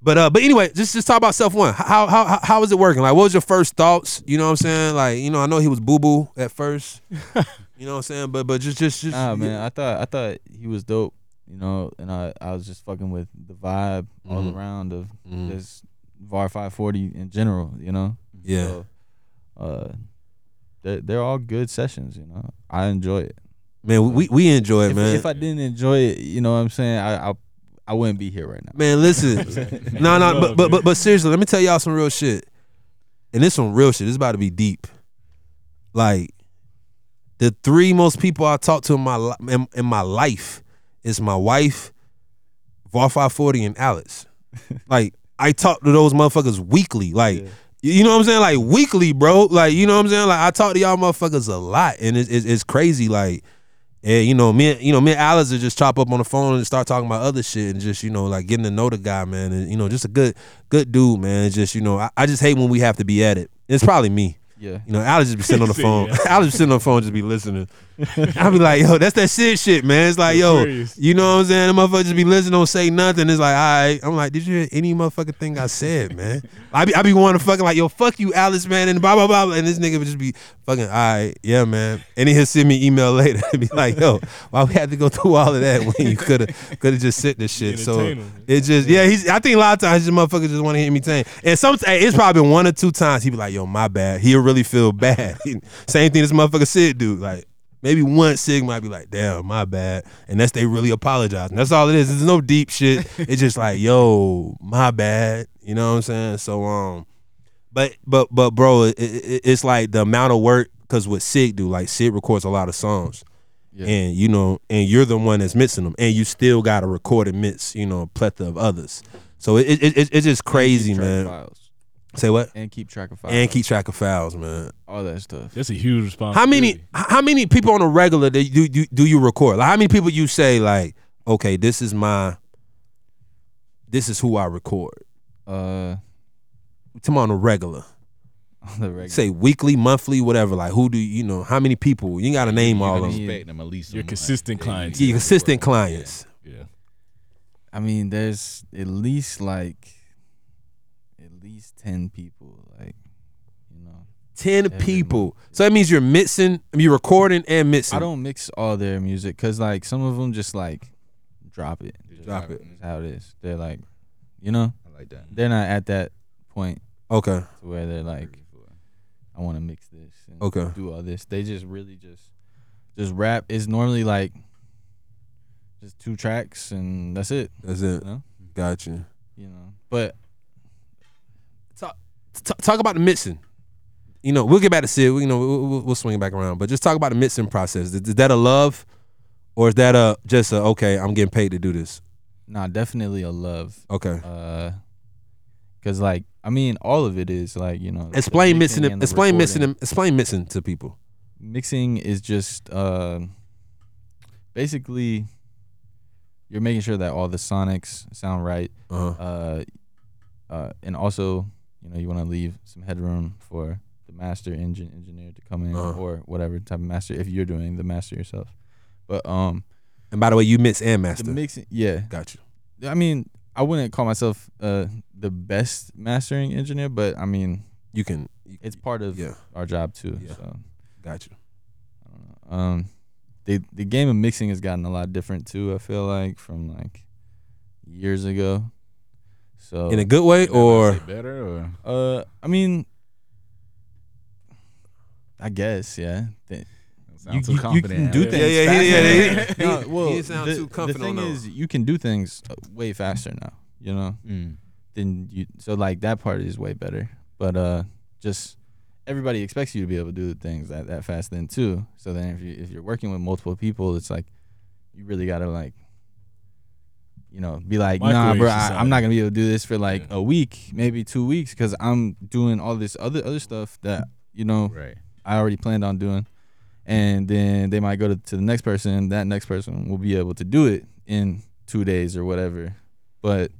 [SPEAKER 2] but uh, but anyway, just just talk about self one. How how how, how is it working? Like, what was your first thoughts? You know what I'm saying? Like, you know, I know he was boo boo at first. you know what I'm saying? But but just just just
[SPEAKER 4] Nah, man. I thought I thought he was dope. You know, and I I was just fucking with the vibe all
[SPEAKER 2] Mhm.
[SPEAKER 4] around of
[SPEAKER 2] Mhm.
[SPEAKER 4] just VAR 540 in general. You know.
[SPEAKER 2] Yeah.
[SPEAKER 4] So, uh, they're, they're all good sessions. You know, I enjoy it.
[SPEAKER 2] man, we we enjoy it,
[SPEAKER 4] if,
[SPEAKER 2] man.
[SPEAKER 4] if I didn't enjoy it, you know what I'm saying? I I, I wouldn't be here right now.
[SPEAKER 2] man, listen, no, no, but but but but seriously, let me tell y'all some real shit. And this some real shit. This about to be deep. Like the three most people I talk to in my li- in, in my life is my wife, Var 540, and Alex. like I talk to those motherfuckers weekly. Like you you know what I'm saying? Like weekly, bro. Like you know what I'm saying? Like I talk to y'all motherfuckers a lot, and it's it's, it's crazy. Like. And you know me, and- you know me and Alex would just chop up on the phone and start talking about other shit and just you know like getting to know the guy, man. And you know just a good, good dude, man. It's just you know I, I just hate when we have to be at it. It's probably me.
[SPEAKER 4] Yeah.
[SPEAKER 2] You know, Alex just be sitting on the
[SPEAKER 3] He said,
[SPEAKER 2] phone.
[SPEAKER 3] yeah.
[SPEAKER 2] Alex just sitting on the phone, just be listening. I be like, yo, that's that shit, shit, man. It's like, yo,
[SPEAKER 3] Serious.
[SPEAKER 2] you know what I'm saying? The motherfucker just be listening, don't say nothing. It's like, all right. I'm like, did you hear any motherfucking thing I said, man? I be, I be wanting to fucking like, yo, fuck you, Alex, man, and blah blah blah. And this nigga would just be fucking, all right, yeah, man. And then he'll send me email later and be like, yo, why we had to go through all of that when you could have could have just sit this shit. So
[SPEAKER 3] Entertain him.
[SPEAKER 2] it just yeah, he's. I think a lot of times this motherfucker just want to hear me tame. And some hey, it's probably been one or two times he be like, "Yo, my bad." He'll really feel bad. Same thing this motherfucker said, dude. Like maybe one sig might be like, "Damn, my bad," and that's they really apologizing. That's all it is. There's no deep shit. It's just like, "Yo, my bad." You know what I'm saying? So um, but but but bro, it, it, it's like the amount of work because what Sig do, like Sig records a lot of songs,
[SPEAKER 4] Yeah.
[SPEAKER 2] and you know, and you're the one that's mixing them, and you still got to record and mix, you know, a plethora of others. So it, it, it, it's just crazy,
[SPEAKER 4] Track
[SPEAKER 2] man.
[SPEAKER 4] files.
[SPEAKER 2] Say what?
[SPEAKER 4] and keep track of fouls.
[SPEAKER 2] And keep track of fouls, man.
[SPEAKER 4] all that stuff.
[SPEAKER 3] That's a huge responsibility.
[SPEAKER 2] How many h- how many people on a regular do you, do, do you record? Like how many people you say like, okay, this is my this is who I record.
[SPEAKER 4] Uh,
[SPEAKER 2] Come on a regular.
[SPEAKER 4] on the regular.
[SPEAKER 2] Say weekly, monthly, whatever. Like who do you you know, how many people? You gotta name all of them.
[SPEAKER 5] respect them at least.
[SPEAKER 3] Your
[SPEAKER 5] some, like,
[SPEAKER 3] consistent clients.
[SPEAKER 2] Your consistent clients.
[SPEAKER 3] Yeah.
[SPEAKER 4] I mean, there's at least like at least ten people. Like, you know,
[SPEAKER 2] Ten
[SPEAKER 4] Every
[SPEAKER 2] people. So that means you're mixing, I mean, you're recording and mixing.
[SPEAKER 4] I don't mix all their music because like some of them just like drop it. Just
[SPEAKER 2] drop it.
[SPEAKER 4] That's how it is. They're like, you know,
[SPEAKER 5] I like that.
[SPEAKER 4] they're not at that point
[SPEAKER 2] Okay.
[SPEAKER 4] to where they're like, I want to mix this. And
[SPEAKER 2] Okay.
[SPEAKER 4] Do all this. They just really just just rap. It's normally like just two tracks and that's it.
[SPEAKER 2] That's it.
[SPEAKER 4] No?
[SPEAKER 2] Gotcha.
[SPEAKER 4] You know, but
[SPEAKER 2] T- talk about the mixing. You know, we'll get back to Sid. We, you know, we'll, we'll- we'll swing it back around. But just talk about the mixing process. Is, is that a love, or is that a just a okay? I'm getting paid to do this.
[SPEAKER 4] nah, definitely a love.
[SPEAKER 2] Okay.
[SPEAKER 4] Uh, cause like I mean, all of it is like you know. the
[SPEAKER 2] Explain mixing.
[SPEAKER 4] mixing and
[SPEAKER 2] it-
[SPEAKER 4] the
[SPEAKER 2] Explain mixing.
[SPEAKER 4] recording.
[SPEAKER 2] it- Explain mixing to people.
[SPEAKER 4] mixing is just uh, basically you're making sure that all the sonics sound right
[SPEAKER 2] Uh-huh.
[SPEAKER 4] uh, uh, and also you know you want to leave some headroom for the master engine engineer to come in
[SPEAKER 2] Uh-huh.
[SPEAKER 4] or whatever type of master if you're doing the master yourself but um
[SPEAKER 2] And by the way, you mix and
[SPEAKER 4] the
[SPEAKER 2] master.
[SPEAKER 4] mixing yeah
[SPEAKER 2] Got you.
[SPEAKER 4] i mean i wouldn't call myself uh the best mastering engineer but i mean
[SPEAKER 2] You can. you-
[SPEAKER 4] it's part of
[SPEAKER 2] yeah.
[SPEAKER 4] our job too
[SPEAKER 2] Yeah.
[SPEAKER 4] so
[SPEAKER 2] Got you.
[SPEAKER 4] I don't know. Um, the the game of mixing has gotten a lot different too. I feel like from like years ago. So
[SPEAKER 2] In a good way, or
[SPEAKER 5] better or
[SPEAKER 4] uh, I mean, I guess yeah. Th-
[SPEAKER 5] sound
[SPEAKER 4] you-
[SPEAKER 5] too
[SPEAKER 4] you can
[SPEAKER 5] confident.
[SPEAKER 4] do
[SPEAKER 5] Alex.
[SPEAKER 4] things Yeah, yeah, he- yeah, yeah,
[SPEAKER 2] he-
[SPEAKER 4] No,
[SPEAKER 2] he-
[SPEAKER 4] well,
[SPEAKER 2] he sound
[SPEAKER 4] the,
[SPEAKER 2] too confident
[SPEAKER 4] The thing
[SPEAKER 2] on that
[SPEAKER 4] is, you can do things uh, way faster now. You know,
[SPEAKER 5] Mm.
[SPEAKER 4] than you. So like that part is way better. But uh, just everybody expects you to be able to do things that that fast then too. So then if you if you're working with multiple people, it's like you really gotta like, you know, be like, nah,
[SPEAKER 3] Microwave
[SPEAKER 4] bro, I,
[SPEAKER 3] society.
[SPEAKER 4] I'm not gonna be able to do this for like a week, maybe two weeks, because I'm doing all this other other stuff that you know
[SPEAKER 5] Right.
[SPEAKER 4] I already planned on doing. And then they might go to, to the next person. That next person will be able to do it in two days or whatever. But,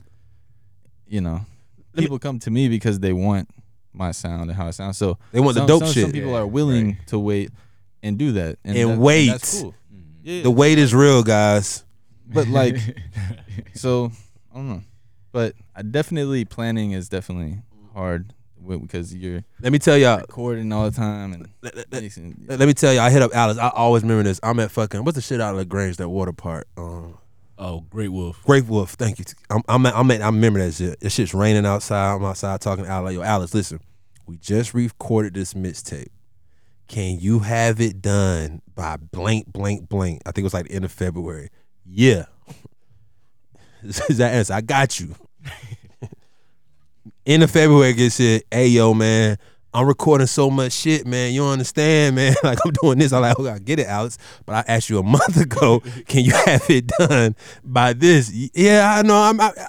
[SPEAKER 4] you know,
[SPEAKER 2] me-
[SPEAKER 4] people come to me because they want my sound and how it sounds. So
[SPEAKER 2] they want
[SPEAKER 4] some,
[SPEAKER 2] the dope
[SPEAKER 4] some,
[SPEAKER 2] shit.
[SPEAKER 4] some people
[SPEAKER 5] Yeah,
[SPEAKER 4] are willing to wait and do that.
[SPEAKER 2] And
[SPEAKER 4] that-
[SPEAKER 2] wait. Mm-hmm.
[SPEAKER 4] that's cool. Yeah.
[SPEAKER 2] the weight is real, guys.
[SPEAKER 4] but, like, so I don't know. But I definitely planning is definitely hard wi- because you're
[SPEAKER 2] Let me tell y'all.
[SPEAKER 4] recording all the time and mixing.
[SPEAKER 2] Uh, Let let me tell you, I hit up Alice. I always remember this. I'm at fucking what's the shit out of Lagrange, that water park. Um,
[SPEAKER 3] Oh, Great Wolf.
[SPEAKER 2] Great Wolf, thank you. I'm I'm at, I'm at, I remember that shit. That shit's raining outside. I'm outside talking to Alex. Yo, Alex, listen, we just recorded this mixtape. Can you have it done by blank, blank, blank? I think it was like the end of February. Yeah. Is that answer? I got you. end of February gets it. Hey yo, man. I'm recording so much shit, man. You don't understand, man. Like I'm doing this. I'm like, okay, I get it, Alex. But I asked you a month ago, can you have it done by this? Y- Yeah, I know. I'm. I, I-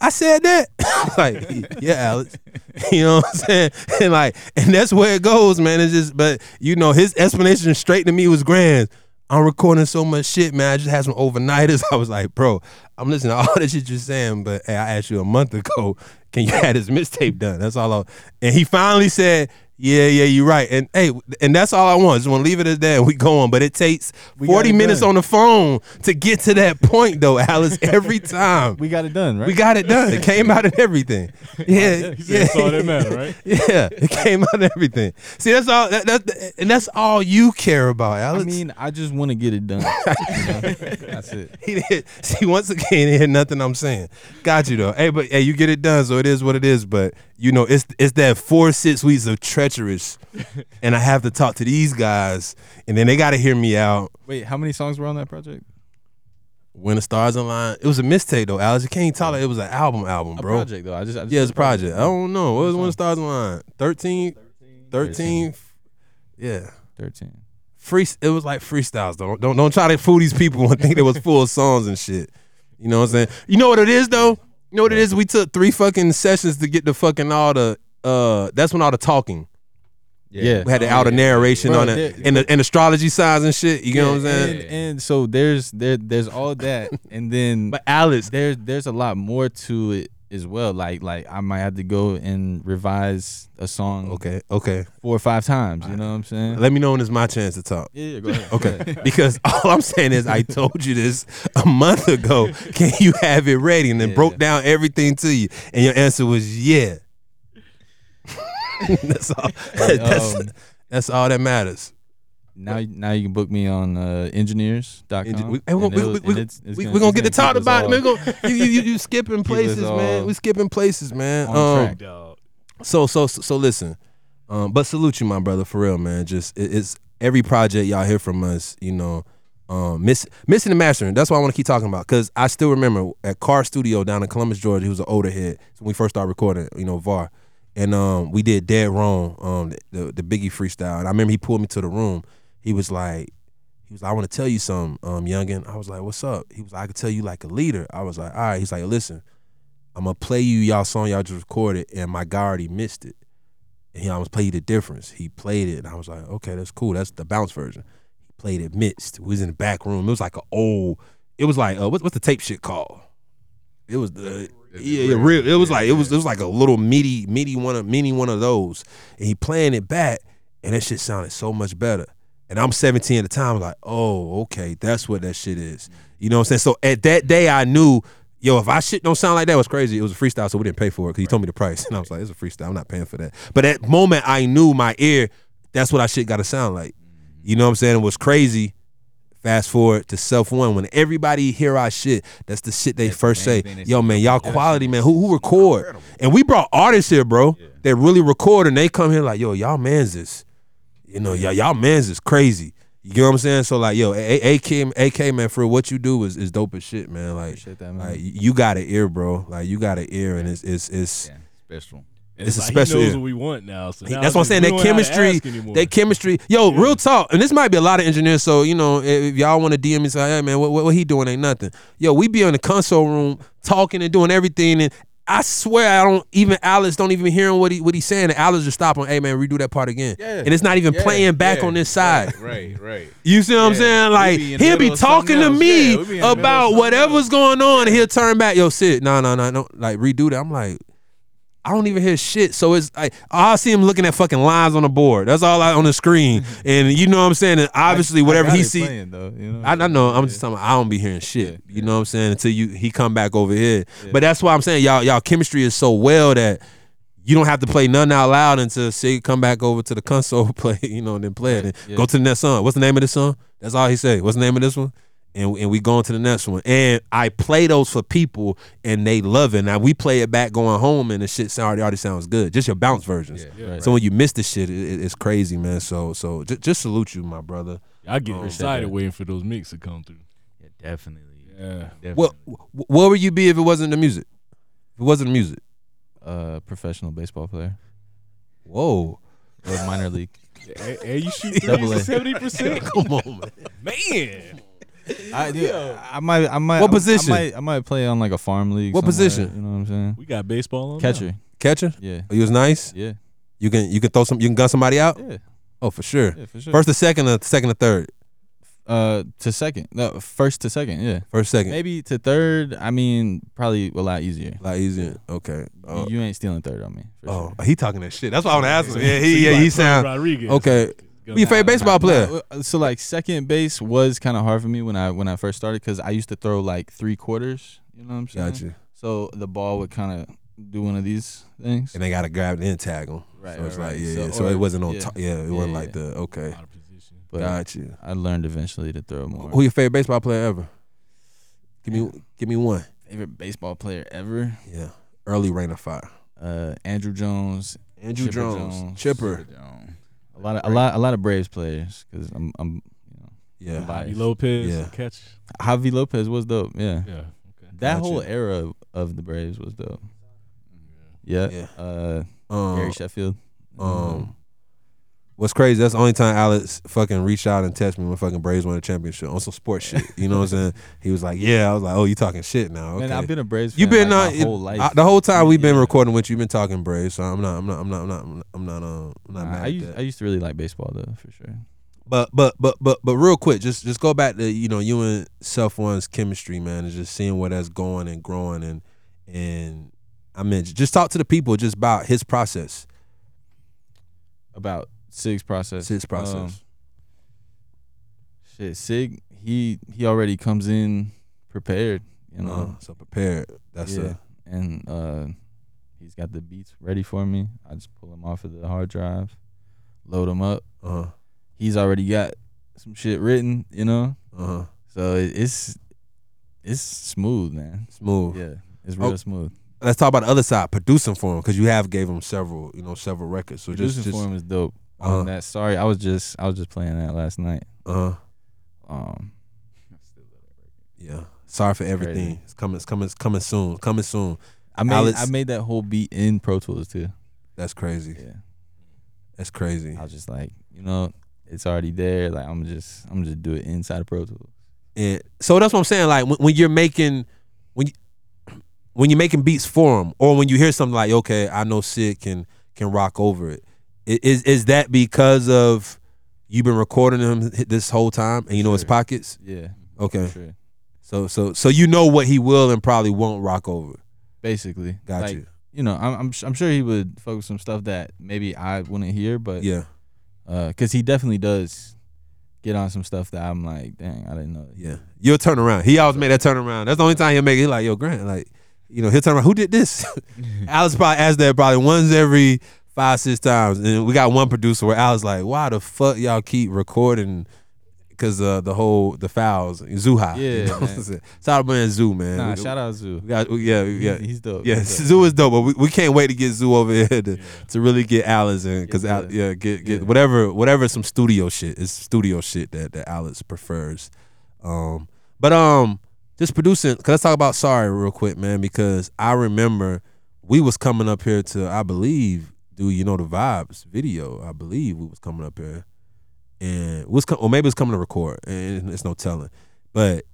[SPEAKER 2] I said that. like, yeah, Alex. You know what I'm saying? And like, and that's where it goes, man. It's just, but you know, his explanation straight to me was grand. I'm recording so much shit, man. I just had some overnighters. I was like, bro, I'm listening to all this shit you're saying, but hey, I asked you a month ago, can you have this mixtape done? That's all. I, and he finally said, yeah, yeah, you're right. And hey, and that's all I want. Just want to leave it at that. and We going, but it takes 40
[SPEAKER 4] it
[SPEAKER 2] minutes
[SPEAKER 4] done.
[SPEAKER 2] on the phone to get to that point, though, Alice. Every time
[SPEAKER 4] We got it done, right?
[SPEAKER 2] we got it done. It came out and everything. Yeah,
[SPEAKER 3] He said
[SPEAKER 2] yeah,
[SPEAKER 3] it's all that matter, right?
[SPEAKER 2] yeah. It came out and everything. See, that's all. That, that, and that's all you care about, Alex.
[SPEAKER 4] I mean, I just want to get it done. You know? That's it.
[SPEAKER 2] He did. See, once again, he didn't hear nothing I'm saying. Got you though. Hey, but hey, you get it done, so it is what it is. But you know, it's it's that four six weeks of treacherous, and I have to talk to these guys, and then they got to hear me out.
[SPEAKER 4] Wait, how many songs were on that project?
[SPEAKER 2] When the stars align, it was a mistake though, Alex. You can't tell it. It was an album, album,
[SPEAKER 4] A
[SPEAKER 2] bro.
[SPEAKER 4] project though. I just, I just
[SPEAKER 2] Yeah, it's a project. I don't know. What was when the stars align? 13, 13, Yeah.
[SPEAKER 4] Thirteen.
[SPEAKER 2] free. It was like freestyles. Don't don't don't try to fool these people and think they was full of songs and shit. You know what I'm saying? You know what it is though. You know what it is? We took three fucking sessions to get the fucking all the uh that's when all the talking.
[SPEAKER 4] Yeah.
[SPEAKER 2] We had the outer narration
[SPEAKER 4] Bro,
[SPEAKER 2] on it
[SPEAKER 4] there-
[SPEAKER 2] and the and astrology signs and shit. You know what I'm saying?
[SPEAKER 4] And, and so there's there there's all that, and then
[SPEAKER 2] But Alice,
[SPEAKER 4] there's there's a lot more to it as well. Like like I might have to go and revise a song
[SPEAKER 2] okay, okay.
[SPEAKER 4] four or five times. You know what I'm saying?
[SPEAKER 2] Let me know when it's my chance to talk.
[SPEAKER 4] Yeah, yeah, go ahead.
[SPEAKER 2] Okay, because all I'm saying is I told you this a month ago. Can you have it ready? And then
[SPEAKER 4] Yeah.
[SPEAKER 2] broke down everything to you, and your answer was yeah. that's all. That's,
[SPEAKER 4] um,
[SPEAKER 2] that's all that matters.
[SPEAKER 4] Now now you can book me on uh, engineers.com.
[SPEAKER 2] And we,
[SPEAKER 4] and
[SPEAKER 2] we,
[SPEAKER 4] it'll-
[SPEAKER 2] we,
[SPEAKER 4] and
[SPEAKER 2] we,
[SPEAKER 4] it's- it's
[SPEAKER 2] we,
[SPEAKER 4] gonna-
[SPEAKER 2] are gonna
[SPEAKER 4] it's
[SPEAKER 2] get to talk
[SPEAKER 4] gonna keep us
[SPEAKER 2] about it.
[SPEAKER 4] all
[SPEAKER 2] man. Go- You, you, you, you skipping
[SPEAKER 4] us
[SPEAKER 2] places, man.
[SPEAKER 4] all
[SPEAKER 2] We skipping places, man.
[SPEAKER 4] on
[SPEAKER 2] Um,
[SPEAKER 4] track.
[SPEAKER 3] Dog.
[SPEAKER 2] So so so listen, um, but salute you, my brother, for real, man. Just it, it's every project y'all hear from us, you know, um, miss missing the mastering. That's what I want to keep talking about because I still remember at Car Studio down in Columbus, Georgia. He was an older head when we first started recording, you know, Var, and um, we did Dead Wrong, um, the, the the Biggie freestyle, and I remember he pulled me to the room. He was like. He was like, I want to tell you something, um, youngin. I was like, what's up? He was like, I could tell you like a leader. I was like, all right. He's like, listen, I'm gonna play you y'all song y'all just recorded, and my guy already missed it. And he almost played you the difference. He played it, and I was like, okay, that's cool. That's the bounce version. He played it mixed. We was in the back room. It was like an old. It was like uh, what's what's the tape shit called? It was the yeah, yeah real. It was like it was it was like a little midi midi one of mini one of those. And he playing it back, and that shit sounded so much better. And I'm 17 at the time. like, oh, okay, that's what that shit is. You know what I'm saying? So at that day, I knew, yo, if I shit don't sound like that, it was crazy. It was a freestyle, so we didn't pay for it because he told me the price, and I was like, it's a freestyle. I'm not paying for that. But at moment, I knew my ear. That's what I shit got to sound like. You know what I'm saying? It was crazy. Fast forward to self one when everybody hear our shit, that's the shit they first say. Yo, man, y'all quality, man. Who who record? And we brought artists here, bro. That really record, and they come here like, yo, y'all man's this. You know, y'all, y'all man's is crazy. You know what I'm saying? So like, yo, A- A- AK, AK man, for what you do is, is dope as shit, man. Like,
[SPEAKER 4] Appreciate that, man.
[SPEAKER 2] like you got an ear, bro. Like you got an ear, and it's it's it's.
[SPEAKER 5] Yeah, special.
[SPEAKER 2] It's a
[SPEAKER 3] like,
[SPEAKER 2] special
[SPEAKER 3] He knows
[SPEAKER 2] year.
[SPEAKER 3] what we want now. So
[SPEAKER 2] He-
[SPEAKER 3] now
[SPEAKER 2] that's what I'm saying.
[SPEAKER 3] it's like,
[SPEAKER 2] That
[SPEAKER 3] we don't have to
[SPEAKER 2] chemistry,
[SPEAKER 3] ask anymore.
[SPEAKER 2] that chemistry. Yo, real talk. And this might be a lot of engineers. So you know, if, if y'all want to DM me, say, hey man, what, what what he doing ain't nothing. Yo, we be in the console room talking and doing everything, and I swear I don't even Alice don't even hearing what he what he's saying. And Alice just stop on, hey man, redo that part again.
[SPEAKER 5] Yeah.
[SPEAKER 2] And it's not even
[SPEAKER 5] Yeah,
[SPEAKER 2] playing back
[SPEAKER 5] yeah,
[SPEAKER 2] on this side.
[SPEAKER 5] Right, right.
[SPEAKER 2] You see what I'm
[SPEAKER 5] Yeah,
[SPEAKER 2] saying?
[SPEAKER 5] we
[SPEAKER 2] Like
[SPEAKER 5] be in the
[SPEAKER 2] he'll be
[SPEAKER 5] middle of something
[SPEAKER 2] talking to
[SPEAKER 5] else.
[SPEAKER 2] me
[SPEAKER 5] Yeah, we be in the middle of
[SPEAKER 2] about
[SPEAKER 5] something
[SPEAKER 2] whatever's
[SPEAKER 5] else.
[SPEAKER 2] going on, and he'll turn back. Yo, sit. No, no, no, no. Like redo that. I'm like, I don't even hear shit. So it's like I see him looking at fucking lines on the board. That's all I on the screen, and you know what I'm saying. And obviously,
[SPEAKER 4] I
[SPEAKER 2] whatever
[SPEAKER 4] got
[SPEAKER 2] he
[SPEAKER 4] it
[SPEAKER 2] see,
[SPEAKER 4] playing, though, you know?
[SPEAKER 2] I, I know. I'm just talking. About, I don't be hearing shit.
[SPEAKER 4] Yeah,
[SPEAKER 2] you know what I'm saying? Until you he come back over here. But that's why I'm saying y'all y'all chemistry is so well that you don't have to play none out loud until say come back over to the console play. You know, and then play it. And
[SPEAKER 4] yeah.
[SPEAKER 2] Go to the next song. What's the name of this song? That's all he say. What's the name of this one? And, and we go on to the next one. And I play those for people and they love it. Now we play it back going home and the shit sound, already sounds good. Just your bounce versions. so when you miss the shit, it, it- it's crazy, man. So so j- just salute you, my brother.
[SPEAKER 3] I get
[SPEAKER 2] Oh,
[SPEAKER 3] excited waiting for those mix to come through.
[SPEAKER 5] Yeah, definitely.
[SPEAKER 3] Yeah.
[SPEAKER 5] definitely.
[SPEAKER 2] What wh- where would you be if it wasn't the music? If it wasn't the music.
[SPEAKER 4] uh, professional baseball player
[SPEAKER 2] Whoa.
[SPEAKER 4] or minor league.
[SPEAKER 3] And, and you shoot
[SPEAKER 4] Double A.
[SPEAKER 3] seventy percent.
[SPEAKER 2] Come on, man.
[SPEAKER 3] Man,
[SPEAKER 4] I, dude, I might, I might.
[SPEAKER 2] What
[SPEAKER 4] I-
[SPEAKER 2] position?
[SPEAKER 4] I might, I might play on like a farm league.
[SPEAKER 2] What
[SPEAKER 4] somewhere,
[SPEAKER 2] position?
[SPEAKER 4] You know what I'm saying?
[SPEAKER 3] we got baseball on now.
[SPEAKER 4] Catcher.
[SPEAKER 2] Catcher?
[SPEAKER 4] Yeah,
[SPEAKER 2] You was nice.
[SPEAKER 4] yeah,
[SPEAKER 2] You can you can throw some you can gun somebody out?
[SPEAKER 4] yeah,
[SPEAKER 2] Oh for sure.
[SPEAKER 4] yeah, for sure.
[SPEAKER 2] First to second or second to third.
[SPEAKER 4] uh, to second. No, first to second. Yeah,
[SPEAKER 2] First second.
[SPEAKER 4] maybe to third. I mean, probably a lot easier.
[SPEAKER 2] A lot easier. Okay. Uh,
[SPEAKER 4] you ain't stealing third on me. For
[SPEAKER 2] Oh,
[SPEAKER 4] sure.
[SPEAKER 2] he talking that shit. That's why I want to ask him. Yeah,
[SPEAKER 3] So
[SPEAKER 2] he,
[SPEAKER 3] you
[SPEAKER 2] yeah,
[SPEAKER 3] like
[SPEAKER 2] he
[SPEAKER 3] Tony
[SPEAKER 2] sound
[SPEAKER 3] Rodriguez.
[SPEAKER 2] okay.
[SPEAKER 3] Go
[SPEAKER 2] Who your favorite baseball player?
[SPEAKER 4] Nah, uh, so like second base was kind of hard for me when I when I first started because I used to throw like three quarters. You know what I'm saying?
[SPEAKER 2] Gotcha.
[SPEAKER 4] So the ball would kind of do one of these things.
[SPEAKER 2] And they gotta grab it and tag him.
[SPEAKER 4] Right,
[SPEAKER 2] So it's
[SPEAKER 4] right,
[SPEAKER 2] like
[SPEAKER 4] right.
[SPEAKER 2] yeah.
[SPEAKER 4] So-
[SPEAKER 2] yeah. So
[SPEAKER 4] or-
[SPEAKER 2] it wasn't on.
[SPEAKER 4] yeah.
[SPEAKER 2] top. Yeah, it
[SPEAKER 4] Yeah,
[SPEAKER 2] wasn't
[SPEAKER 4] yeah.
[SPEAKER 2] like the okay.
[SPEAKER 3] Out of position.
[SPEAKER 4] But
[SPEAKER 2] Gotcha.
[SPEAKER 4] I learned eventually to throw more.
[SPEAKER 2] Who your favorite baseball player ever? Give me give me one.
[SPEAKER 4] favorite baseball player ever?
[SPEAKER 2] Yeah. Early rain of fire.
[SPEAKER 4] Uh, Andrew Jones.
[SPEAKER 2] Andrew
[SPEAKER 4] Chipper
[SPEAKER 2] Jones,
[SPEAKER 4] Jones.
[SPEAKER 2] Chipper.
[SPEAKER 4] A
[SPEAKER 5] Mm-hmm,
[SPEAKER 4] lot of a lot a lot of Braves players because I'm I'm you know
[SPEAKER 2] Yeah.
[SPEAKER 4] biased.
[SPEAKER 3] Javi Lopez
[SPEAKER 2] Yeah.
[SPEAKER 3] catch.
[SPEAKER 4] Javi Lopez was dope. Yeah,
[SPEAKER 3] Yeah. Okay.
[SPEAKER 4] that
[SPEAKER 2] Gotcha.
[SPEAKER 4] whole era of the Braves was dope. Yeah.
[SPEAKER 2] Yeah.
[SPEAKER 4] Uh,
[SPEAKER 2] Um,
[SPEAKER 4] Gary Sheffield.
[SPEAKER 2] um, What's crazy? That's the only time Alex fucking reached out and texted me when fucking Braves won the championship on some sports shit. You know what I'm saying? He was like, "Yeah." I was like, "Oh, you talking shit now?" Okay.
[SPEAKER 4] Man, I've been a Braves. Fan,
[SPEAKER 2] You've been uh,
[SPEAKER 4] like, my
[SPEAKER 2] it-
[SPEAKER 4] whole life.
[SPEAKER 2] I- the whole time we've been
[SPEAKER 4] Yeah.
[SPEAKER 2] recording with you. You've been talking Braves, so I'm not, I'm not, I'm not, I'm not, I'm not, uh, I'm not
[SPEAKER 4] Nah,
[SPEAKER 2] mad
[SPEAKER 4] I
[SPEAKER 2] at
[SPEAKER 4] used,
[SPEAKER 2] that.
[SPEAKER 4] I used to really like baseball though, for sure.
[SPEAKER 2] But but but but but real quick, just just go back to you know you and Self One's chemistry, man, and just seeing where that's going and growing and and I mean just talk to the people just about his process,
[SPEAKER 4] About Sig's process.
[SPEAKER 2] his process.
[SPEAKER 4] Um, shit, Sig, he he already comes in prepared, you know.
[SPEAKER 2] Uh, so prepared. That's
[SPEAKER 4] yeah.
[SPEAKER 2] it.
[SPEAKER 4] and uh, he's got the beats ready for me. I just pull them off of the hard drive, load them up.
[SPEAKER 2] Uh huh.
[SPEAKER 4] He's already got some shit written, you know.
[SPEAKER 2] Uh huh.
[SPEAKER 4] So it, it's it's smooth, man.
[SPEAKER 2] Smooth.
[SPEAKER 4] Yeah, it's real
[SPEAKER 2] Oh,
[SPEAKER 4] smooth.
[SPEAKER 2] Let's talk about the other side, producing for him, because you have gave him several, you know, several records. So
[SPEAKER 4] Producing
[SPEAKER 2] just
[SPEAKER 4] for
[SPEAKER 2] just
[SPEAKER 4] him is dope.
[SPEAKER 2] Uh-huh.
[SPEAKER 4] On that, sorry, I was just I was just playing that last night.
[SPEAKER 2] uh huh.
[SPEAKER 4] Um,
[SPEAKER 2] Yeah. Sorry for everything.
[SPEAKER 4] Crazy.
[SPEAKER 2] It's coming. It's coming. It's coming soon. Coming soon.
[SPEAKER 4] I made
[SPEAKER 2] Alex-
[SPEAKER 4] I made that whole beat in Pro Tools too.
[SPEAKER 2] That's crazy.
[SPEAKER 4] Yeah,
[SPEAKER 2] That's crazy.
[SPEAKER 4] I was just like, you know, it's already there. Like I'm just I'm just do it inside of Pro Tools.
[SPEAKER 2] And so that's what I'm saying. Like when, when you're making when you, when you're making beats for him, or when you hear something like, okay, I know Sid can can rock over it. I- Is is that because of you've been recording him this whole time and you know his
[SPEAKER 4] Sure.
[SPEAKER 2] pockets?
[SPEAKER 4] Yeah, for
[SPEAKER 2] Okay,
[SPEAKER 4] sure.
[SPEAKER 2] so so so you know what he will and probably won't rock over.
[SPEAKER 4] Basically,
[SPEAKER 2] Got
[SPEAKER 4] Like,
[SPEAKER 2] you.
[SPEAKER 4] you know, I'm I'm, su- I'm sure he would focus some stuff that maybe I wouldn't hear, but
[SPEAKER 2] Yeah,
[SPEAKER 4] because he definitely does get on some stuff that I'm like, dang, I didn't know.
[SPEAKER 2] yeah. You'll turn around. He always made that turnaround. That's the only time he'll make it. He like, yo, Grant, like, you know, he'll turn around. Who did this? Alex probably asked that probably once every five, six times. And we got one producer where Alex like, why the fuck y'all keep recording? Cause uh, the whole the fouls, Zuha.
[SPEAKER 4] Yeah, man.
[SPEAKER 2] shout out man Zoo man.
[SPEAKER 4] Nah,
[SPEAKER 2] we,
[SPEAKER 4] shout out Zoo.
[SPEAKER 2] We got, we- yeah, yeah,
[SPEAKER 4] He's- he's dope.
[SPEAKER 2] yeah.
[SPEAKER 4] He's dope.
[SPEAKER 2] Zoo is dope, but we, we can't wait to get Zoo over here to, to really get Alex in. Cause
[SPEAKER 4] Yeah.
[SPEAKER 2] Al yeah, get get
[SPEAKER 4] Yeah.
[SPEAKER 2] whatever whatever some studio shit. It's studio shit that that Alex prefers. Um, but um, just producing. Cause let's talk about sorry real quick, man. Because I remember we was coming up here to I believe do you know the vibes video? I believe we was coming up here, and we was com- or maybe it was coming to record, and it's no telling. But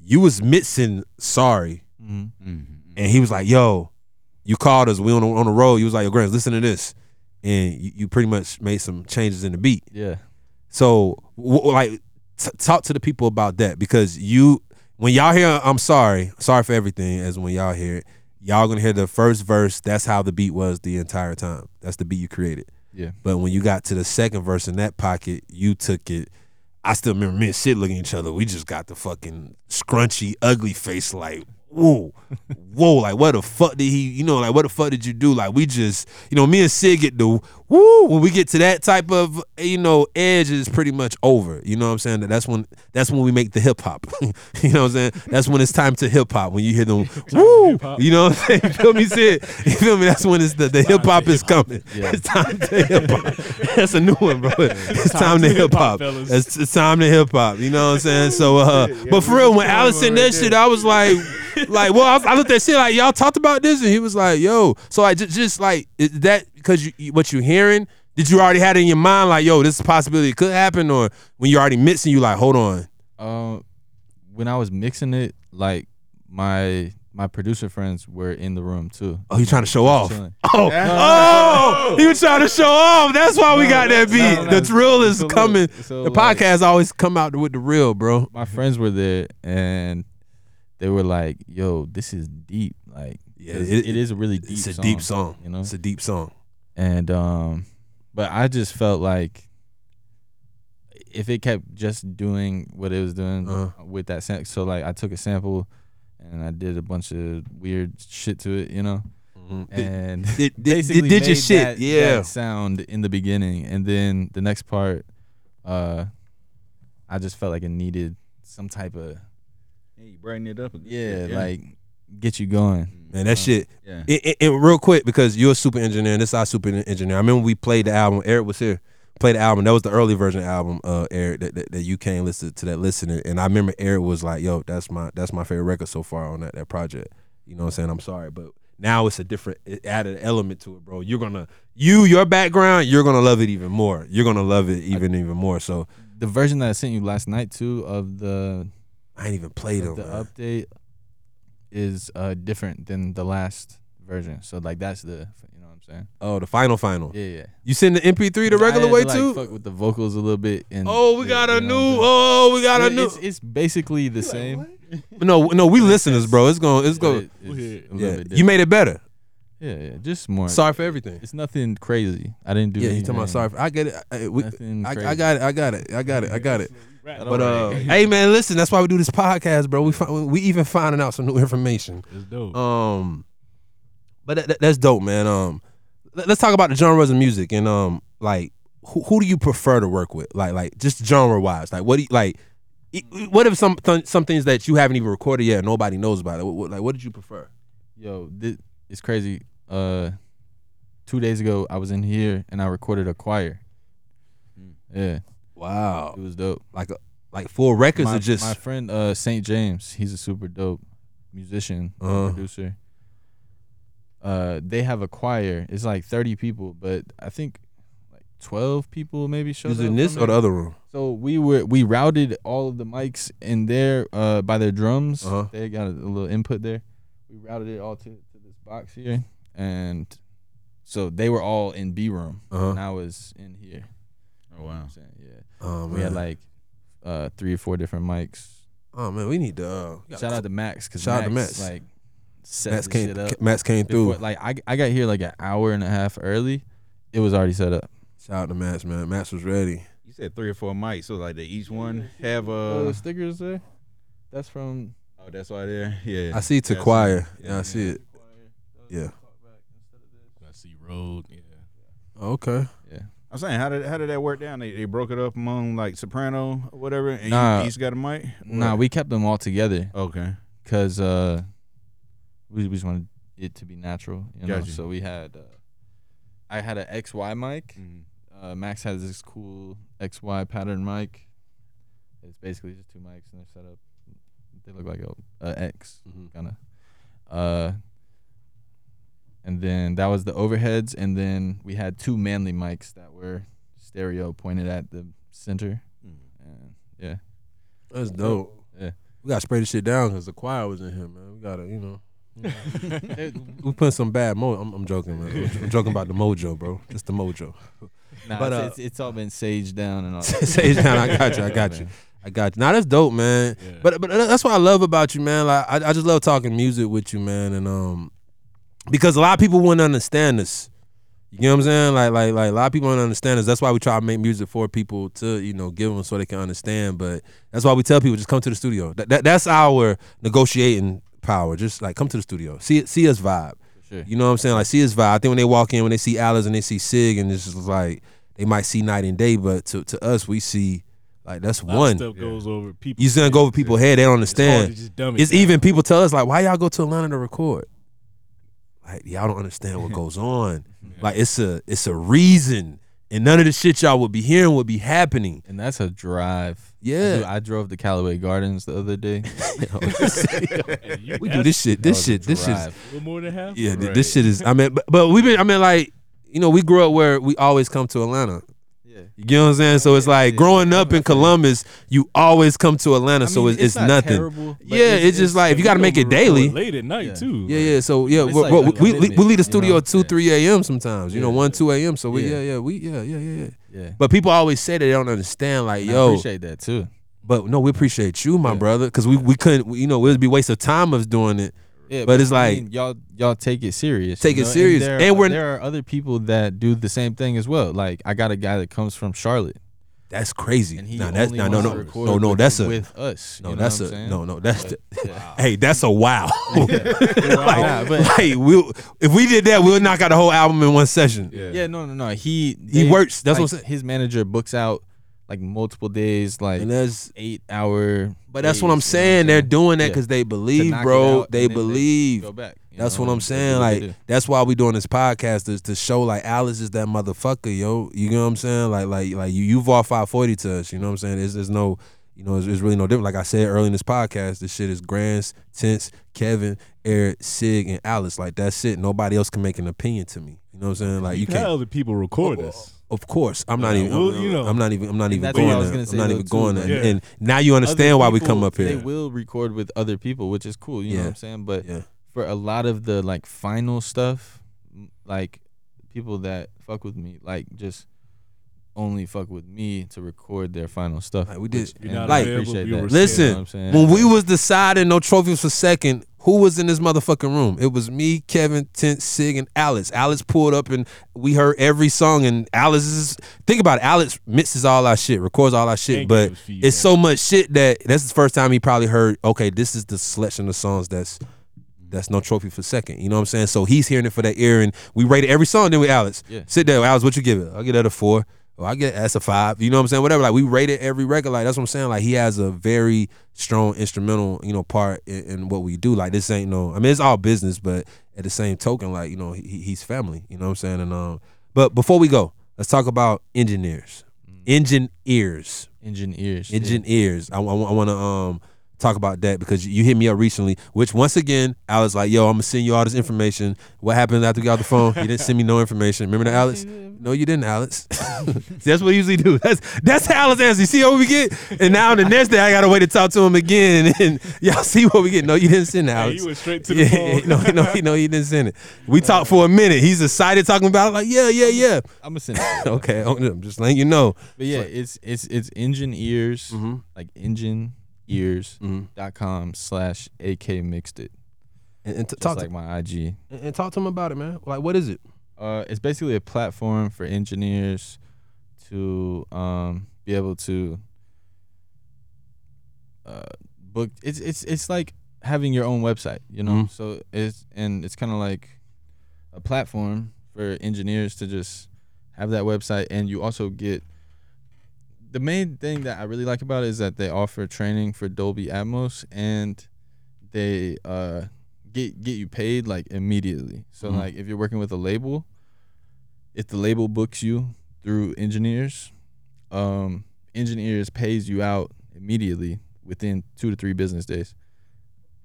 [SPEAKER 2] you was mixing sorry,
[SPEAKER 4] Mhm.
[SPEAKER 5] mm-hmm.
[SPEAKER 2] and he was like, "Yo, you called us. We on the, on the road." You was like, "Yo, Grant, listen to this," and you, you pretty much made some changes in the beat.
[SPEAKER 4] Yeah.
[SPEAKER 2] So, w- w- like, t- talk to the people about that because you, when y'all hear "I'm sorry, sorry for everything," as when y'all hear it, y'all gonna hear the first verse. That's how the beat was the entire time. That's the beat you created.
[SPEAKER 4] Yeah.
[SPEAKER 2] But when you got to the second verse in that pocket, you took it. I still remember me and Sid looking at each other. We just got the fucking scrunchy, ugly face. Like, whoa, whoa, like what the fuck did he? You know, like what the fuck did you do? Like we just, you know, me and Sid get the woo. When we get to that type of, you know, edge is pretty much over. You know what I'm saying? That's when that's when we make the hip hop. you know what I'm saying? That's when it's time to hip hop. When you hear them woo, you know what I'm saying? You feel me, Sid? You feel me? That's when it's the, the hip hop is coming. It's time to hip hop. That's a new one, bro. It's time to hip hop.
[SPEAKER 3] fellas.
[SPEAKER 2] It's it's time to hip hop. You know what I'm saying? So, uh, but for real, when Allison that shit, I was like, like, well, I, I looked at shit like y'all talked about this, and he was like, yo. So I just, just like is that because you, you- what you hearing. Did you already had it in your mind like, yo, this is a possibility it could happen, or when you're already mixing, you like, hold on,
[SPEAKER 4] Um, when I was mixing it, like my my producer friends were in the room too.
[SPEAKER 2] oh, you trying to show off?
[SPEAKER 4] Chilling.
[SPEAKER 2] Oh, oh, he was trying to show off. That's why we
[SPEAKER 4] No,
[SPEAKER 2] got that
[SPEAKER 4] no,
[SPEAKER 2] beat.
[SPEAKER 4] no,
[SPEAKER 2] the
[SPEAKER 4] no.
[SPEAKER 2] drill is
[SPEAKER 4] So look,
[SPEAKER 2] coming.
[SPEAKER 4] so
[SPEAKER 2] the
[SPEAKER 4] like-
[SPEAKER 2] podcast always come out with the real, bro.
[SPEAKER 4] My friends were there and they were like, "Yo, this is deep. Like,
[SPEAKER 2] Yeah,
[SPEAKER 4] 'cause
[SPEAKER 2] it-
[SPEAKER 4] it is a really deep.
[SPEAKER 2] It's a
[SPEAKER 4] song,
[SPEAKER 2] deep song.
[SPEAKER 4] you know."
[SPEAKER 2] It's a deep song.
[SPEAKER 4] and um but i just felt like if it kept just doing what it was doing
[SPEAKER 2] Uh-huh.
[SPEAKER 4] with that sample so like i took a sample and i did a bunch of weird shit to it you know Mm-hmm. and
[SPEAKER 2] Did, did,
[SPEAKER 4] basically
[SPEAKER 2] did, did your
[SPEAKER 4] made
[SPEAKER 2] shit,
[SPEAKER 4] that-
[SPEAKER 2] yeah.
[SPEAKER 4] that sound in the beginning and then the next part uh i just felt like it needed some type of
[SPEAKER 5] Hey, you brighten it up. again.
[SPEAKER 4] yeah, like get you going
[SPEAKER 2] Man, that shit.
[SPEAKER 5] yeah.
[SPEAKER 2] It, it, it- real quick because you're a super engineer and this is our super engineer. I remember we played the album. Eric was here. Played the album. That was the early version of the album, uh, Eric, that, that, that you came listen to that listening. And I remember Eric was like, "Yo, that's my that's my favorite record so far on that that project." You know what I'm saying? I'm sorry, but Now it's a different it added element to it, bro. You're gonna you your background. You're gonna love it even more. You're gonna love it even even more. So
[SPEAKER 4] The version that I sent you last night too of the
[SPEAKER 2] I ain't even played
[SPEAKER 4] the
[SPEAKER 2] them. man.
[SPEAKER 4] update is uh different than the last version. So like that's the you know what I'm saying.
[SPEAKER 2] Oh, the final final.
[SPEAKER 4] Yeah, yeah.
[SPEAKER 2] You send the MP3 the
[SPEAKER 4] I had
[SPEAKER 2] regular
[SPEAKER 4] to,
[SPEAKER 2] way
[SPEAKER 4] like,
[SPEAKER 2] too.
[SPEAKER 4] Fuck with the vocals a little bit. And
[SPEAKER 2] oh, we
[SPEAKER 4] yeah,
[SPEAKER 2] got a
[SPEAKER 4] you know
[SPEAKER 2] new.
[SPEAKER 4] what I'm saying?
[SPEAKER 2] Oh, we got a
[SPEAKER 4] It-
[SPEAKER 2] new.
[SPEAKER 4] It's, it's basically the same.
[SPEAKER 2] No, no, we listeners, bro. It's going. It's
[SPEAKER 4] but
[SPEAKER 2] going.
[SPEAKER 4] it- it's a little
[SPEAKER 2] Yeah,
[SPEAKER 4] bit
[SPEAKER 2] you
[SPEAKER 4] different.
[SPEAKER 2] made it better.
[SPEAKER 4] yeah, yeah, just more.
[SPEAKER 2] Sorry for everything.
[SPEAKER 4] It's nothing crazy. I didn't do.
[SPEAKER 2] Yeah, you talking about
[SPEAKER 4] anything.
[SPEAKER 2] sorry? For, I get it. I, I- we,
[SPEAKER 4] Nothing
[SPEAKER 2] I,
[SPEAKER 4] crazy.
[SPEAKER 2] I got it. I got it. I got it. I got it.
[SPEAKER 4] That
[SPEAKER 2] But uh,
[SPEAKER 4] alright.
[SPEAKER 2] hey man, listen. That's why we do this podcast, bro. We find, we even finding out some new information.
[SPEAKER 3] It's dope.
[SPEAKER 2] Um, but that, that- that's dope, man. Um, let, us talk about the genres of music and um, like who who do you prefer to work with? Like like just genre wise, like what do you like? i- What if some th- some things that you haven't even recorded yet, and nobody knows about it? What, what- like what did you prefer?
[SPEAKER 4] Yo, this, it's crazy. Uh, two days ago, I was in here and I recorded a choir.
[SPEAKER 2] Mm.
[SPEAKER 4] Yeah,
[SPEAKER 2] Wow,
[SPEAKER 4] it was dope.
[SPEAKER 2] like a, like full records
[SPEAKER 4] my,
[SPEAKER 2] or just
[SPEAKER 4] my friend uh, Saint James. He's a super dope musician,
[SPEAKER 2] Uh-huh.
[SPEAKER 4] producer. Uh, they have a choir. It's like thirty people, but I think like twelve people maybe showed
[SPEAKER 2] was
[SPEAKER 4] up.
[SPEAKER 2] in this
[SPEAKER 4] from
[SPEAKER 2] or
[SPEAKER 4] it.
[SPEAKER 2] the other room?
[SPEAKER 4] So we were we routed all of the mics in there uh, by their drums.
[SPEAKER 2] Uh-huh.
[SPEAKER 4] They got a, little input there. We routed it all to, to this box here, and so they were all in B room,
[SPEAKER 2] Uh-huh.
[SPEAKER 4] and I was in here.
[SPEAKER 5] Oh wow.
[SPEAKER 4] So, yeah,
[SPEAKER 2] Oh man,
[SPEAKER 4] we had like uh, three or four different mics.
[SPEAKER 2] oh man, we need to uh,
[SPEAKER 4] Shout out to Max because
[SPEAKER 2] Shout out
[SPEAKER 4] Max,
[SPEAKER 2] to Max.
[SPEAKER 4] like set
[SPEAKER 2] Max
[SPEAKER 4] the
[SPEAKER 2] came,
[SPEAKER 4] shit up.
[SPEAKER 2] Max came
[SPEAKER 4] Before-
[SPEAKER 2] through.
[SPEAKER 4] like I I got here like an hour and a half early. It was already set up.
[SPEAKER 2] Shout out to Max, man. Max was ready.
[SPEAKER 5] You said three or four mics, so like did each one have a.
[SPEAKER 4] Uh,
[SPEAKER 5] Oh,
[SPEAKER 4] the stickers there. That's from
[SPEAKER 5] that's why they're yeah.
[SPEAKER 2] I see
[SPEAKER 5] That's it.
[SPEAKER 2] Taquire. Yeah, I see it. Yeah.
[SPEAKER 3] I see road. Yeah.
[SPEAKER 2] Okay.
[SPEAKER 5] I'm saying how did how did that work down? They, they broke it up among like soprano or whatever, and
[SPEAKER 4] Nah.
[SPEAKER 5] you each got a mic.
[SPEAKER 4] Nah, we kept them all together.
[SPEAKER 5] Okay.
[SPEAKER 4] because uh, we, we just wanted it to be natural. You know?
[SPEAKER 5] Gotcha.
[SPEAKER 4] So we had, uh, I had an XY mic.
[SPEAKER 2] Mm.
[SPEAKER 4] Uh, Max has this cool XY pattern mic. It's basically just two mics and they're set up. They look like a, a X kind of. Uh, and then that was the overheads, and then we had two manly mics that were stereo pointed at the center. And yeah,
[SPEAKER 2] That's dope.
[SPEAKER 4] Yeah.
[SPEAKER 2] We gotta spray this shit down because the choir was in here, man. We gotta, you know.
[SPEAKER 4] Mm-hmm.
[SPEAKER 2] we put some bad mo. I'm, I'm joking, man. I'm joking about the mojo, bro. Just the mojo.
[SPEAKER 4] nah,
[SPEAKER 2] But,
[SPEAKER 4] it's,
[SPEAKER 2] uh,
[SPEAKER 4] it's, it's all been saged down and all. that.
[SPEAKER 2] Sage down. I got you. I got you. I got you. Now that's dope, man. But but that's what I love about you, man. Like I, I just love talking music with you, man. And um, because a lot of people wouldn't understand us. You know what I'm saying? Like like like a lot of people don't understand us. That's why we try to make music for people to you know give them so they can understand. But that's why we tell people just come to the studio. That, that that's our negotiating power. Just like come to the studio. See see us vibe.
[SPEAKER 4] sure.
[SPEAKER 2] You know what I'm saying? Like see his vibe. I think when they walk in, when they see Alice and they see Sig, and it's just like they might see night and day, but to, to us we see like that's
[SPEAKER 3] Lot of
[SPEAKER 2] one.
[SPEAKER 3] stuff goes over people.
[SPEAKER 2] You just gonna go over people's head, they don't
[SPEAKER 3] It's hard to
[SPEAKER 2] understand.
[SPEAKER 3] just dumb it
[SPEAKER 2] It's
[SPEAKER 3] down.
[SPEAKER 2] even people tell us like, why y'all go to Atlanta to record? Like y'all don't understand what goes on. Like it's a it's a reason, and none of the shit y'all would be hearing would be happening.
[SPEAKER 4] And that's a drive.
[SPEAKER 2] Yeah.
[SPEAKER 4] Dude, I drove to Callaway Gardens the other day.
[SPEAKER 3] And you-
[SPEAKER 2] e- we do
[SPEAKER 3] that's
[SPEAKER 2] this shit. This
[SPEAKER 4] That was a
[SPEAKER 2] shit. This shit.
[SPEAKER 4] drive.
[SPEAKER 3] a little more than half.
[SPEAKER 2] Yeah, th- this shit is. I mean, but, but we've been. I mean, like you know, we grew up where we always come to Atlanta.
[SPEAKER 4] Yeah.
[SPEAKER 2] You know what I'm saying? So it's like
[SPEAKER 4] yeah,
[SPEAKER 2] growing
[SPEAKER 4] yeah,
[SPEAKER 2] up in
[SPEAKER 4] definitely.
[SPEAKER 2] Columbus, you always come to Atlanta, so it's, it's,
[SPEAKER 4] not
[SPEAKER 2] nothing.
[SPEAKER 4] terrible, but
[SPEAKER 2] Yeah, it's, just like if you got to
[SPEAKER 3] We
[SPEAKER 2] make
[SPEAKER 3] go
[SPEAKER 2] it
[SPEAKER 3] record
[SPEAKER 2] daily.
[SPEAKER 3] Late at night
[SPEAKER 4] Yeah.
[SPEAKER 3] too.
[SPEAKER 2] Yeah, yeah. So yeah,
[SPEAKER 4] It's
[SPEAKER 2] we
[SPEAKER 4] like
[SPEAKER 2] we-
[SPEAKER 4] a
[SPEAKER 2] we, we, we
[SPEAKER 4] commitment,
[SPEAKER 2] leave the
[SPEAKER 4] you
[SPEAKER 2] studio
[SPEAKER 4] know?
[SPEAKER 2] at two,
[SPEAKER 4] Yeah.
[SPEAKER 2] three a.m. sometimes. You know,
[SPEAKER 4] Yeah.
[SPEAKER 2] one, two a.m. So we
[SPEAKER 4] Yeah.
[SPEAKER 2] yeah. yeah, we yeah, yeah, yeah, yeah.
[SPEAKER 4] Yeah.
[SPEAKER 2] But people always say that they don't understand. Like
[SPEAKER 4] And I
[SPEAKER 2] yo,
[SPEAKER 4] appreciate that too.
[SPEAKER 2] but no, we appreciate you, my
[SPEAKER 4] Yeah.
[SPEAKER 2] brother, because we we couldn't. We, you know, it would be a waste of time of doing it.
[SPEAKER 4] Yeah,
[SPEAKER 2] But it's
[SPEAKER 4] I
[SPEAKER 2] like-
[SPEAKER 4] mean, y'all y'all take it serious.
[SPEAKER 2] Take
[SPEAKER 4] you
[SPEAKER 2] it
[SPEAKER 4] know?
[SPEAKER 2] serious.
[SPEAKER 4] And, there,
[SPEAKER 2] And
[SPEAKER 4] are,
[SPEAKER 2] we're-
[SPEAKER 4] there are other people that do the same thing as well. Like I got a guy that comes from Charlotte
[SPEAKER 2] That's crazy.
[SPEAKER 4] and he
[SPEAKER 2] Nah,
[SPEAKER 4] only
[SPEAKER 2] that's nah, no
[SPEAKER 4] wants
[SPEAKER 2] no
[SPEAKER 4] to record
[SPEAKER 2] no no.
[SPEAKER 4] with,
[SPEAKER 2] That's a
[SPEAKER 4] with us.
[SPEAKER 2] no.
[SPEAKER 4] you know
[SPEAKER 2] That's
[SPEAKER 4] what I'm
[SPEAKER 2] a
[SPEAKER 4] saying?
[SPEAKER 2] no no. That's the-
[SPEAKER 4] Yeah.
[SPEAKER 2] hey. That's a wow.
[SPEAKER 4] Like, nah, but
[SPEAKER 2] Hey, we'll, if we did that, we'll knock out a whole album in one session.
[SPEAKER 5] Yeah.
[SPEAKER 4] yeah, no no no. He
[SPEAKER 2] He
[SPEAKER 4] they-
[SPEAKER 2] works. That's
[SPEAKER 4] like,
[SPEAKER 2] what I'm saying.
[SPEAKER 4] His manager books out like multiple days, like
[SPEAKER 2] And that's,
[SPEAKER 4] eight hour.
[SPEAKER 2] but that's what I'm
[SPEAKER 4] days, you know
[SPEAKER 2] saying. They're doing that
[SPEAKER 4] Yeah.
[SPEAKER 2] because they
[SPEAKER 4] To
[SPEAKER 2] believe,
[SPEAKER 4] knock it
[SPEAKER 2] bro.
[SPEAKER 4] out
[SPEAKER 2] They
[SPEAKER 4] and then
[SPEAKER 2] believe.
[SPEAKER 4] go back, you
[SPEAKER 2] That's
[SPEAKER 4] know,
[SPEAKER 2] what I'm
[SPEAKER 4] and they do
[SPEAKER 2] saying.
[SPEAKER 4] what they
[SPEAKER 2] Like
[SPEAKER 4] do.
[SPEAKER 2] that's why we doing this podcast is to show like Alice is that motherfucker, yo. You know what I'm saying? Like like like you you've all 540 to us. You know what I'm saying? There's, there's no You know, it's, it's really no different. Like I said earlier in this podcast, this shit is Grants, Tense, Kevin, Eric, Sig, and Alice. Like that's it. Nobody else can make an opinion to me. You know what I'm saying? Like you
[SPEAKER 3] How
[SPEAKER 2] can't.
[SPEAKER 3] other people record us.
[SPEAKER 2] Of course, I'm not
[SPEAKER 3] Yeah,
[SPEAKER 2] even.
[SPEAKER 3] well,
[SPEAKER 2] I'm,
[SPEAKER 3] you know.
[SPEAKER 2] I'm not even. I'm not even
[SPEAKER 4] That's
[SPEAKER 2] going
[SPEAKER 4] what I was
[SPEAKER 2] there.
[SPEAKER 4] gonna say,
[SPEAKER 2] I'm not
[SPEAKER 4] though,
[SPEAKER 2] even
[SPEAKER 4] too,
[SPEAKER 2] going
[SPEAKER 4] like-
[SPEAKER 2] there.
[SPEAKER 3] Yeah.
[SPEAKER 2] And now you understand why we
[SPEAKER 4] people,
[SPEAKER 2] come up here.
[SPEAKER 4] They will record with other people, which is cool. You know
[SPEAKER 2] Yeah.
[SPEAKER 4] what I'm saying? But
[SPEAKER 2] Yeah.
[SPEAKER 4] for a lot of the like final stuff, m- like people that fuck with me, like just only fuck with me to record their final stuff.
[SPEAKER 2] Like, we did-
[SPEAKER 4] which-
[SPEAKER 3] You're
[SPEAKER 4] and
[SPEAKER 3] not
[SPEAKER 4] I
[SPEAKER 3] available,
[SPEAKER 4] appreciate
[SPEAKER 3] you
[SPEAKER 4] that.
[SPEAKER 3] were
[SPEAKER 2] Listen,
[SPEAKER 4] You know what I'm saying?
[SPEAKER 2] When we was deciding no trophies for second, who was in this motherfucking room? It was me, Kevin, Tent, Sig, and Alex. Alex pulled up and we heard every song. And Alex is think about it. Alex mixes all our shit, records all our shit,
[SPEAKER 3] And
[SPEAKER 2] but
[SPEAKER 3] gives feedback.
[SPEAKER 2] it's so much shit that that's the first time he probably heard. Okay, this is the selection of songs that's that's no trophy for second. You know what I'm saying? So he's hearing it for that ear, and we rated every song. Then we Alex
[SPEAKER 4] Yeah.
[SPEAKER 2] sit there. Alex, what you give it? I get that a four. Oh, I get that's a five. You know what I'm saying? Whatever. Like we rated every record. Like that's what I'm saying. Like he has a very strong instrumental, you know, part in, in what we do. Like this ain't no. I mean, it's all business, but at the same token, like you know, he, he's family. You know what I'm saying? And um, but before we go, let's talk about engineers. Engineers
[SPEAKER 4] engineers.
[SPEAKER 2] engine ears. I, want to um talk about that because you hit me up recently. Which once again, I was like, "Yo, I'm gonna send you all this information." What happened after we got off the phone? You didn't send me no information. Remember that, Alex? No, you didn't, Alex. See, that's what he usually do. That's that's how Alex answers. You see what we get? And now the next day, I gotta wait to talk to him again, and y'all see what we get. No, you didn't send it,
[SPEAKER 3] Hey,
[SPEAKER 2] Alex.
[SPEAKER 3] you went straight to the phone.
[SPEAKER 2] no, no, he- no, he didn't send it. We talked for a minute. He's excited talking about it, like, yeah, yeah, yeah.
[SPEAKER 4] I'm gonna send. it.
[SPEAKER 2] Okay, I'm just letting you know.
[SPEAKER 4] But yeah, it's it's it's engineers
[SPEAKER 3] Mm-hmm,
[SPEAKER 2] Mhm.
[SPEAKER 4] like engine ears
[SPEAKER 2] Mhm.
[SPEAKER 4] dot com slash ak mixed it.
[SPEAKER 2] And, and t-
[SPEAKER 4] Just
[SPEAKER 2] talk
[SPEAKER 4] like my IG.
[SPEAKER 2] and, and talk to him about it, man. Like, what is it?
[SPEAKER 4] Uh, it's basically a platform for engineers to um, be able to uh, book. It's it's it's like having your own website, you know.
[SPEAKER 2] Mhm.
[SPEAKER 4] So it's and it's kind of like a platform for engineers to just have that website, and you also get. The main thing that I really like about it is that they offer training for Dolby Atmos, and they uh, get get you paid like immediately. So
[SPEAKER 2] Mhm.
[SPEAKER 4] like if you're working with a label, if the label books you through engineers, um, engineers pays you out immediately within two to three business days,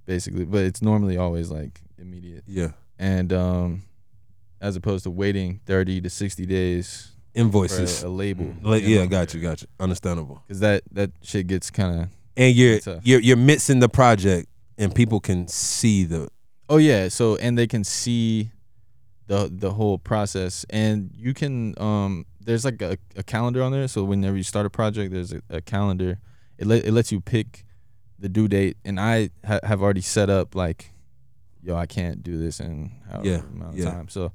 [SPEAKER 4] basically. But it's normally always like immediate,
[SPEAKER 2] Yeah.
[SPEAKER 4] and um, as opposed to waiting thirty to sixty days for
[SPEAKER 2] Invoices.
[SPEAKER 4] a, a label.
[SPEAKER 2] Mm. Like, yeah, got you, got you. Understandable.
[SPEAKER 4] because that that shit gets kind of
[SPEAKER 2] And you're
[SPEAKER 4] It's tough.
[SPEAKER 2] you're you're mixing the project, and people can see the
[SPEAKER 4] Oh yeah, so and they can see the the whole process and you can um there's like a, a calendar on there so whenever you start a project there's a, a calendar. It let, it lets you pick the due date and I ha- have already set up like yo I can't do this in however
[SPEAKER 2] Yeah,
[SPEAKER 4] amount of
[SPEAKER 2] yeah.
[SPEAKER 4] time. So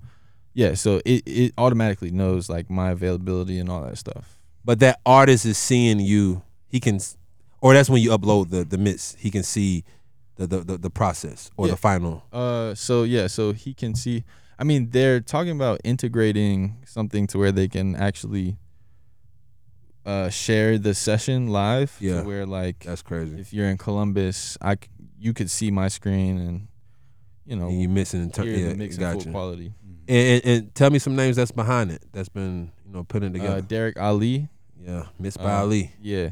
[SPEAKER 4] yeah, so it it automatically knows like my availability and all that stuff.
[SPEAKER 2] but that artist is seeing you. He can, s- or that's when you upload the the mix. He can see the the the, the process or
[SPEAKER 4] Yeah.
[SPEAKER 2] the final.
[SPEAKER 4] Uh, so yeah, so he can see. I mean, they're talking about integrating something to where they can actually uh, share the session live. to
[SPEAKER 2] Yeah.
[SPEAKER 4] where like
[SPEAKER 2] That's crazy.
[SPEAKER 4] if you're in Columbus, I c- you could see my screen and you know
[SPEAKER 2] And you missing in
[SPEAKER 4] hear
[SPEAKER 2] turn. Yeah,
[SPEAKER 4] the mix in
[SPEAKER 2] got
[SPEAKER 4] full
[SPEAKER 2] you.
[SPEAKER 4] quality.
[SPEAKER 2] And, and and tell me some names that's behind it. That's been you know putting it
[SPEAKER 4] Uh,
[SPEAKER 2] together.
[SPEAKER 4] Derek Ali,
[SPEAKER 2] yeah, Miss
[SPEAKER 4] uh,
[SPEAKER 2] by Ali.
[SPEAKER 4] yeah.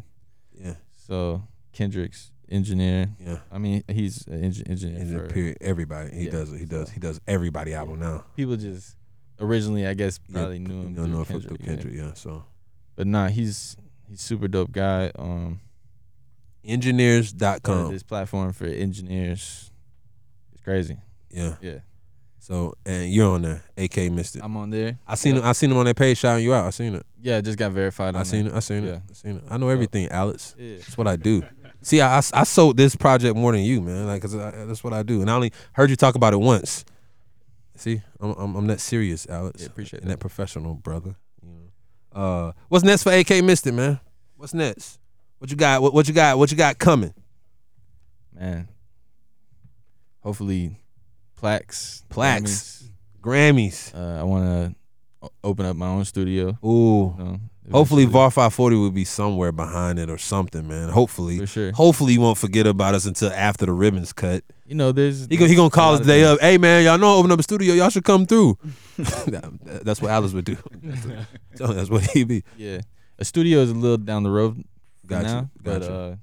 [SPEAKER 2] Yeah,
[SPEAKER 4] So Kendrick's engineer.
[SPEAKER 2] yeah.
[SPEAKER 4] I mean, he's an eng- engineer.
[SPEAKER 2] And
[SPEAKER 4] for-
[SPEAKER 2] period. Everybody. He
[SPEAKER 4] yeah,
[SPEAKER 2] does. He does.
[SPEAKER 4] so-
[SPEAKER 2] He does everybody album now.
[SPEAKER 4] people just originally, I guess,
[SPEAKER 2] Yeah,
[SPEAKER 4] probably knew him.
[SPEAKER 2] You don't
[SPEAKER 4] through
[SPEAKER 2] know if it's
[SPEAKER 4] Kendrick,
[SPEAKER 2] through
[SPEAKER 4] yeah.
[SPEAKER 2] Kendrick. Yeah, so.
[SPEAKER 4] But nah, he's he's super dope guy. Um, uh,
[SPEAKER 2] engineers.com
[SPEAKER 4] this platform for engineers, it's crazy.
[SPEAKER 2] yeah
[SPEAKER 4] Yeah,
[SPEAKER 2] so and you're on there ak missed it
[SPEAKER 4] I'm on there.
[SPEAKER 2] i seen him i seen him on that page shouting you out i seen it
[SPEAKER 4] Yeah, I just got verified. On
[SPEAKER 2] i seen
[SPEAKER 4] there.
[SPEAKER 2] it i seen it
[SPEAKER 4] Yeah.
[SPEAKER 2] i seen it i know everything alex
[SPEAKER 4] Yeah.
[SPEAKER 2] that's what i do see I, I s- I sold this project more than you man like 'cause I, that's what i do and i only heard you talk about it once see i'm i'm, I'm that serious alex
[SPEAKER 4] Yeah, appreciate
[SPEAKER 2] and that professional brother you know uh what's next for ak missed it man what's next what you got what, what you got what you got coming
[SPEAKER 4] man. Hopefully, plaques.
[SPEAKER 2] Plaques. grammys
[SPEAKER 4] Grammys. Uh, I want to open up my own studio. Um,
[SPEAKER 2] ooh
[SPEAKER 4] You know,
[SPEAKER 2] Hopefully,
[SPEAKER 4] eventually,
[SPEAKER 2] VAR 540 will be somewhere behind it or something, man. Hopefully.
[SPEAKER 4] for sure.
[SPEAKER 2] Hopefully, you won't forget about us until after the ribbon's cut.
[SPEAKER 4] You know, there's
[SPEAKER 2] He, gon- he gonna
[SPEAKER 4] a
[SPEAKER 2] call
[SPEAKER 4] lot
[SPEAKER 2] us
[SPEAKER 4] of
[SPEAKER 2] today
[SPEAKER 4] things.
[SPEAKER 2] up. Hey, man, y'all know I open up a studio. Y'all should come through. That- That's what Alice would do. That's what he be.
[SPEAKER 4] Yeah, a studio is a little down the road
[SPEAKER 2] Gotcha,
[SPEAKER 4] now. But
[SPEAKER 2] gotcha.
[SPEAKER 4] uh,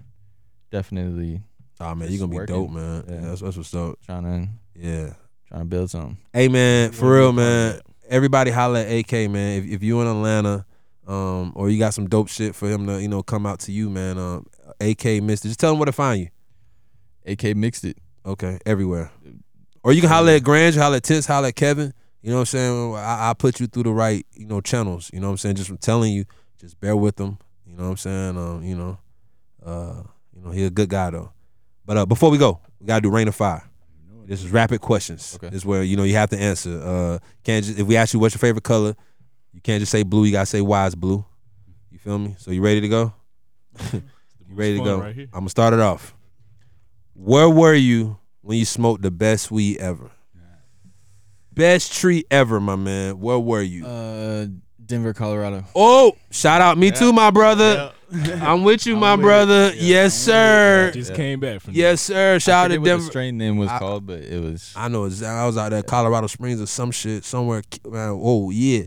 [SPEAKER 4] definitely
[SPEAKER 2] Oh man,
[SPEAKER 4] It's
[SPEAKER 2] you're gonna be
[SPEAKER 4] working.
[SPEAKER 2] dope, man.
[SPEAKER 4] Yeah.
[SPEAKER 2] That's that's what's up.
[SPEAKER 4] trying to
[SPEAKER 2] Yeah.
[SPEAKER 4] trying to build something.
[SPEAKER 2] Hey man, for
[SPEAKER 3] Yeah,
[SPEAKER 2] real,
[SPEAKER 3] we
[SPEAKER 2] man. Everybody holla at AK, man. If if you in Atlanta, um, or you got some dope shit for him to, you know, come out to you, man. Um, AK Mister, just tell him where to find you.
[SPEAKER 4] AK mixed it.
[SPEAKER 2] Okay, everywhere. Or you can holla at Grange, holla at Tits, holla at Kevin. You know what I'm saying? I, I put you through the right, you know, channels. You know what I'm saying? Just from telling you, just bear with him. You know what I'm saying? Um, you know, uh, you know, he a good guy though. But uh, before we go, we gotta do rain of fire. This is rapid questions.
[SPEAKER 4] Okay.
[SPEAKER 2] This is where you know you have to answer. Uh, can't just, if we ask you what's your favorite color, you can't just say blue. You gotta say why it's blue. You feel me? So you ready to go? You ready to go? I'm gonna start it off. Where were you when you smoked the best weed ever? Best tree ever, my man. Where were you?
[SPEAKER 4] Uh, Denver, Colorado.
[SPEAKER 2] oh, shout out me too, my brother. I'm with you, my
[SPEAKER 4] with it.
[SPEAKER 2] brother.
[SPEAKER 4] Yeah,
[SPEAKER 2] yes, sir.
[SPEAKER 3] Just
[SPEAKER 4] Yeah.
[SPEAKER 3] came back from
[SPEAKER 2] Yes, sir. Shout out to
[SPEAKER 4] I forget what
[SPEAKER 2] Denver.
[SPEAKER 4] the strain name was
[SPEAKER 2] I-
[SPEAKER 4] called, but it was
[SPEAKER 2] I know. exa- I was out there, at Colorado Springs or some shit, somewhere. Man, oh yeah,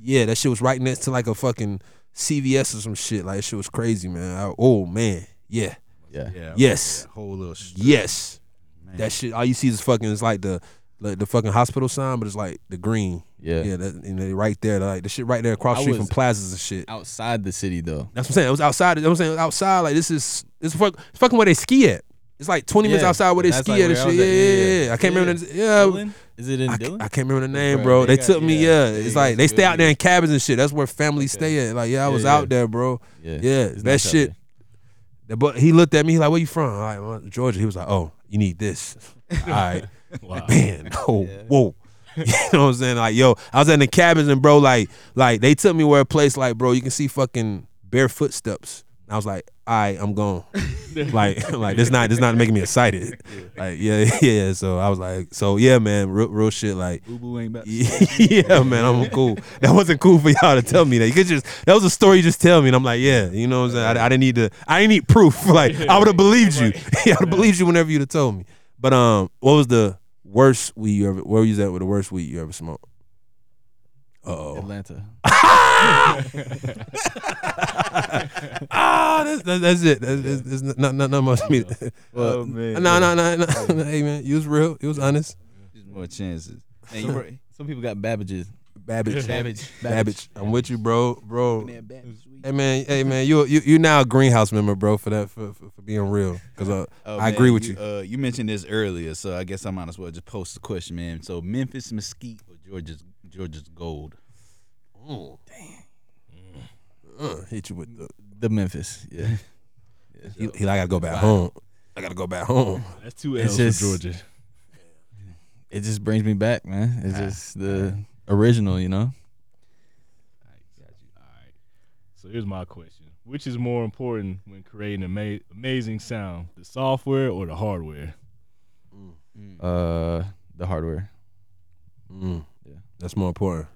[SPEAKER 2] yeah. That shit was right next to like a fucking CVS or some shit. Like that shit was crazy, man. I- oh man, yeah.
[SPEAKER 4] yeah.
[SPEAKER 5] Yeah.
[SPEAKER 2] Yes.
[SPEAKER 5] That whole little sh-
[SPEAKER 2] Yes.
[SPEAKER 5] Man.
[SPEAKER 2] That shit. All you see is fucking. It's like the like the fucking hospital sign, but it's like the green.
[SPEAKER 4] Yeah.
[SPEAKER 2] Yeah. That, and they right there. Like the shit right there across
[SPEAKER 4] I
[SPEAKER 2] the street from
[SPEAKER 4] was-
[SPEAKER 2] plazas and shit.
[SPEAKER 4] Outside the city though.
[SPEAKER 2] That's what I'm saying. It was outside. You know what I'm saying outside. Like this is it's fuck, it's fucking where they ski at. It's like 20 minutes
[SPEAKER 4] Yeah.
[SPEAKER 2] outside where they
[SPEAKER 4] That's
[SPEAKER 2] ski
[SPEAKER 4] like
[SPEAKER 2] at and
[SPEAKER 4] where I
[SPEAKER 2] shit.
[SPEAKER 4] was
[SPEAKER 2] Yeah,
[SPEAKER 4] at.
[SPEAKER 2] yeah,
[SPEAKER 4] Yeah,
[SPEAKER 2] yeah,
[SPEAKER 4] yeah.
[SPEAKER 2] I can't remember.
[SPEAKER 4] Yeah.
[SPEAKER 2] The, yeah.
[SPEAKER 4] Dylan? Is it in
[SPEAKER 2] I,
[SPEAKER 4] Dylan?
[SPEAKER 2] ca- I can't remember the name,
[SPEAKER 4] Bruh,
[SPEAKER 2] bro. They,
[SPEAKER 4] they got-
[SPEAKER 2] took me,
[SPEAKER 4] yeah,
[SPEAKER 2] yeah.
[SPEAKER 4] they
[SPEAKER 2] It's
[SPEAKER 4] got
[SPEAKER 2] like
[SPEAKER 4] some
[SPEAKER 2] they
[SPEAKER 4] good
[SPEAKER 2] stay out there in
[SPEAKER 4] eateries.
[SPEAKER 2] cabins and shit. That's where family stay at. Like, yeah, I
[SPEAKER 4] Yeah,
[SPEAKER 2] was
[SPEAKER 4] yeah.
[SPEAKER 2] out there, bro.
[SPEAKER 4] yeah.
[SPEAKER 2] Yeah,
[SPEAKER 4] It's
[SPEAKER 2] that
[SPEAKER 4] nice out
[SPEAKER 2] shit.
[SPEAKER 4] there.
[SPEAKER 2] But he looked at me. He like, where you from? i like, well, Georgia. He was like, oh, you need this. All right,
[SPEAKER 3] Wow.
[SPEAKER 2] man. Oh,
[SPEAKER 4] Yeah.
[SPEAKER 2] whoa. You know what I'm saying? Like, yo, I was in the cabins and bro, like, like they took me where a place like, bro, you can see fucking bare footsteps. And I was like, all right, I'm gone. like, like this not this not making me excited. Like, yeah, yeah. So I was like, so yeah, man, real, real shit. Like,
[SPEAKER 5] Boo boo ain't back.
[SPEAKER 2] yeah, man, I'm cool. That wasn't cool for y'all to tell me that. You could just that was a story you just tell me, and I'm like, yeah, you know what I'm saying. I, I didn't need to. I didn't need proof. Like I would have believed you. yeah, I'd have believed you whenever you'd have told me. But um, what was the worst weed you ever? Where was that with the worst weed you ever smoked? Uh oh.
[SPEAKER 4] Atlanta.
[SPEAKER 2] Ah, that's, that's, that's it. That's, that's, that's not, not, not much. Me.
[SPEAKER 5] Oh man.
[SPEAKER 2] no, no, no, no. Hey man, you was real. You was honest.
[SPEAKER 5] Just more chances. And you-
[SPEAKER 4] Some, some people got babbages.
[SPEAKER 2] Babbage.
[SPEAKER 4] Babbage.
[SPEAKER 2] Babbage. I'm with you, bro. Bro.
[SPEAKER 5] Man, back this week.
[SPEAKER 2] Hey man, hey man, you you you now a greenhouse member, bro, for that for, for, for being real, because uh,
[SPEAKER 5] Oh,
[SPEAKER 2] I
[SPEAKER 5] man,
[SPEAKER 2] agree with you.
[SPEAKER 5] Uh, you mentioned this earlier, so I guess I might as well just post the question, man. So Memphis mesquite or Georgia's Georgia's gold?
[SPEAKER 2] uh, hit you with the
[SPEAKER 4] The Memphis. Yeah.
[SPEAKER 2] he, he like, I gotta go back home. I gotta go back home.
[SPEAKER 3] That's two
[SPEAKER 4] It's
[SPEAKER 3] L's
[SPEAKER 4] just-
[SPEAKER 3] for Georgia.
[SPEAKER 4] It just brings me back, man.
[SPEAKER 2] Ah,
[SPEAKER 4] It's just the original, you know?
[SPEAKER 3] All right. So here's my question: Which is more important when creating ama- amazing sound, the software or the hardware?
[SPEAKER 4] Uh the hardware.
[SPEAKER 2] Mm.
[SPEAKER 4] Yeah.
[SPEAKER 2] That's more important.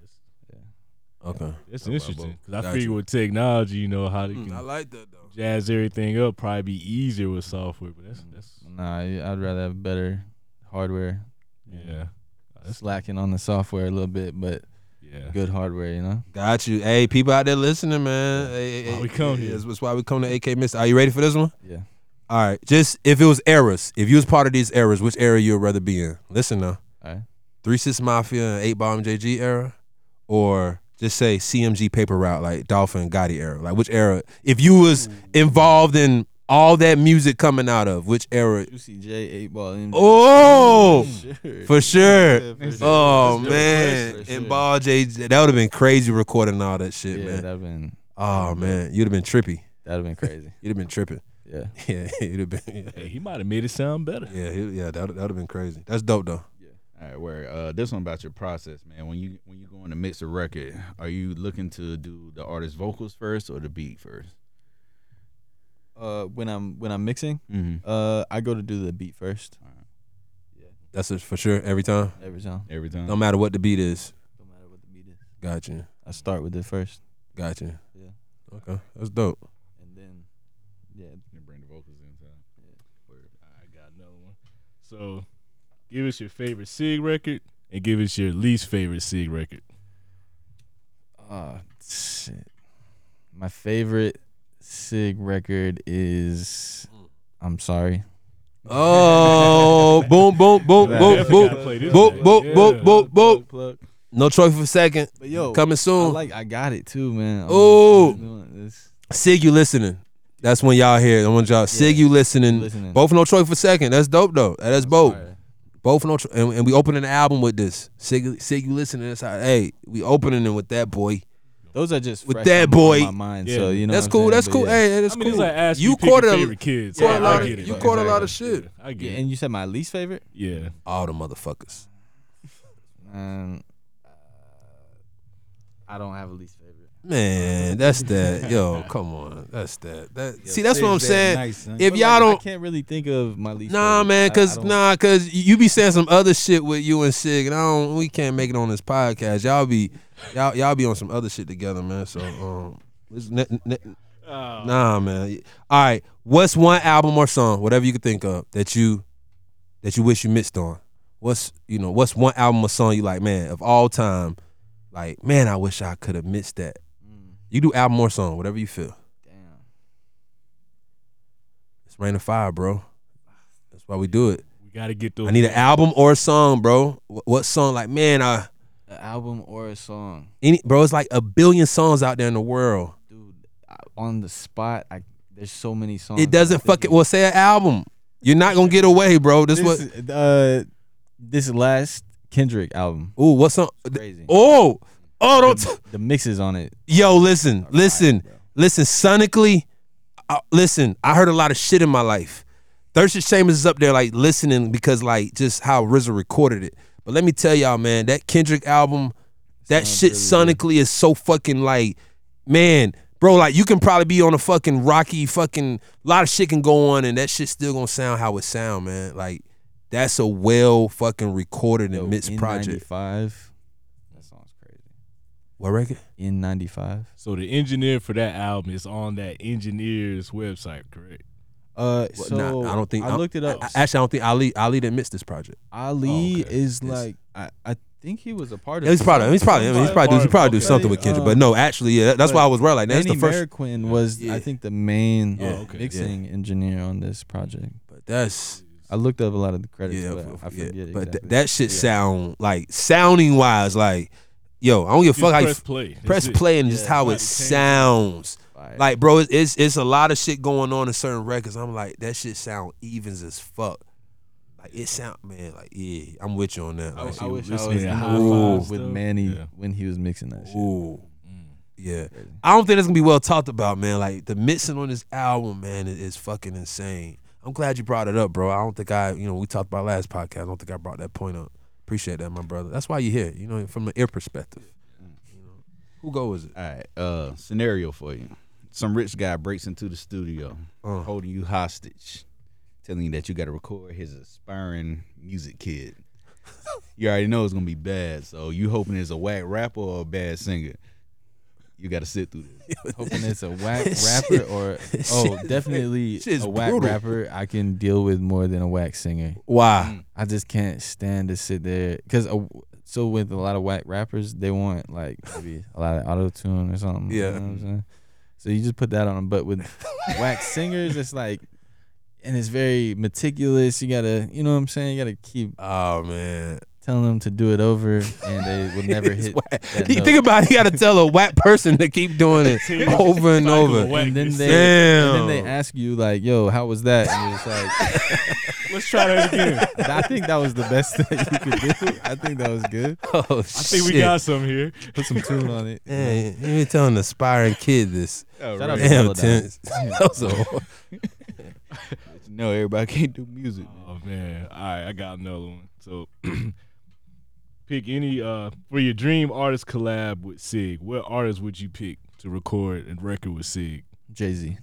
[SPEAKER 2] Okay,
[SPEAKER 3] That's
[SPEAKER 5] Talk about
[SPEAKER 3] interesting
[SPEAKER 5] both.
[SPEAKER 3] because I
[SPEAKER 2] Gotcha.
[SPEAKER 3] figure with technology, you know how they
[SPEAKER 2] Mm.
[SPEAKER 3] can
[SPEAKER 2] like that though.
[SPEAKER 3] jazz everything up. Probably be easier with software, but that's that's
[SPEAKER 4] Nah, I- I'd rather have better hardware.
[SPEAKER 2] Mm.
[SPEAKER 3] yeah
[SPEAKER 4] Slacking on the software a little bit, but
[SPEAKER 3] yeah.
[SPEAKER 4] good hardware, you know?
[SPEAKER 2] Got you. Hey, people out there listening, man. Hey, hey,
[SPEAKER 3] Why we
[SPEAKER 2] hey,
[SPEAKER 3] come
[SPEAKER 2] hey,
[SPEAKER 3] here.
[SPEAKER 2] That's that's why we come to AK Mister. Are you ready for this one?
[SPEAKER 4] Yeah.
[SPEAKER 2] All right. Just if it was eras, if you was part of these eras, which era you'd rather be in? Listen now.
[SPEAKER 4] All right.
[SPEAKER 2] Three Six Mafia and Eight Ball MJG era, or just say CMG paper route like Dolphin Gotti era? Like which era? If you was involved in all that music coming out of which era?
[SPEAKER 4] Juicy J, eight ball. MJ.
[SPEAKER 2] Oh,
[SPEAKER 4] Sure.
[SPEAKER 2] for sure.
[SPEAKER 4] Yeah, for sure.
[SPEAKER 2] Oh
[SPEAKER 4] That's the
[SPEAKER 2] man,
[SPEAKER 4] request, for
[SPEAKER 2] and
[SPEAKER 4] sure.
[SPEAKER 2] Ball JJ, that would have been crazy recording all that shit,
[SPEAKER 4] Yeah,
[SPEAKER 2] man.
[SPEAKER 4] that'd been
[SPEAKER 2] oh man, you'd have been trippy.
[SPEAKER 4] that'd been crazy.
[SPEAKER 2] You'd have been tripping.
[SPEAKER 4] Yeah.
[SPEAKER 2] Yeah, you'd have been.
[SPEAKER 3] Hey, he might have made it sound better.
[SPEAKER 2] Yeah, he- yeah, that would have been crazy. That's dope though.
[SPEAKER 5] All right, where uh, this one about your process, man. When you when you go in to mix a record, are you looking to do the artist's vocals first or the beat first?
[SPEAKER 4] Uh, when I'm when I'm mixing,
[SPEAKER 5] Mm-hmm.
[SPEAKER 4] uh, I go to do the beat first
[SPEAKER 2] That's it for sure every time.
[SPEAKER 4] every time.
[SPEAKER 5] Every time.
[SPEAKER 2] No matter what the beat is.
[SPEAKER 4] No matter what the beat is,
[SPEAKER 2] Gotcha,
[SPEAKER 4] I start with it first,
[SPEAKER 2] gotcha.
[SPEAKER 4] Yeah.
[SPEAKER 2] Okay, that's dope.
[SPEAKER 4] and then yeah,
[SPEAKER 5] You bring the vocals inside.
[SPEAKER 3] I got another one. So, give us your favorite Sig record and give us your least favorite Sig record.
[SPEAKER 4] uh, shit. My Ah, favorite Sig record is. I'm sorry.
[SPEAKER 2] Oh, boom, boom, boom,
[SPEAKER 4] Yeah.
[SPEAKER 2] boom,
[SPEAKER 3] Definitely
[SPEAKER 2] boom,
[SPEAKER 3] gotta play this
[SPEAKER 2] boop,
[SPEAKER 3] one.
[SPEAKER 2] boop,
[SPEAKER 3] Yeah.
[SPEAKER 2] boop, boop, boop.
[SPEAKER 4] Plug.
[SPEAKER 2] No trophy for second.
[SPEAKER 4] But yo,
[SPEAKER 2] Coming
[SPEAKER 4] I
[SPEAKER 2] soon.
[SPEAKER 4] like I got it too, man. I'm-
[SPEAKER 2] Ooh.
[SPEAKER 4] I'm doing this.
[SPEAKER 2] Sig, you listening? That's when y'all hear. it. I want y'all. Sig, you listening?
[SPEAKER 4] Listening.
[SPEAKER 2] Both no trophy for second. That's dope though. That's both.
[SPEAKER 4] Sorry.
[SPEAKER 2] Both no. Tro- and, and we opening the album with this. Sig, Sig, you listening? That's how. Hey, we opening it with that boy.
[SPEAKER 4] Those are just
[SPEAKER 2] With
[SPEAKER 4] fresh
[SPEAKER 2] that
[SPEAKER 4] on my-
[SPEAKER 2] boy.
[SPEAKER 4] My mind,
[SPEAKER 3] Yeah.
[SPEAKER 4] so you know
[SPEAKER 2] that's
[SPEAKER 4] what I'm
[SPEAKER 2] cool.
[SPEAKER 4] saying?
[SPEAKER 2] That's
[SPEAKER 4] But
[SPEAKER 2] cool.
[SPEAKER 4] yeah.
[SPEAKER 2] Hey, hey, that's
[SPEAKER 3] I mean,
[SPEAKER 2] cool.
[SPEAKER 3] it's like asking
[SPEAKER 2] you
[SPEAKER 3] pick
[SPEAKER 2] caught
[SPEAKER 3] your
[SPEAKER 2] it.
[SPEAKER 3] favorite kids.
[SPEAKER 2] caught
[SPEAKER 3] Yeah,
[SPEAKER 2] a lot
[SPEAKER 3] I
[SPEAKER 2] of-
[SPEAKER 3] get it.
[SPEAKER 2] you
[SPEAKER 3] though.
[SPEAKER 2] caught a lot of shit.
[SPEAKER 3] Yeah, I
[SPEAKER 4] Yeah,
[SPEAKER 3] get it.
[SPEAKER 4] and you said my least favorite.
[SPEAKER 3] Yeah.
[SPEAKER 2] All the motherfuckers.
[SPEAKER 4] Um, I don't have a least favorite.
[SPEAKER 2] Man, that's that. Yo, come on. That's that. That. See, that's what I'm
[SPEAKER 5] Sig's that
[SPEAKER 2] saying.
[SPEAKER 5] nice, son.
[SPEAKER 2] if
[SPEAKER 4] But,
[SPEAKER 2] y'all
[SPEAKER 4] like,
[SPEAKER 2] don't,
[SPEAKER 4] I can't really think of my least.
[SPEAKER 2] Nah,
[SPEAKER 4] favorite.
[SPEAKER 2] man,
[SPEAKER 4] I-
[SPEAKER 2] cause
[SPEAKER 4] I don't-
[SPEAKER 2] nah, cause you be saying some other shit with you and Sig, and I don't. We can't make it on this podcast. Y'all be, y'all y'all be on some other shit together, man. So, um, it's ne- ne- nah, man. All right, what's one album or song, whatever you could think of, that you that you wish you missed on? What's you know, what's one album or song you like, man, of all time? Like, man, I wish I could have missed that. You do album or song, whatever you feel.
[SPEAKER 4] Mm, Damn.
[SPEAKER 2] It's rain of fire, bro. That's why we do it.
[SPEAKER 3] We gotta get those.
[SPEAKER 2] I need an album or a song, bro. Wh- What song? Like, man, I
[SPEAKER 4] An album or a song,
[SPEAKER 2] any bro. It's like a billion songs out there in the world.
[SPEAKER 4] dude. I, on the spot, I there's so many songs.
[SPEAKER 2] It doesn't fucking well say an album. You're not gonna get away, bro. This
[SPEAKER 4] This
[SPEAKER 2] what?
[SPEAKER 4] what? Uh, this last Kendrick album.
[SPEAKER 2] Ooh, what song?
[SPEAKER 4] Crazy.
[SPEAKER 2] Oh, oh, don't.
[SPEAKER 4] the,
[SPEAKER 2] t-
[SPEAKER 4] the mixes on it.
[SPEAKER 2] Yo, listen, listen, listen. Sonically, I, listen. I heard a lot of shit in my life. Thirstiest Chambers is up there, like listening because like just how RZA recorded it. But let me tell y'all, man, that Kendrick album, that shit sonically is so fucking like, man, bro, like you can probably be on a fucking rocky fucking lot of shit can go on and that shit still gonna sound how it sound, man. Like that's a well fucking recorded and mixed project.
[SPEAKER 4] N95. That song's crazy.
[SPEAKER 2] What record?
[SPEAKER 4] N95.
[SPEAKER 3] So the engineer for that album is on that engineer's website, correct?
[SPEAKER 4] Uh,
[SPEAKER 2] Well,
[SPEAKER 4] so
[SPEAKER 2] nah, I don't think
[SPEAKER 4] I looked it up.
[SPEAKER 2] I- actually, I don't think Ali Ali didn't miss this project.
[SPEAKER 4] Ali
[SPEAKER 2] Oh, okay.
[SPEAKER 4] is
[SPEAKER 2] Yes.
[SPEAKER 4] like I, I think he was a part of.
[SPEAKER 2] He's
[SPEAKER 4] it.
[SPEAKER 2] probably he's probably I mean, he's probably do, he's probably do
[SPEAKER 3] Okay.
[SPEAKER 2] something with Kendrick, uh, but no, actually, yeah, that's why I was right. Like that's
[SPEAKER 4] Danny
[SPEAKER 2] the first.
[SPEAKER 4] Merriquin was
[SPEAKER 2] Yeah.
[SPEAKER 4] I think the main
[SPEAKER 2] Yeah.
[SPEAKER 3] Oh, okay.
[SPEAKER 4] mixing engineer on this project.
[SPEAKER 2] But that's
[SPEAKER 4] I looked up a lot of the credits,
[SPEAKER 2] yeah,
[SPEAKER 4] but
[SPEAKER 2] f-
[SPEAKER 4] I
[SPEAKER 2] yeah.
[SPEAKER 4] forget.
[SPEAKER 2] But
[SPEAKER 4] exactly.
[SPEAKER 2] th- that shit sound like sounding wise, like yo, I don't give a fuck
[SPEAKER 3] Just
[SPEAKER 2] how you
[SPEAKER 3] press
[SPEAKER 2] f-
[SPEAKER 3] play. That's
[SPEAKER 2] press
[SPEAKER 3] it.
[SPEAKER 2] play and just how
[SPEAKER 3] Like,
[SPEAKER 2] it
[SPEAKER 3] change.
[SPEAKER 2] sounds.
[SPEAKER 4] Fire.
[SPEAKER 2] Like bro, it's, it's it's a lot of shit going on in certain records. I'm like that shit sound evens as fuck. Like it sound man, like yeah, I'm with you on that. Like,
[SPEAKER 4] I, I wish I was
[SPEAKER 3] listening
[SPEAKER 4] in
[SPEAKER 3] to
[SPEAKER 4] the
[SPEAKER 3] high
[SPEAKER 4] room
[SPEAKER 3] fives
[SPEAKER 4] with
[SPEAKER 3] though.
[SPEAKER 4] Manny
[SPEAKER 3] Yeah.
[SPEAKER 4] when he was mixing that shit.
[SPEAKER 2] Ooh. Yeah. I don't think that's gonna be well talked about, man. Like the mixing on this album, man, is, is fucking insane. I'm glad you brought it up, bro. I don't think I, you know, we talked about last podcast. I don't think I brought that point up. Appreciate that, my brother. That's why you're here, you know, from an ear perspective. You know, who go is it?
[SPEAKER 5] All right, uh, scenario for you. Some rich guy breaks into the studio,
[SPEAKER 2] Uh.
[SPEAKER 5] holding you hostage, telling you that you got to record his aspiring music kid. you already know it's gonna be bad, so you hoping it's a whack rapper or a bad singer. You got to sit through this.
[SPEAKER 4] Hoping it's a whack rapper or oh, definitely
[SPEAKER 2] shit is
[SPEAKER 4] a whack
[SPEAKER 2] brutal.
[SPEAKER 4] rapper. I can deal with more than a whack singer.
[SPEAKER 2] Why?
[SPEAKER 4] I just can't stand to sit there because so with a lot of whack rappers, they want like maybe a lot of auto tune or something. you
[SPEAKER 2] Yeah.
[SPEAKER 4] know what I'm saying? So you just put that on them, but with whack singers, it's like, and it's very meticulous. You gotta, you know what I'm saying? You gotta keep
[SPEAKER 2] Oh man.
[SPEAKER 4] telling them to do it over, and they will never
[SPEAKER 2] It's
[SPEAKER 4] hit.
[SPEAKER 2] whack.
[SPEAKER 4] that
[SPEAKER 2] You
[SPEAKER 4] note.
[SPEAKER 2] think about it, you gotta tell a whack person to keep doing it over and over.
[SPEAKER 3] Whack
[SPEAKER 4] and then
[SPEAKER 3] this
[SPEAKER 4] they,
[SPEAKER 2] Damn.
[SPEAKER 4] and then they ask you like, "Yo, how was that?" And it's like,
[SPEAKER 3] Let's try that again.
[SPEAKER 4] I think that was the best thing you could do. I think that was good.
[SPEAKER 2] Oh shit.
[SPEAKER 3] I think we got some here.
[SPEAKER 4] Put some tune on it.
[SPEAKER 2] Man, you ain't telling an aspiring kid this.
[SPEAKER 4] Shout out to
[SPEAKER 2] Damn,
[SPEAKER 4] Melodies.
[SPEAKER 2] Terrence. That was a-
[SPEAKER 5] No, everybody can't do music.
[SPEAKER 3] Oh man. All right, I got another one. So pick any uh for your dream artist collab with Sig. What artist would you pick to record and record with Sig?
[SPEAKER 4] Jay Z.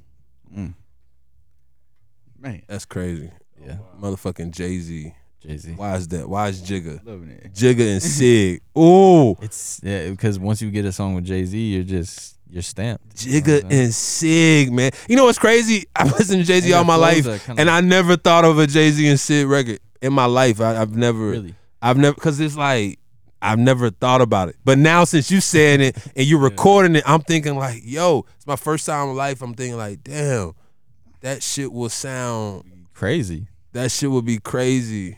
[SPEAKER 5] Man,
[SPEAKER 2] That's crazy.
[SPEAKER 4] Yeah.
[SPEAKER 2] Motherfucking Jay Z.
[SPEAKER 4] Jay Z.
[SPEAKER 2] Why is that? Why is Jigga?
[SPEAKER 5] loving it.
[SPEAKER 2] Jigga and Sig. Ooh.
[SPEAKER 4] It's yeah, because once you get a song with Jay Z, you're just you're stamped. You know
[SPEAKER 2] Jigga
[SPEAKER 4] what I'm saying?
[SPEAKER 2] and Sig, man. You know what's crazy? I've listened to Jay Z
[SPEAKER 4] And
[SPEAKER 2] all
[SPEAKER 4] the
[SPEAKER 2] my
[SPEAKER 4] flows
[SPEAKER 2] life,
[SPEAKER 4] are kinda-
[SPEAKER 2] and I never thought of a Jay Z and Sig record in my life. I, I've never,
[SPEAKER 4] really.
[SPEAKER 2] I've never, because it's like, I've never thought about it. But now since you said it and you're recording it, I'm thinking like, yo, it's my first time in life. I'm thinking like, damn, that shit will sound
[SPEAKER 4] Crazy.
[SPEAKER 2] that shit would be crazy.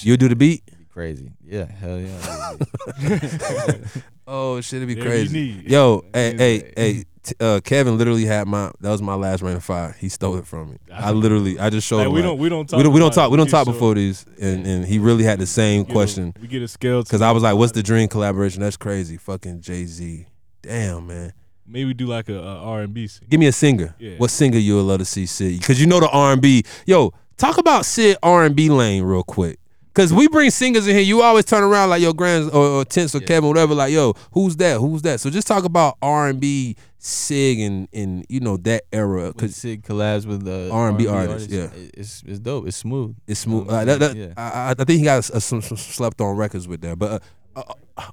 [SPEAKER 2] You do the beat?
[SPEAKER 4] Crazy. Yeah. Hell yeah.
[SPEAKER 2] Oh shit, it'd be
[SPEAKER 3] There you
[SPEAKER 2] crazy.
[SPEAKER 3] need.
[SPEAKER 2] Yo, hey, hey, hey, t- uh, Kevin literally had my that was my last rain of fire. He stole it from me. I literally I just showed
[SPEAKER 3] Like,
[SPEAKER 2] him.
[SPEAKER 3] we
[SPEAKER 2] like,
[SPEAKER 3] don't- we don't
[SPEAKER 2] we
[SPEAKER 3] talk
[SPEAKER 2] don't, we don't
[SPEAKER 3] about it.
[SPEAKER 2] talk we don't
[SPEAKER 3] We
[SPEAKER 2] talk
[SPEAKER 3] just
[SPEAKER 2] before these and, and he really had the same
[SPEAKER 3] get a-
[SPEAKER 2] question.
[SPEAKER 3] we get a scale
[SPEAKER 2] Cause
[SPEAKER 3] because
[SPEAKER 2] I was like, "What's the dream collaboration?" That's crazy. Fucking Jay Z. Damn, man.
[SPEAKER 3] maybe do like a, a R and B sing.
[SPEAKER 2] Give me a singer.
[SPEAKER 3] Yeah.
[SPEAKER 2] What singer you would love to see Sid? Cause you know the R and B. Yo, talk about Sid R and B lane real quick. Cause we bring singers in here. You always turn around like yo, Grand or, or Tense or Kevin, whatever. Like yo, who's that? Who's that? So just talk about R and B Sig and and you know that era.
[SPEAKER 4] Cause
[SPEAKER 2] Cause
[SPEAKER 4] Sid collabs with uh, the
[SPEAKER 2] R&B artists, yeah.
[SPEAKER 4] it- it's it's dope. It's smooth.
[SPEAKER 2] it's smooth.
[SPEAKER 4] Yeah.
[SPEAKER 2] like, that- that-
[SPEAKER 4] Yeah.
[SPEAKER 2] I, I- I think he got uh, some, some slept on records with that. But uh,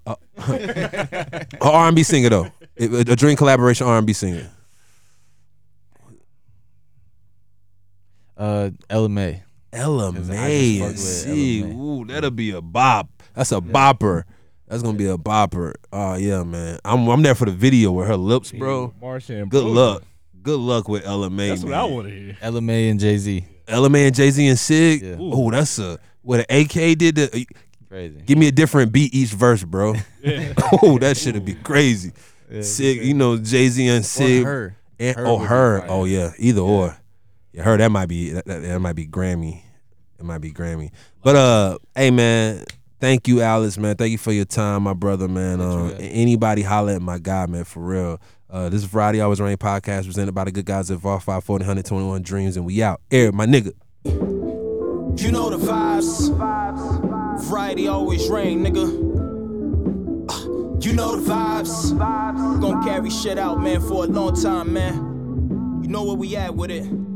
[SPEAKER 2] uh, uh, R and B singer though, a, a- a dream collaboration R and B singer.
[SPEAKER 4] Uh, LMA.
[SPEAKER 2] Ella
[SPEAKER 4] Cause I
[SPEAKER 2] May
[SPEAKER 4] just fuck
[SPEAKER 2] and
[SPEAKER 4] with
[SPEAKER 2] see.
[SPEAKER 4] Ella May.
[SPEAKER 2] Ooh, that'll be a bop. That's a bopper. That's gonna be a bopper. Oh yeah, man. I'm I'm there for the video with her lips, bro.
[SPEAKER 3] Marsha and
[SPEAKER 2] Good
[SPEAKER 3] Brody.
[SPEAKER 2] luck. Good luck with Ella May.
[SPEAKER 3] That's
[SPEAKER 2] man.
[SPEAKER 3] what I want to hear.
[SPEAKER 4] LMA and Jay Z.
[SPEAKER 2] Ella May and Jay Z and Sig.
[SPEAKER 4] Yeah.
[SPEAKER 2] Ooh, that's a what an AK did. To,
[SPEAKER 4] Crazy.
[SPEAKER 2] give me a different beat each verse, bro. oh, that shit'd be crazy. Sig, you know Jay Z and Sig.
[SPEAKER 4] her.
[SPEAKER 2] And,
[SPEAKER 4] Her
[SPEAKER 2] oh,
[SPEAKER 4] would be
[SPEAKER 2] her.
[SPEAKER 4] fire.
[SPEAKER 2] Oh, yeah. Either or. Yeah, her. That might be. That, that, that might be Grammy. It might be Grammy. But uh, hey man, thank you, Alice, man. Thank you for your time, my brother, man. Um,
[SPEAKER 4] got it.
[SPEAKER 2] anybody holler at my guy, man, for real. Uh, this is Variety Always Rain podcast presented by the good guys at VAR 540 121 Dreams, and we out. Air, my nigga.
[SPEAKER 1] You know the vibes. Variety always rain, nigga. Uh, You know the vibes. Gonna carry shit out, man, for a long time, man. You know where we at with it.